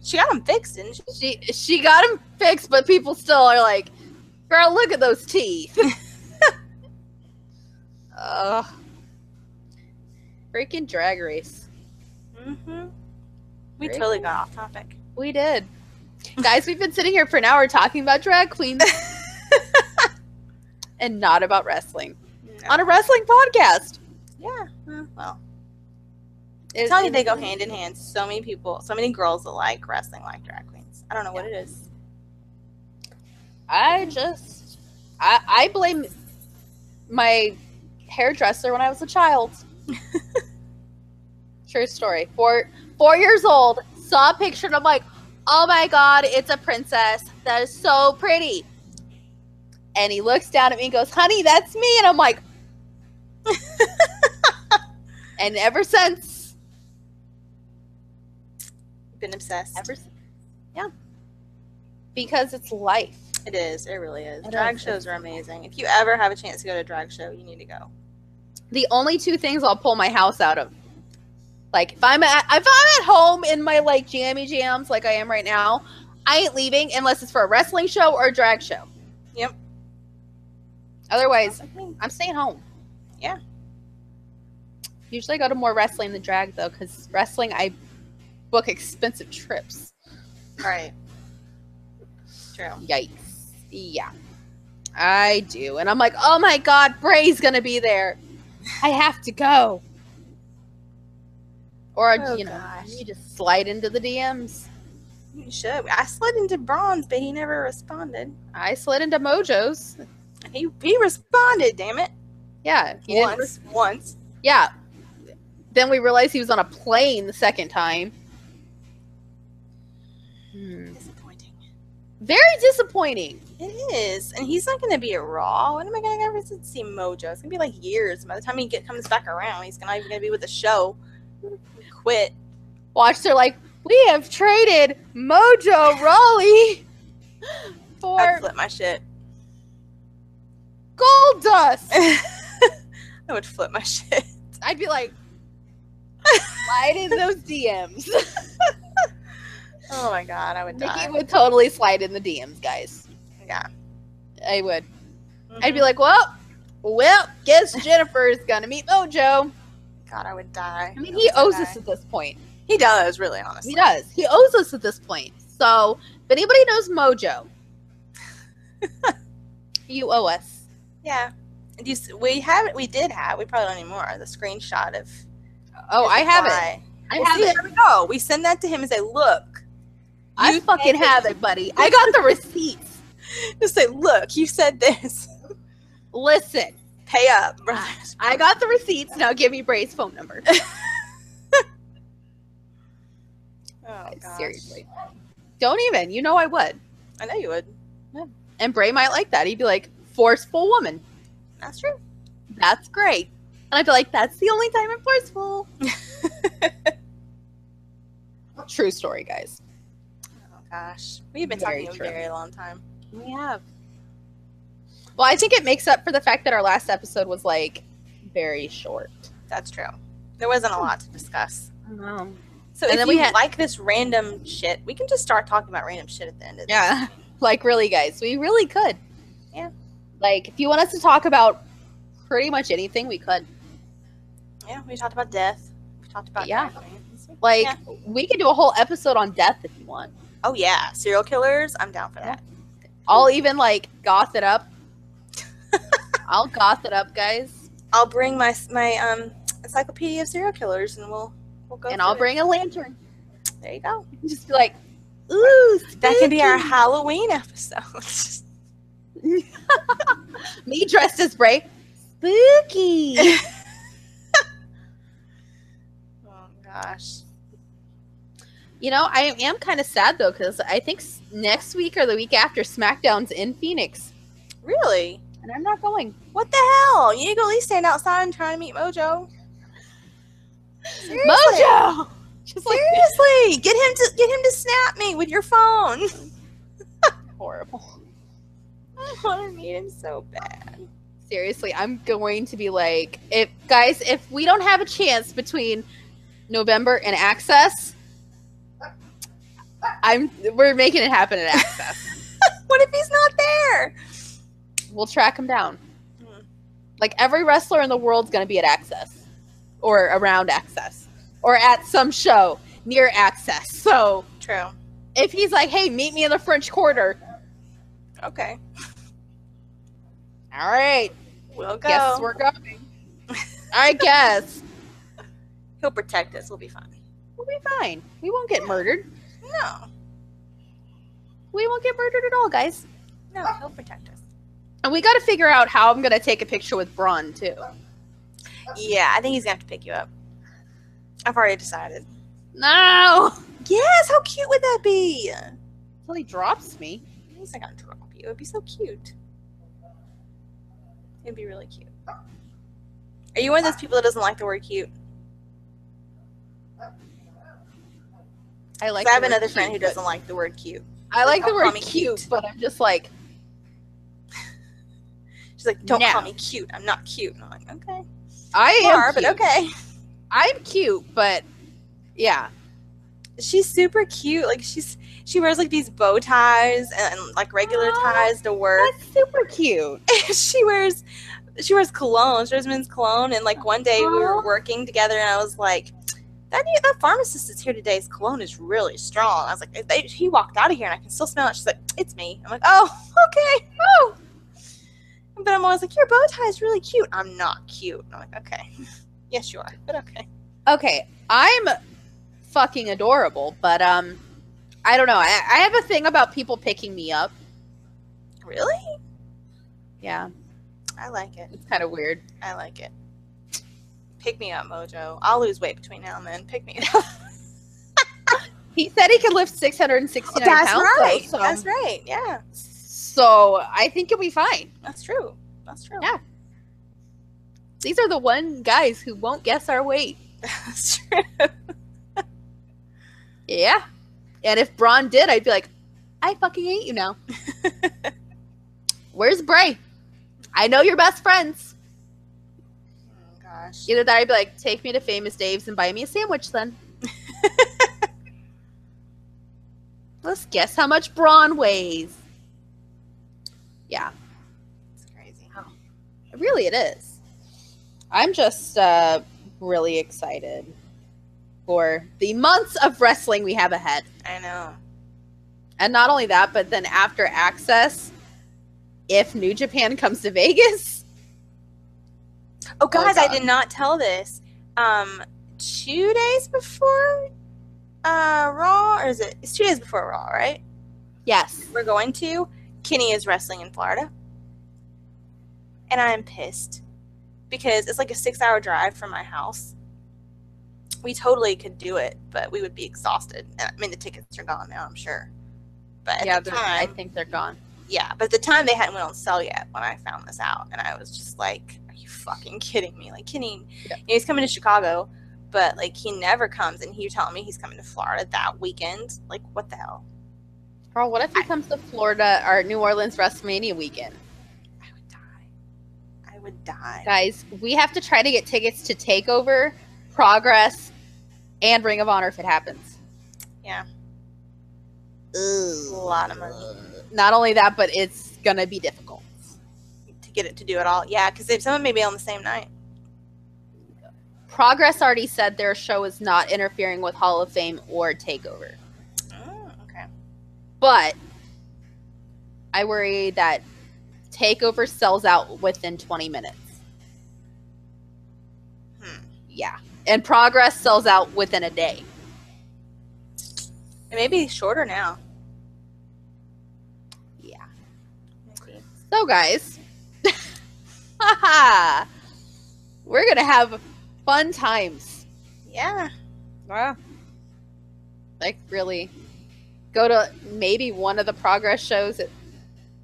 She got him fixed, didn't she? She she got them fixed, but people still are like, "Girl, look at those teeth." Ugh. Freaking drag race. Mm-hmm. We Great. totally got off topic. We did. Guys, we've been sitting here for an hour talking about drag queens and not about wrestling No. on a wrestling podcast. yeah. Well, Uh, Well, It- I'm telling you, they go hand in hand. So many people, so many girls that like wrestling like drag queens. I don't know what it is. I just, I, I blame my hairdresser when I was a child. True story. Four, four years old, saw a picture and I'm like, oh my God, it's a princess. That is so pretty. And he looks down at me and goes, honey, that's me. And I'm like, and ever since, Been obsessed. ever, s- yeah, because it's life. It is. It really is. It drag is. shows are amazing. If you ever have a chance to go to a drag show, you need to go. the only two things I'll pull my house out of. Like if I'm at if I'm at home in my like jammy jams like I am right now, I ain't leaving unless it's for a wrestling show or a drag show. Yep. Otherwise, I'm staying home. Yeah. Usually I go to more wrestling than drag though, because wrestling I book expensive trips. Right. True. Yikes. Yeah. I do. And I'm like, oh my god, Bray's gonna be there. I have to go. Or Oh, you know, gosh. you just slide into the DMs. You should. I slid into bronze, but he never responded. I slid into Mojo's. He he responded. Damn it. Yeah. he didn't res- Once. Once. yeah. Then we realized he was on a plane the second time. Hmm. Disappointing. Very disappointing. It is, and he's not going to be at Raw. When am I going to ever see Mojo? It's going to be like years. By the time he get, comes back around, he's not even going to be with the show. Quit. Watch, they're like, we have traded Mojo Raleigh I for flip my shit. Gold Dust. I would flip my shit. I'd be like, slide in those DMs. Oh my god, I would die. Nikki would totally slide in the DMs, guys. Yeah. I would. Mm-hmm. I'd be like, well, well, guess Jennifer's gonna meet Mojo. God, I would die. I mean, he owes die. us at this point. He does, really, honestly. He does. He owes us at this point. So, if anybody knows Mojo, you owe us. Yeah. Do you s- we have We did have. We probably don't anymore. The screenshot of. Oh, I have it. Why. I Well, have see, it. There we go. We send that to him and say, "Look." I you fucking said have it, buddy. I got the receipts. Just say, "Look, you said this. Listen, Pay up, brother." I got the receipts. Now give me Bray's phone number. Oh, gosh. Seriously. Don't even. You know I would. I know you would. And Bray might like that. He'd be like, forceful woman. That's true. That's great. And I'd be like, that's the only time I'm forceful. True story, guys. Oh gosh, we've been Very talking for true. a very long time. We have. Well, I think it makes up for the fact that our last episode was like very short. That's true. There wasn't a lot to discuss. So And if then you we had- like this random shit, we can just start talking about random shit at the end of this. Yeah. Like really guys, we really could. Yeah. Like if you want us to talk about pretty much anything, we could. Yeah, we talked about death. We talked about Yeah. driving. Like Yeah. we could do a whole episode on death if you want. Oh yeah, serial killers. I'm down for that. I'll even like goth it up. I'll goth it up, guys. I'll bring my my um encyclopedia of serial killers, and we'll we'll go. and I'll through it. bring a lantern. There you go. Just be like, ooh, That can be our spooky." Halloween episode. me dressed as Bray. Spooky. oh gosh. you know, I am kind of sad though because I think s- next week or the week after SmackDown's in Phoenix, Really? and I'm not going. What the hell? You need to at least stand outside and try to meet Mojo. Seriously. Mojo. Just like Seriously, get him to get him to snap me with your phone. horrible. I want to meet him so bad. Seriously, I'm going to be like, if guys, if we don't have a chance between November and Access, I'm we're making it happen at Access. What if he's not there? we'll track him down. Hmm. Like every wrestler in the world's going to be at Access or around Access or at some show near Access. So True. if he's like, "Hey, meet me in the French Quarter," Okay, all right, we'll go. guess we're going. I guess He'll protect us. We'll be fine. we'll be fine. We won't get murdered. No, We won't get murdered at all, guys. no, he'll protect us. And we got to figure out how I'm going to take a picture with Braun too. Yeah, I think he's gonna have to pick you up. I've already decided. No, Yes, how cute would that be? until he drops me. He's not gonna drop you. It'd be so cute. It'd be really cute. Are you one of those people that doesn't like the word cute? I like. 'Cause I have the word another friend who cute, doesn't but- like the word cute. I like the Don't call word me cute, cute. but I'm just like, She's like, don't No. call me cute. I'm not cute. And I'm like, okay. I You am. are, cute. but okay. I'm cute, but yeah, She's super cute. Like she's she wears like these bow ties and, and, like regular Aw, ties to work. that's super cute. she wears she wears cologne. She wears men's cologne. And like one day we Aw. were working together, and I was like, that new, that pharmacist is here today's cologne is really strong. I was like, they, he walked out of here, and I can still smell it. She's like, it's me. I'm like, oh, okay, oh. But I'm always like, your bow tie is really cute. I'm not cute. And I'm like, okay, yes you are, but okay. Okay, I'm fucking adorable, but um, I don't know. I, I have a thing about people picking me up. Really? Yeah, I like it. it's kind of weird. I like it. Pick me up, Mojo. I'll lose weight between now and then. Pick me up. He said he could lift 669 That's pounds. right. Though, so. That's right. Yeah, so I think he'll be fine. that's true. That's true. Yeah. These are the one guys who won't guess our weight. that's true. Yeah. And if Braun did, I'd be like, I fucking hate you now. Where's Bray? I know you're best friends. Oh, gosh. Either that, or I'd be like, take me to Famous Dave's and buy me a sandwich then. Let's guess how much Braun weighs. Yeah, It's crazy. really, it is. I'm just uh, really excited for the months of wrestling we have ahead. I know. And not only that, but then after Access, if New Japan comes to Vegas, Oh, guys, I God. did not tell this. Um, two days before uh Raw, or is it? It's two days before Raw, right? yes. We're going to. Kenny is wrestling in Florida, and I'm pissed because it's like a six-hour drive from my house. We totally could do it, but we would be exhausted. And, I mean, the tickets are gone now, I'm sure. But at yeah, the they're- I time, think they're gone. yeah, but at the time they hadn't went on sale yet when I found this out, and I was just like, "Are you fucking kidding me?" Like, Kenny, Yeah. you know, he's coming to Chicago, but like he never comes, and you're telling me he's coming to Florida that weekend? Like, what the hell? Girl, what if he comes to Florida or New Orleans WrestleMania weekend? I would die. I would die. Guys, we have to try to get tickets to Takeover, Progress, and Ring of Honor if it happens. Yeah. It's a Ugh. lot of money Not only that, but it's gonna be difficult. to get it to do it all. Yeah, because if someone may be on the same night, Progress already said their show is not interfering with Hall of Fame or Takeover, oh, okay, but I worry that Takeover sells out within 20 minutes. Hmm. Yeah, and Progress sells out within a day. it may be shorter now. Yeah. Maybe. So, guys, haha, we're gonna have fun times. Yeah, Wow. Like really, go to maybe one of the progress shows, at,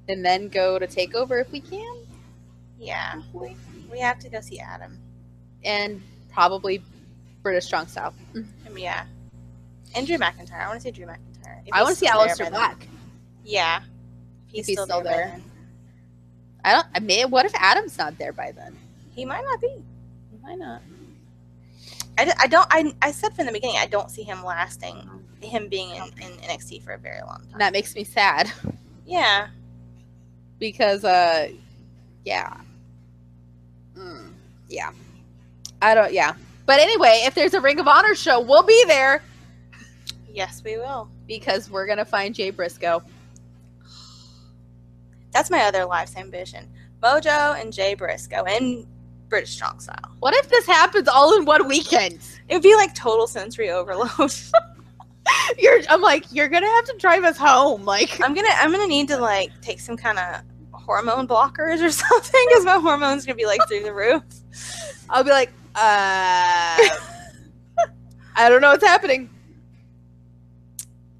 and then go to Takeover if we can, yeah. We, we have to go see Adam. and probably British Strong Style. Um, Yeah. And Drew McIntyre. I want to see Drew McIntyre. If I he's want to see still there Aleister by then. Black. Yeah. If he's, he's still, still there. by there. then. I don't. I mean, what if Adam's not there by then? He might not be. Why not? I, d- I don't. I, I said from the beginning, I don't see him lasting, him being in, in NXT for a very long time. And that makes me sad Yeah. because, uh, yeah, mm, yeah. I don't. Yeah. But anyway, if there's a Ring of Honor show, we'll be there Yes, we will. because we're gonna find Jay Briscoe. That's my other life's ambition. Mojo and Jay Briscoe and British Strong Style. What if this happens all in one weekend? It would be like total sensory overload. You're, I'm like, you're gonna have to drive us home. Like, I'm gonna. I'm gonna need to like take some kind of hormone blockers or something because my hormones gonna be like through the roof. I'll be like, uh, I don't know what's happening.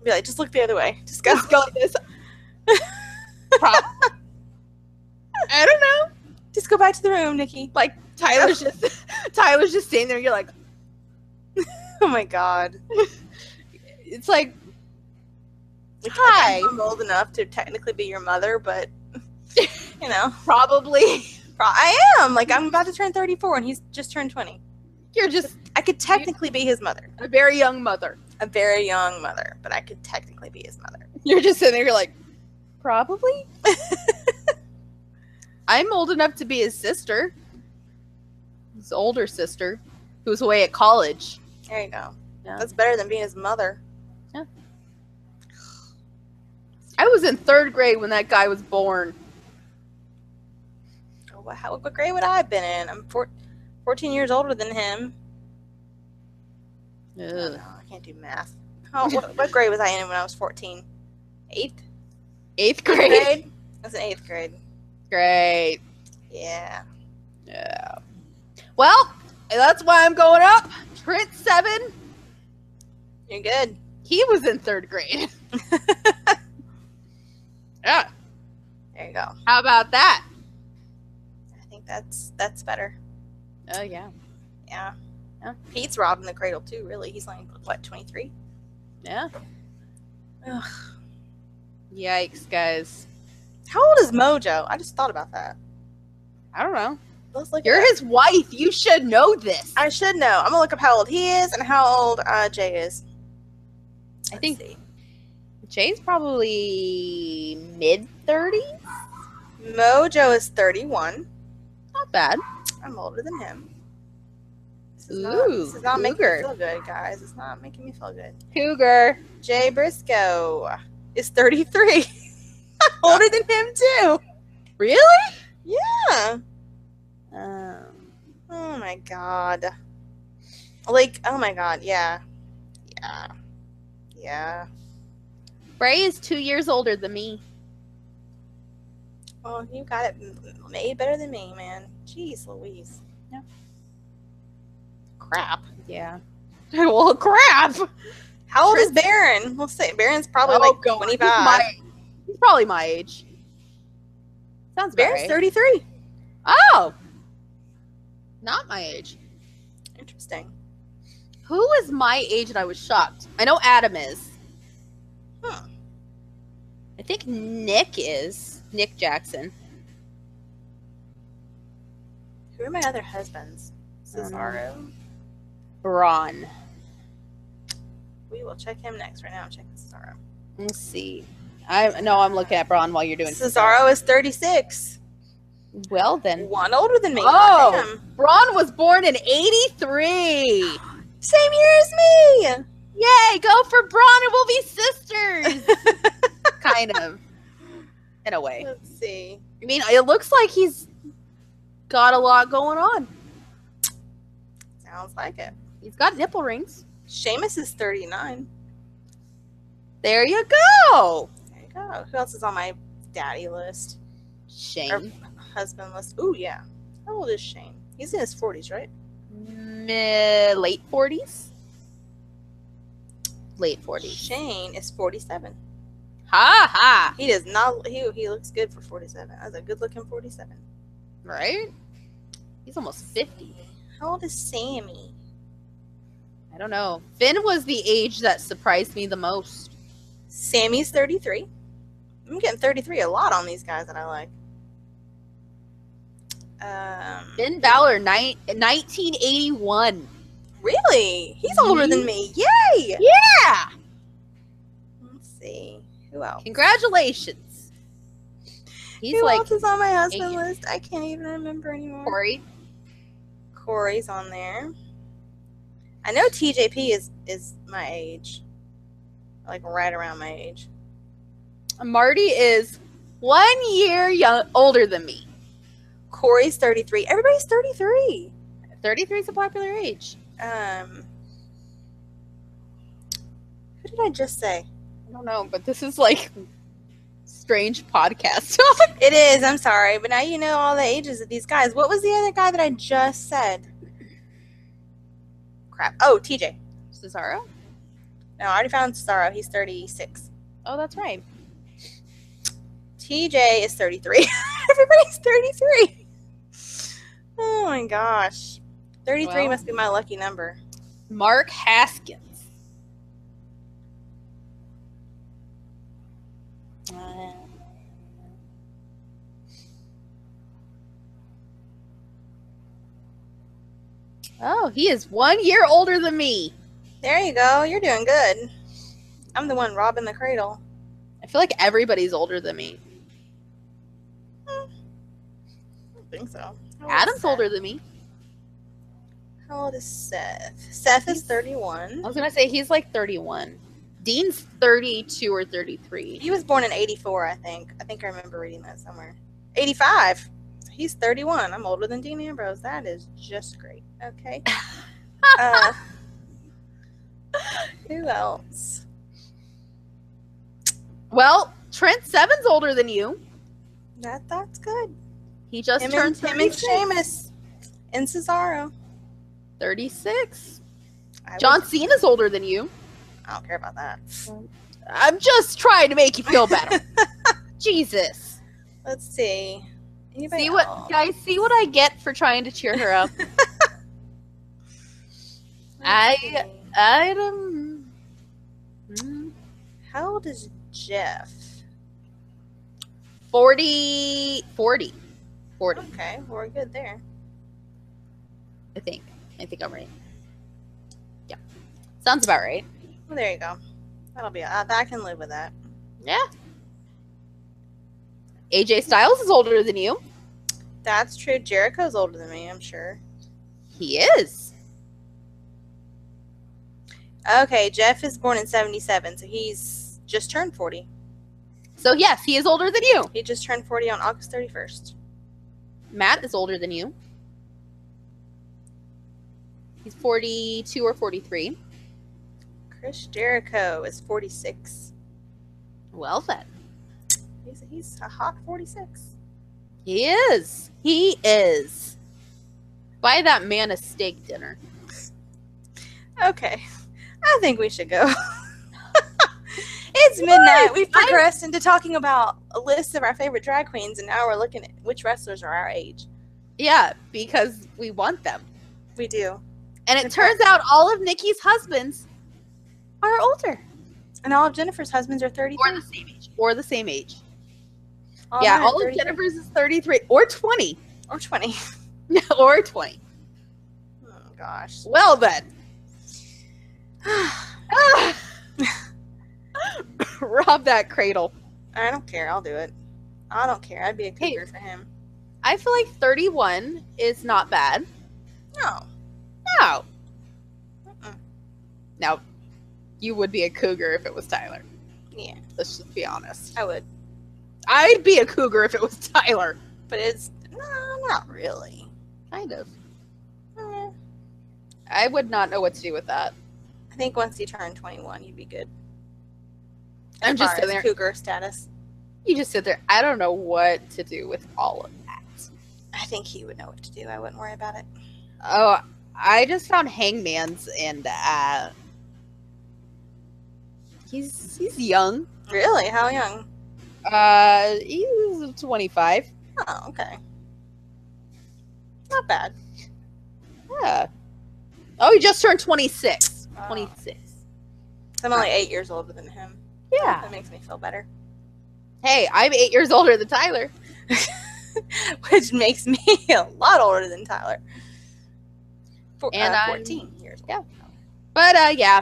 Be like, just look the other way. Just go. Let's go with this. Prob- I don't know. Just go back to the room, Nikki. Like Tyler's just, Tyler's just standing there. You're like, Oh my god. it's like, Like, Hi. I'm old enough to technically be your mother, but you know, probably pro- I am. Like I'm about to turn 34, and he's just turned 20. you're just I could technically be his mother, a very young mother. a very young mother, but I could technically be his mother. You're just sitting there. You're like, probably. I'm old enough to be his sister. His older sister, who was away at college. There you go. Yeah. That's better than being his mother. I was in third grade when that guy was born. Oh, What, how, what grade would I have been in? I'm four, 14 years older than him. I don't know, I can't do math. How, what, what grade was I in when I was 14? Eighth Eighth grade. grade. I was in eighth grade. Great. Yeah. Yeah. Well, that's why I'm going up. Trent seven. You're good. He was in third grade. yeah. There you go. How about that? I think that's that's better. Oh yeah. Yeah. Yeah. Pete's robbing the cradle too. Really, he's like what twenty three. Yeah. Ugh. Yikes, guys. How old is Mojo? I just thought about that. I don't know. Let's look. it You're up. his wife. You should know this. I should know. I'm gonna look up how old he is and how old uh, Jay is. I Let's think- see. Jay's probably mid 30s. Mojo is 31. Not bad. I'm older than him. This is not, Ooh, this is not making me cougar. feel good, guys. It's not making me feel good. Cougar. Jay Briscoe is 33. older than him too. Really? Yeah. Um, Oh my god. Like, oh my god, yeah. Yeah. Yeah. Bray is two years older than me. Oh, you got it m- made better than me, man. Jeez Louise. Yeah. Crap. Yeah. well, crap. How old is Baron? We'll say Baron's probably Oh, like God. 25. He's, my, he's probably my age. Sounds about Baron's right. 33. Oh, not my age. Interesting. Who is my age? And I was shocked. I know Adam is. Huh. I think Nick is Nick Jackson. Who are my other husbands? don't know. Cesaro. Braun. We will check him next. Right now, I'm checking Cesaro. Let's see. I no, I'm looking at Braun while you're doing Cesaro is 36. Well then, One older than me. Oh. not him. Braun was born in '83. Same year as me. Yay! Go for Braun, and we'll be sisters. kind of, in a way. Let's see. I mean, it looks like he's got a lot going on. Sounds like it. He's got nipple rings. Seamus is 39. There you go. There you go. Who else is on my daddy list? Or Shane. husband list? Ooh, yeah. How old is Shane? He's in his 40s, right? Mid late forties. Late forties. Shane is 47. Ha ha. He does not. He he looks good for 47. That's a good looking 47. Right? He's almost fifty. How old is Sammy? I don't know. Finn was the age that surprised me the most. Sammy's 33. I'm getting 33 a lot on these guys that I like. Um, Finn Balor, ni- 1981. really? He's older than me. Yay! Yeah. Let's see. Who else? Congratulations. He's Who like else is on my husband eight. list? I can't even remember anymore. Corey. Corey's on there. I know TJP is is my age, like right around my age. Marty is one year young, older than me. Corey's 33. Everybody's 33. 33 is a popular age. Um, who did I just say? I don't know, but this is like strange podcast. It is. I'm sorry, but now you know all the ages of these guys. What was the other guy that I just said? Crap. Oh, TJ. Cesaro? No, I already found Cesaro. He's 36. Oh, that's right. TJ is 33. Everybody's 33. Oh my gosh. 33 Well. must be my lucky number. Mark Haskins. Uh, Oh, he is one year older than me. There you go. You're doing good. I'm the one robbing the cradle. I feel like everybody's older than me. I don't think so. How old is Adam's Seth? older than me. How old is Seth? Seth is He's- 31. I was gonna say he's like 31. Dean's 32 or 33. He was born in 84, I think. I think I remember reading that somewhere. 85. He's 31. I'm older than Dean Ambrose. That is just great. Okay. uh, who else? Well, Trent Seven's older than you. That that's good. He just Him turned and, him and 36. Sheamus and Cesaro. 36. I would- John Cena's older than you. I don't care about that. I'm just trying to make you feel better. Jesus. Let's see. Anybody See what else? guys, see what I get for trying to cheer her up. Let's I- see. Item mm, How old is Jeff? 40 40 40, Okay, we're good there. I think. I think I'm right. Yeah. Sounds about right. Well, there you go. That'll be. Uh, I can live with that. Yeah. AJ Styles is older than you. That's true. Jericho's older than me, I'm sure. He is. Okay, Jeff is born in '77, so he's just turned 40. So yes, he is older than you. He just turned 40 on August 31st. Matt is older than you. He's 42 or 43. Chris Jericho is 46. Well then. He's, he's a hot 46. He is. He is. Buy that man a steak dinner. Okay, I think we should go. it's midnight. We've I- progressed into talking about a list of our favorite drag queens, and now we're looking at which wrestlers are our age. Yeah, because we want them. We do. And it turns out all of Nikki's husbands are older. And all of Jennifer's husbands are 30. Or the same age. Or the same age. yeah, all of Jennifer's is 33 or 20. Or 20. or 20. Oh, gosh. Well then. Ah. Rob that cradle. I don't care. I'll do it. I don't care. I'd be a Hey. cougar for him. I feel like 31 is not bad. No. No. Mm-mm. Now, you would be a cougar if it was Tyler. Yeah, Let's just be honest. I would. I'd be a cougar if it was Tyler. But it's. No, not really. Kind of. Eh, I would not know what to do with that. I think once you turn 21, you'd be good. I'm As just far sitting as there. Cougar status. You just sit there. I don't know what to do with all of that. I think he would know what to do. I wouldn't worry about it. Oh, I just found Hangman's and uh he's he's young. Really? How young? Uh he's 25. Oh, okay. Not bad. Yeah. Oh, he just turned 26. Wow. 26. So I'm only eight years older than him. Yeah. That makes me feel better. Hey, I'm 8 years older than Tyler. Which makes me a lot older than Tyler. For, And uh, I'm- 14 years old. yeah. But uh yeah.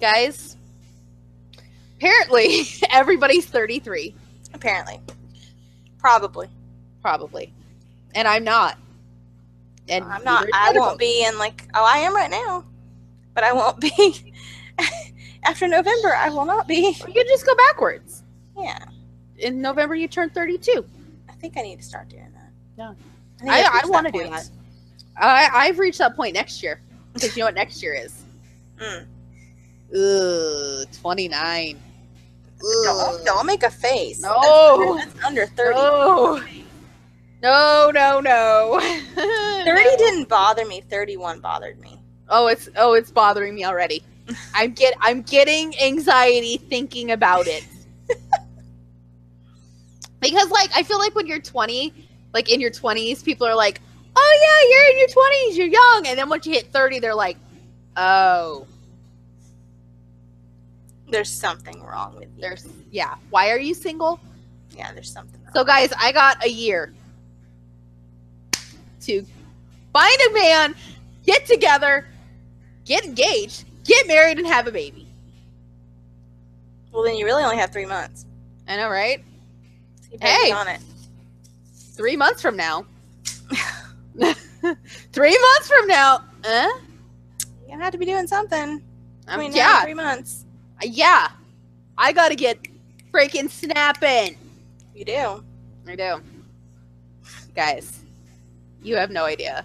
Guys, apparently everybody's 33 Apparently. Probably. probably. And I'm not. And I'm not. neither is I either of won't us. be in like. Oh, I am right now, but I won't be after November. I will not be. You can just go backwards. Yeah, In November you turn 32. I think I need to start doing that. Yeah. think I- I've I reached wanna do point. that. I I've reached that point next year because you know what next year is. Mm. Ugh, 29. Don't, don't make a face. No. that's, that's under thirty. No. No, no, no. Thirty didn't bother me. Thirty-one bothered me. Oh, it's oh, it's bothering me already. I'm get I'm getting anxiety thinking about it. because like I feel like when you're 20, like in your 20s, people are like, "Oh yeah, you're in your 20s, you're young." And then once you hit 30, they're like, "Oh, There's something wrong with you. there's yeah, why are you single?" yeah, there's something. Wrong. So guys, I got a year to find a man, get together, get engaged, get married and have a baby. well, then you really only have three months. I know, right? So you better be Hey. on it. three months from now. three months from now. Uh? You have to be doing something. I'm- between now and Um, yeah, three months. yeah. I gotta get freaking snapping. You do. I do, guys. You have no idea.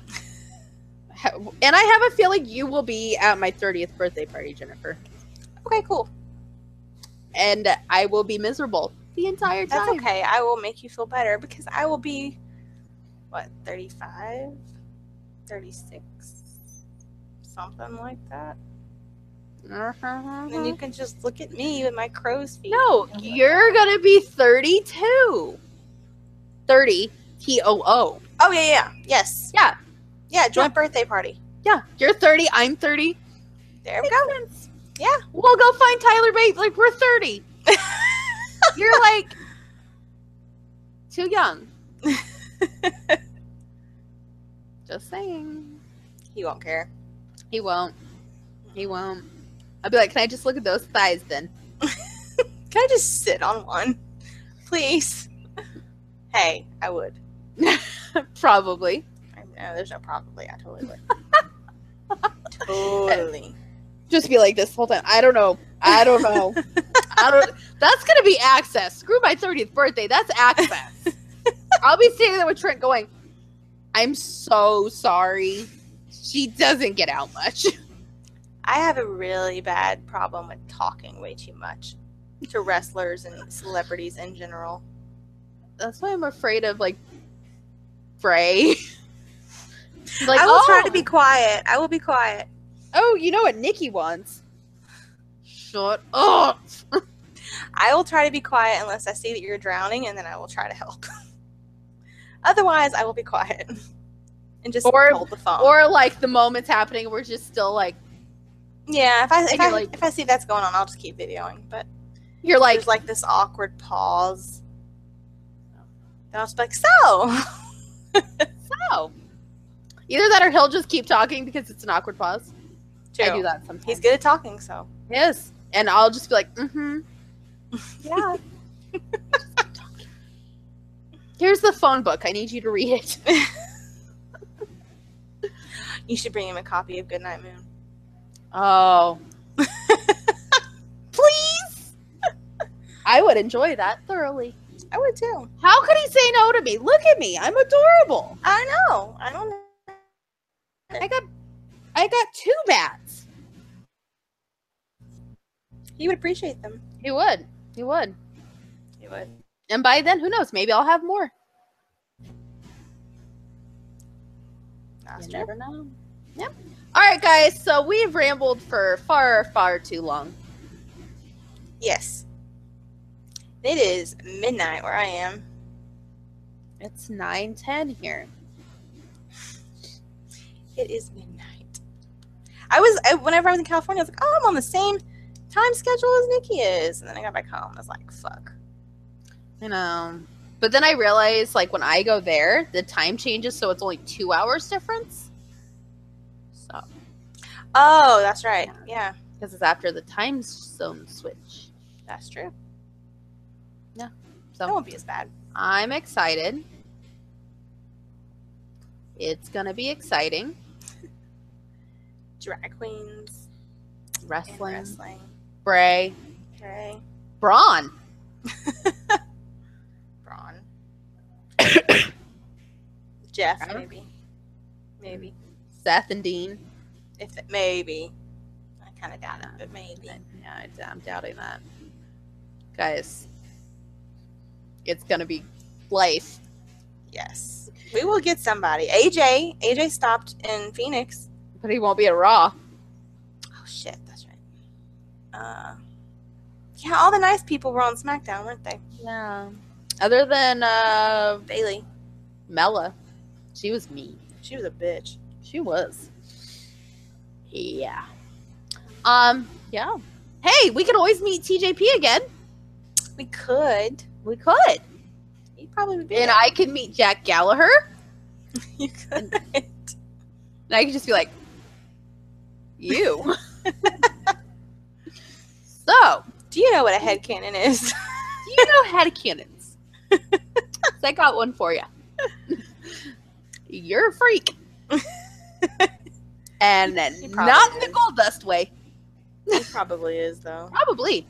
How- And I have a feeling you will be at my 30th birthday party, Jennifer. Okay, cool. And I will be miserable the entire time. That's okay. I will make you feel better because I will be what 35, 36, something like that. And then you can just look at me with my crow's feet. Uh-huh. Mm-hmm. No, you're gonna be 32. 30 T O O. Oh yeah, yeah, yes, Yeah. yeah. Joint birthday party. Yeah, you're 30. I'm 30. There we go. We'll go find Tyler Bates. Like we're 30. you're like too young. Just saying. He won't care. He won't. He won't. I'll be like, can I just look at those thighs then? Can I just sit on one, please? hey, I would. Probably. I know there's no probably. I totally would. totally. Just be like this the whole time. I don't know. I don't know. I don't. That's gonna be access. Screw my thirtieth birthday. That's access. I'll be sitting there with Trent going, "I'm so sorry. She doesn't get out much." I have a really bad problem with talking way too much to wrestlers and celebrities in general. That's why I'm afraid of like Bray. like, I will oh, try to be quiet. I will be quiet. Oh, you know what Nikki wants? Shut up. I will try to be quiet unless I see that you're drowning, and then I will try to help. Otherwise, I will be quiet and just Or- hold the phone. Or like the moment's happening, and we're just still like, yeah, if I if And you're I, like- if I see that's going on, I'll just keep videoing. But you're like, there's like this awkward pause. Then I'll just be like, so Oh. Either that or he'll just keep talking because it's an awkward pause. I True. do that sometimes. He's good at talking, so Yes. And I'll just be like, mm-hmm. Yeah. Here's the phone book. I need you to read it. you should bring him a copy of Goodnight Moon. Oh. Please. I would enjoy that thoroughly. I would too. How could he say no to me? Look at me. I'm adorable. I know. I don't know. I got I got two bats. He would appreciate them. He would. He would. He would. And by then, who knows? Maybe I'll have more. That's You true. never know. Yep. All right, guys. So we've rambled for far, far too long. Yes. It is midnight where I am. It's nine ten here. It is midnight. I was I, whenever I was in California, I was like, oh, I'm on the same time schedule as Nikki is, and then I got back home. I was like, fuck. You know. But then I realized, like, when I go there, the time changes, so it's only two hours difference. So, Oh, that's right. Yeah, because it's after the time zone switch. that's true. That So won't be as bad. I'm excited. It's gonna be exciting. Drag queens and Wrestling, wrestling. Bray, Okay, Braun. Braun. Jeff, Trevor? maybe, maybe Seth and Dean. if it, maybe. I kind of doubt it, but maybe. Yeah, I d- I'm doubting that. Guys, it's gonna be life. Yes, we will get somebody. AJ, AJ stopped in Phoenix. But he won't be at Raw. Oh shit, that's right. Uh, yeah, all the nice people were on SmackDown, weren't they? Yeah. Other than uh Bailey, Mella. She was mean. she was a bitch. She was. Yeah. Um, yeah. Hey, we could always meet TJP again. We could. We could. You probably would be. And there. I could meet Jack Gallagher. you could. And I could just be like, you. so Do you know what a headcanon is? Do you know head cannons? I got one for you. You're a freak. and She probably not in the is. gold dust way. it probably is, though. Probably.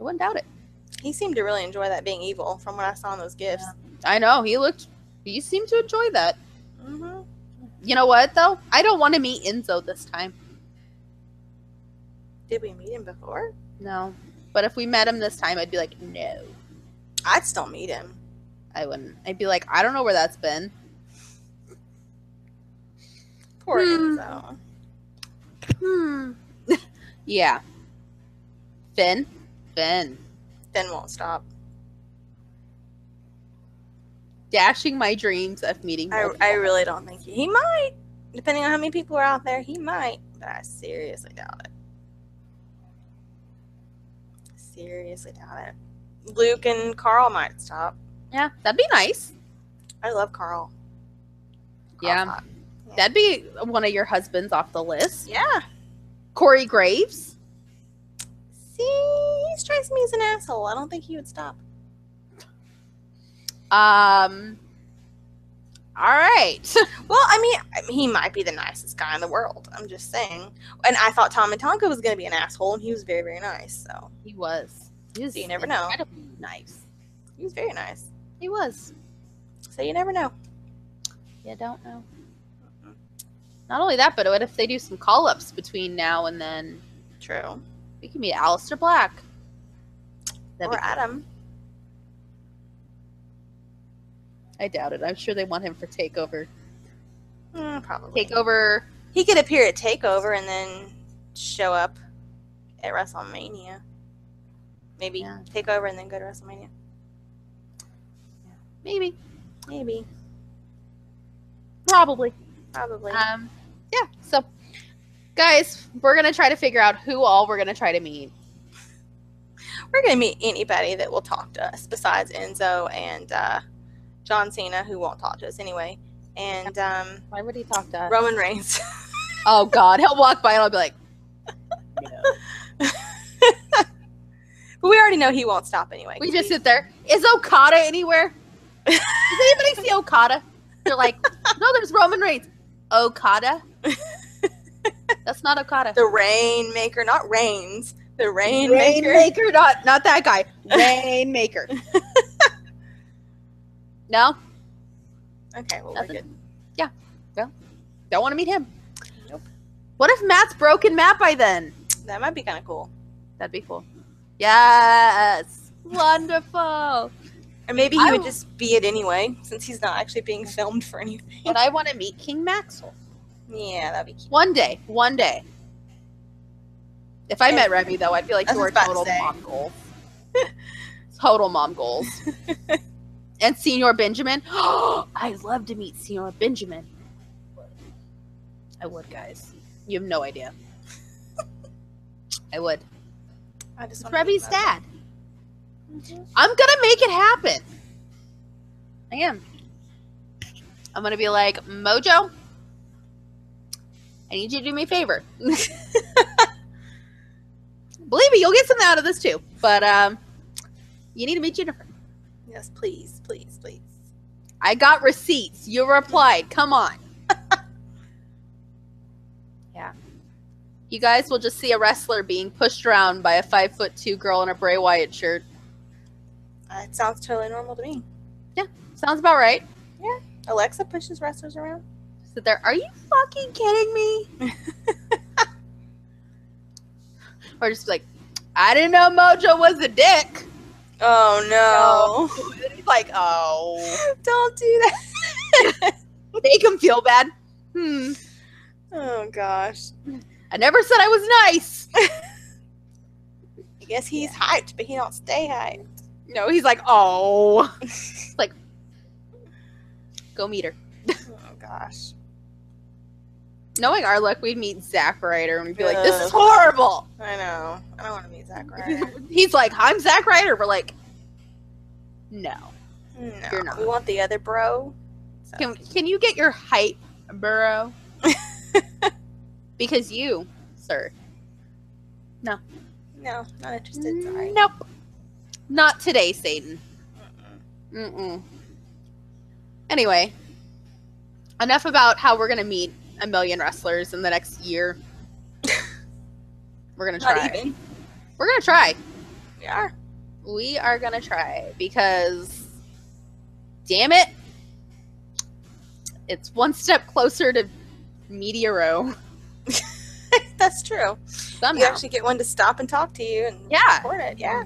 I wouldn't doubt it. He seemed to really enjoy that being evil, from what I saw in those gifts. I know. He looked, he seemed to enjoy that. hmm You know what, though? I don't want to meet Enzo this time. Did we meet him before? No. But if we met him this time, I'd be like, no, I'd still meet him. I wouldn't. I'd be like, I don't know where that's been. Poor Hmm. Enzo. Hmm. Yeah. Finn? Finn. Finn won't stop. Dashing my dreams of meeting I, multiple- I really don't think he, he might. Depending on how many people are out there, he might. But I seriously doubt it. Seriously doubt it. Luke and Carl might stop. Yeah, that'd be nice. I love Carl. Carl's Yeah. hot. That'd be one of your husbands off the list. Yeah. Corey Graves? See, he strikes me as an asshole. I don't think he would stop. Um. All right. Well, I mean, I mean, he might be the nicest guy in the world. I'm just saying. And I thought Tom and Tonka was going to be an asshole, and he was very, very nice. So He was. He was You never know. Incredibly nice. he was very nice. He was. So you never know. You don't know. Not only that, but what if they do some call ups between now and then? True. We can meet Alistair Black. That'd be cool. or Adam. I doubt it. I'm sure they want him for Takeover. Mm, probably. Takeover. He could appear at Takeover and then show up at WrestleMania. Maybe Yeah. Takeover and then go to WrestleMania. Maybe. Maybe. Probably. Probably. Um, yeah. So, guys, we're gonna try to figure out who all we're gonna try to meet. We're gonna meet anybody that will talk to us besides Enzo and uh, John Cena, who won't talk to us anyway, and um, Why would he talk to us? Roman Reigns. Oh God, he'll walk by and I'll be like, but we already know he won't stop anyway. we just sit there. Is Okada anywhere? Does anybody see Okada? They're like, no, there's Roman Reigns. Okada. That's not Okada. the Rainmaker, not Reigns. The Rainmaker. Rainmaker, not not that guy. Rainmaker. no, Okay, well Nothing. we're good. don't want to meet him. Nope. What if Matt's broken Matt by then? That might be kind of cool. That'd be cool. Yes. Wonderful. Or maybe he I would w- just be it anyway, since he's not actually being filmed for anything. but I want to meet King Maxwell. Yeah, that'd be cute. One day. One day. If I met Remy, though, I'd be like, I was you are about to total say. mom goals. total mom goals. and Senor Benjamin. I'd love to meet Senor Benjamin. I would, guys. You have no idea. I would. I just It's wanna think Rebby's about dad. I'm gonna make it happen. I am. I'm gonna be like, Mojo, I need you to do me a favor. Believe me, you'll get something out of this too. But um you need to meet Jennifer. it. Yes, please, please, please. I got receipts. You replied. Come on. yeah. You guys will just see a wrestler being pushed around by a five foot two girl in a Bray Wyatt shirt. Uh, it sounds totally normal to me. Sounds about right. Alexa pushes wrestlers around. Sit there. Are you fucking kidding me? or just like, I didn't know Mojo was a dick. Oh no! And he's like, oh. Don't do that. Make him feel bad. Hmm. Oh gosh. I never said I was nice. I guess he's hyped, but he don't stay hyped. No, he's like, oh. It's like, go meet her. Oh gosh. Knowing our luck, we'd meet Zack Ryder and we'd be like, this is Ugh. horrible. I know. I don't want to meet Zach Ryder. he's like, I'm Zack Ryder. We're like, no. no, You're not. we want the other bro. So, Can, can you get your hype, Burrow? because you, sir. no, not interested. Sorry. Nope. Not today, Satan. Mm-mm. Mm-mm. Anyway, enough about how we're going to meet a million wrestlers in the next year. we're going to Not try. even. We're going to try. We are. We are going to try because, damn it, it's one step closer to Meteoro That's true. somehow. You actually get one to stop and talk to you and Yeah. record it. Yeah.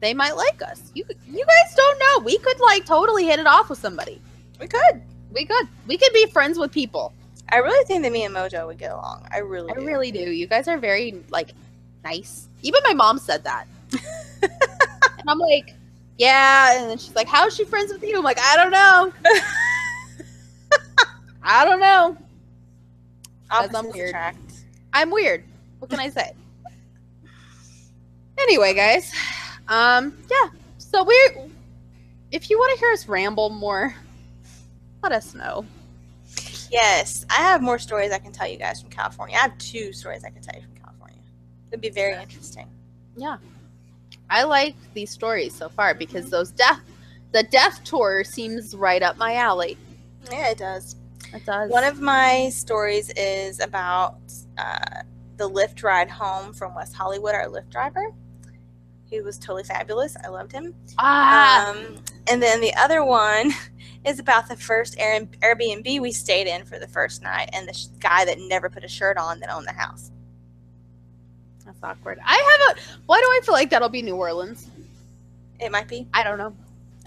they might like us. You you guys don't know. We could like totally hit it off with somebody. We could. We could. We could be friends with people. I really think that me and Mojo would get along. I really, I do. really do. You guys are very like nice. Even my mom said that. and I'm like, yeah. And then she's like, how is she friends with you? I'm like, I don't know. I don't know. Opposites I'm weird. attract. I'm weird. What can I say? anyway, guys. Um, yeah. So we're if you want to hear us ramble more, let us know. Yes, I have more stories I can tell you guys from California. I have two stories I can tell you from California. It'd be very interesting. Yeah. I like these stories so far because those death the death tour seems right up my alley. Yeah, it does. It does. One of my stories is about uh, the Lyft ride home from West Hollywood. Our Lyft driver, he was totally fabulous. I loved him. ah, Um, and then the other one is about the first Air- Airbnb we stayed in for the first night, and the sh- guy that never put a shirt on that owned the house. that's awkward. I have a why do I feel like that'll be New Orleans? It might be. I don't know.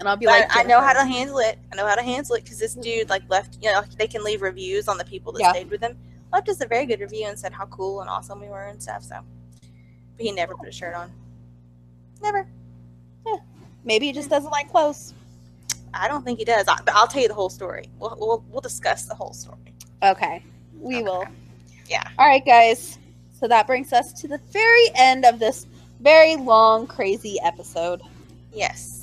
And I'll be But like I, I know how Jennifer. to handle it. I know how to handle it because this dude like left. You know, they can leave reviews on the people that Yeah. stayed with them. Left us a very good review and said how cool and awesome we were and stuff. So, but he never put a shirt on. Never. maybe he just doesn't like clothes. I don't think he does. I, but I'll tell you the whole story. We'll we'll, we'll discuss the whole story. Okay. We Okay. will. Yeah. All right, guys. So that brings us to the very end of this very long, crazy episode. Yes.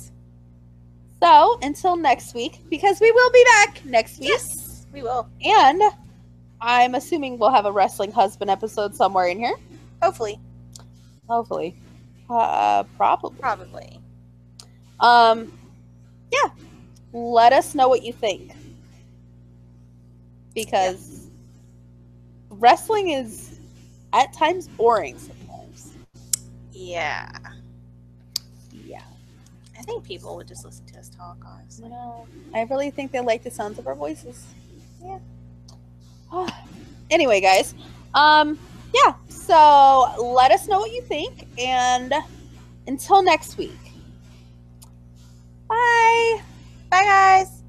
So until next week, because we will be back next week. Yes. We will. And I'm assuming we'll have a wrestling husband episode somewhere in here. Hopefully. Hopefully. Uh, probably. Probably. Um, yeah. Let us know what you think. Because wrestling is at times boring sometimes. Yeah. Yeah. I think people would just listen to us talk, honestly. No, I really think they like the sounds of our voices. Yeah. Ah. anyway, guys, um, yeah. So let us know what you think, and until next week. Bye. Bye, guys.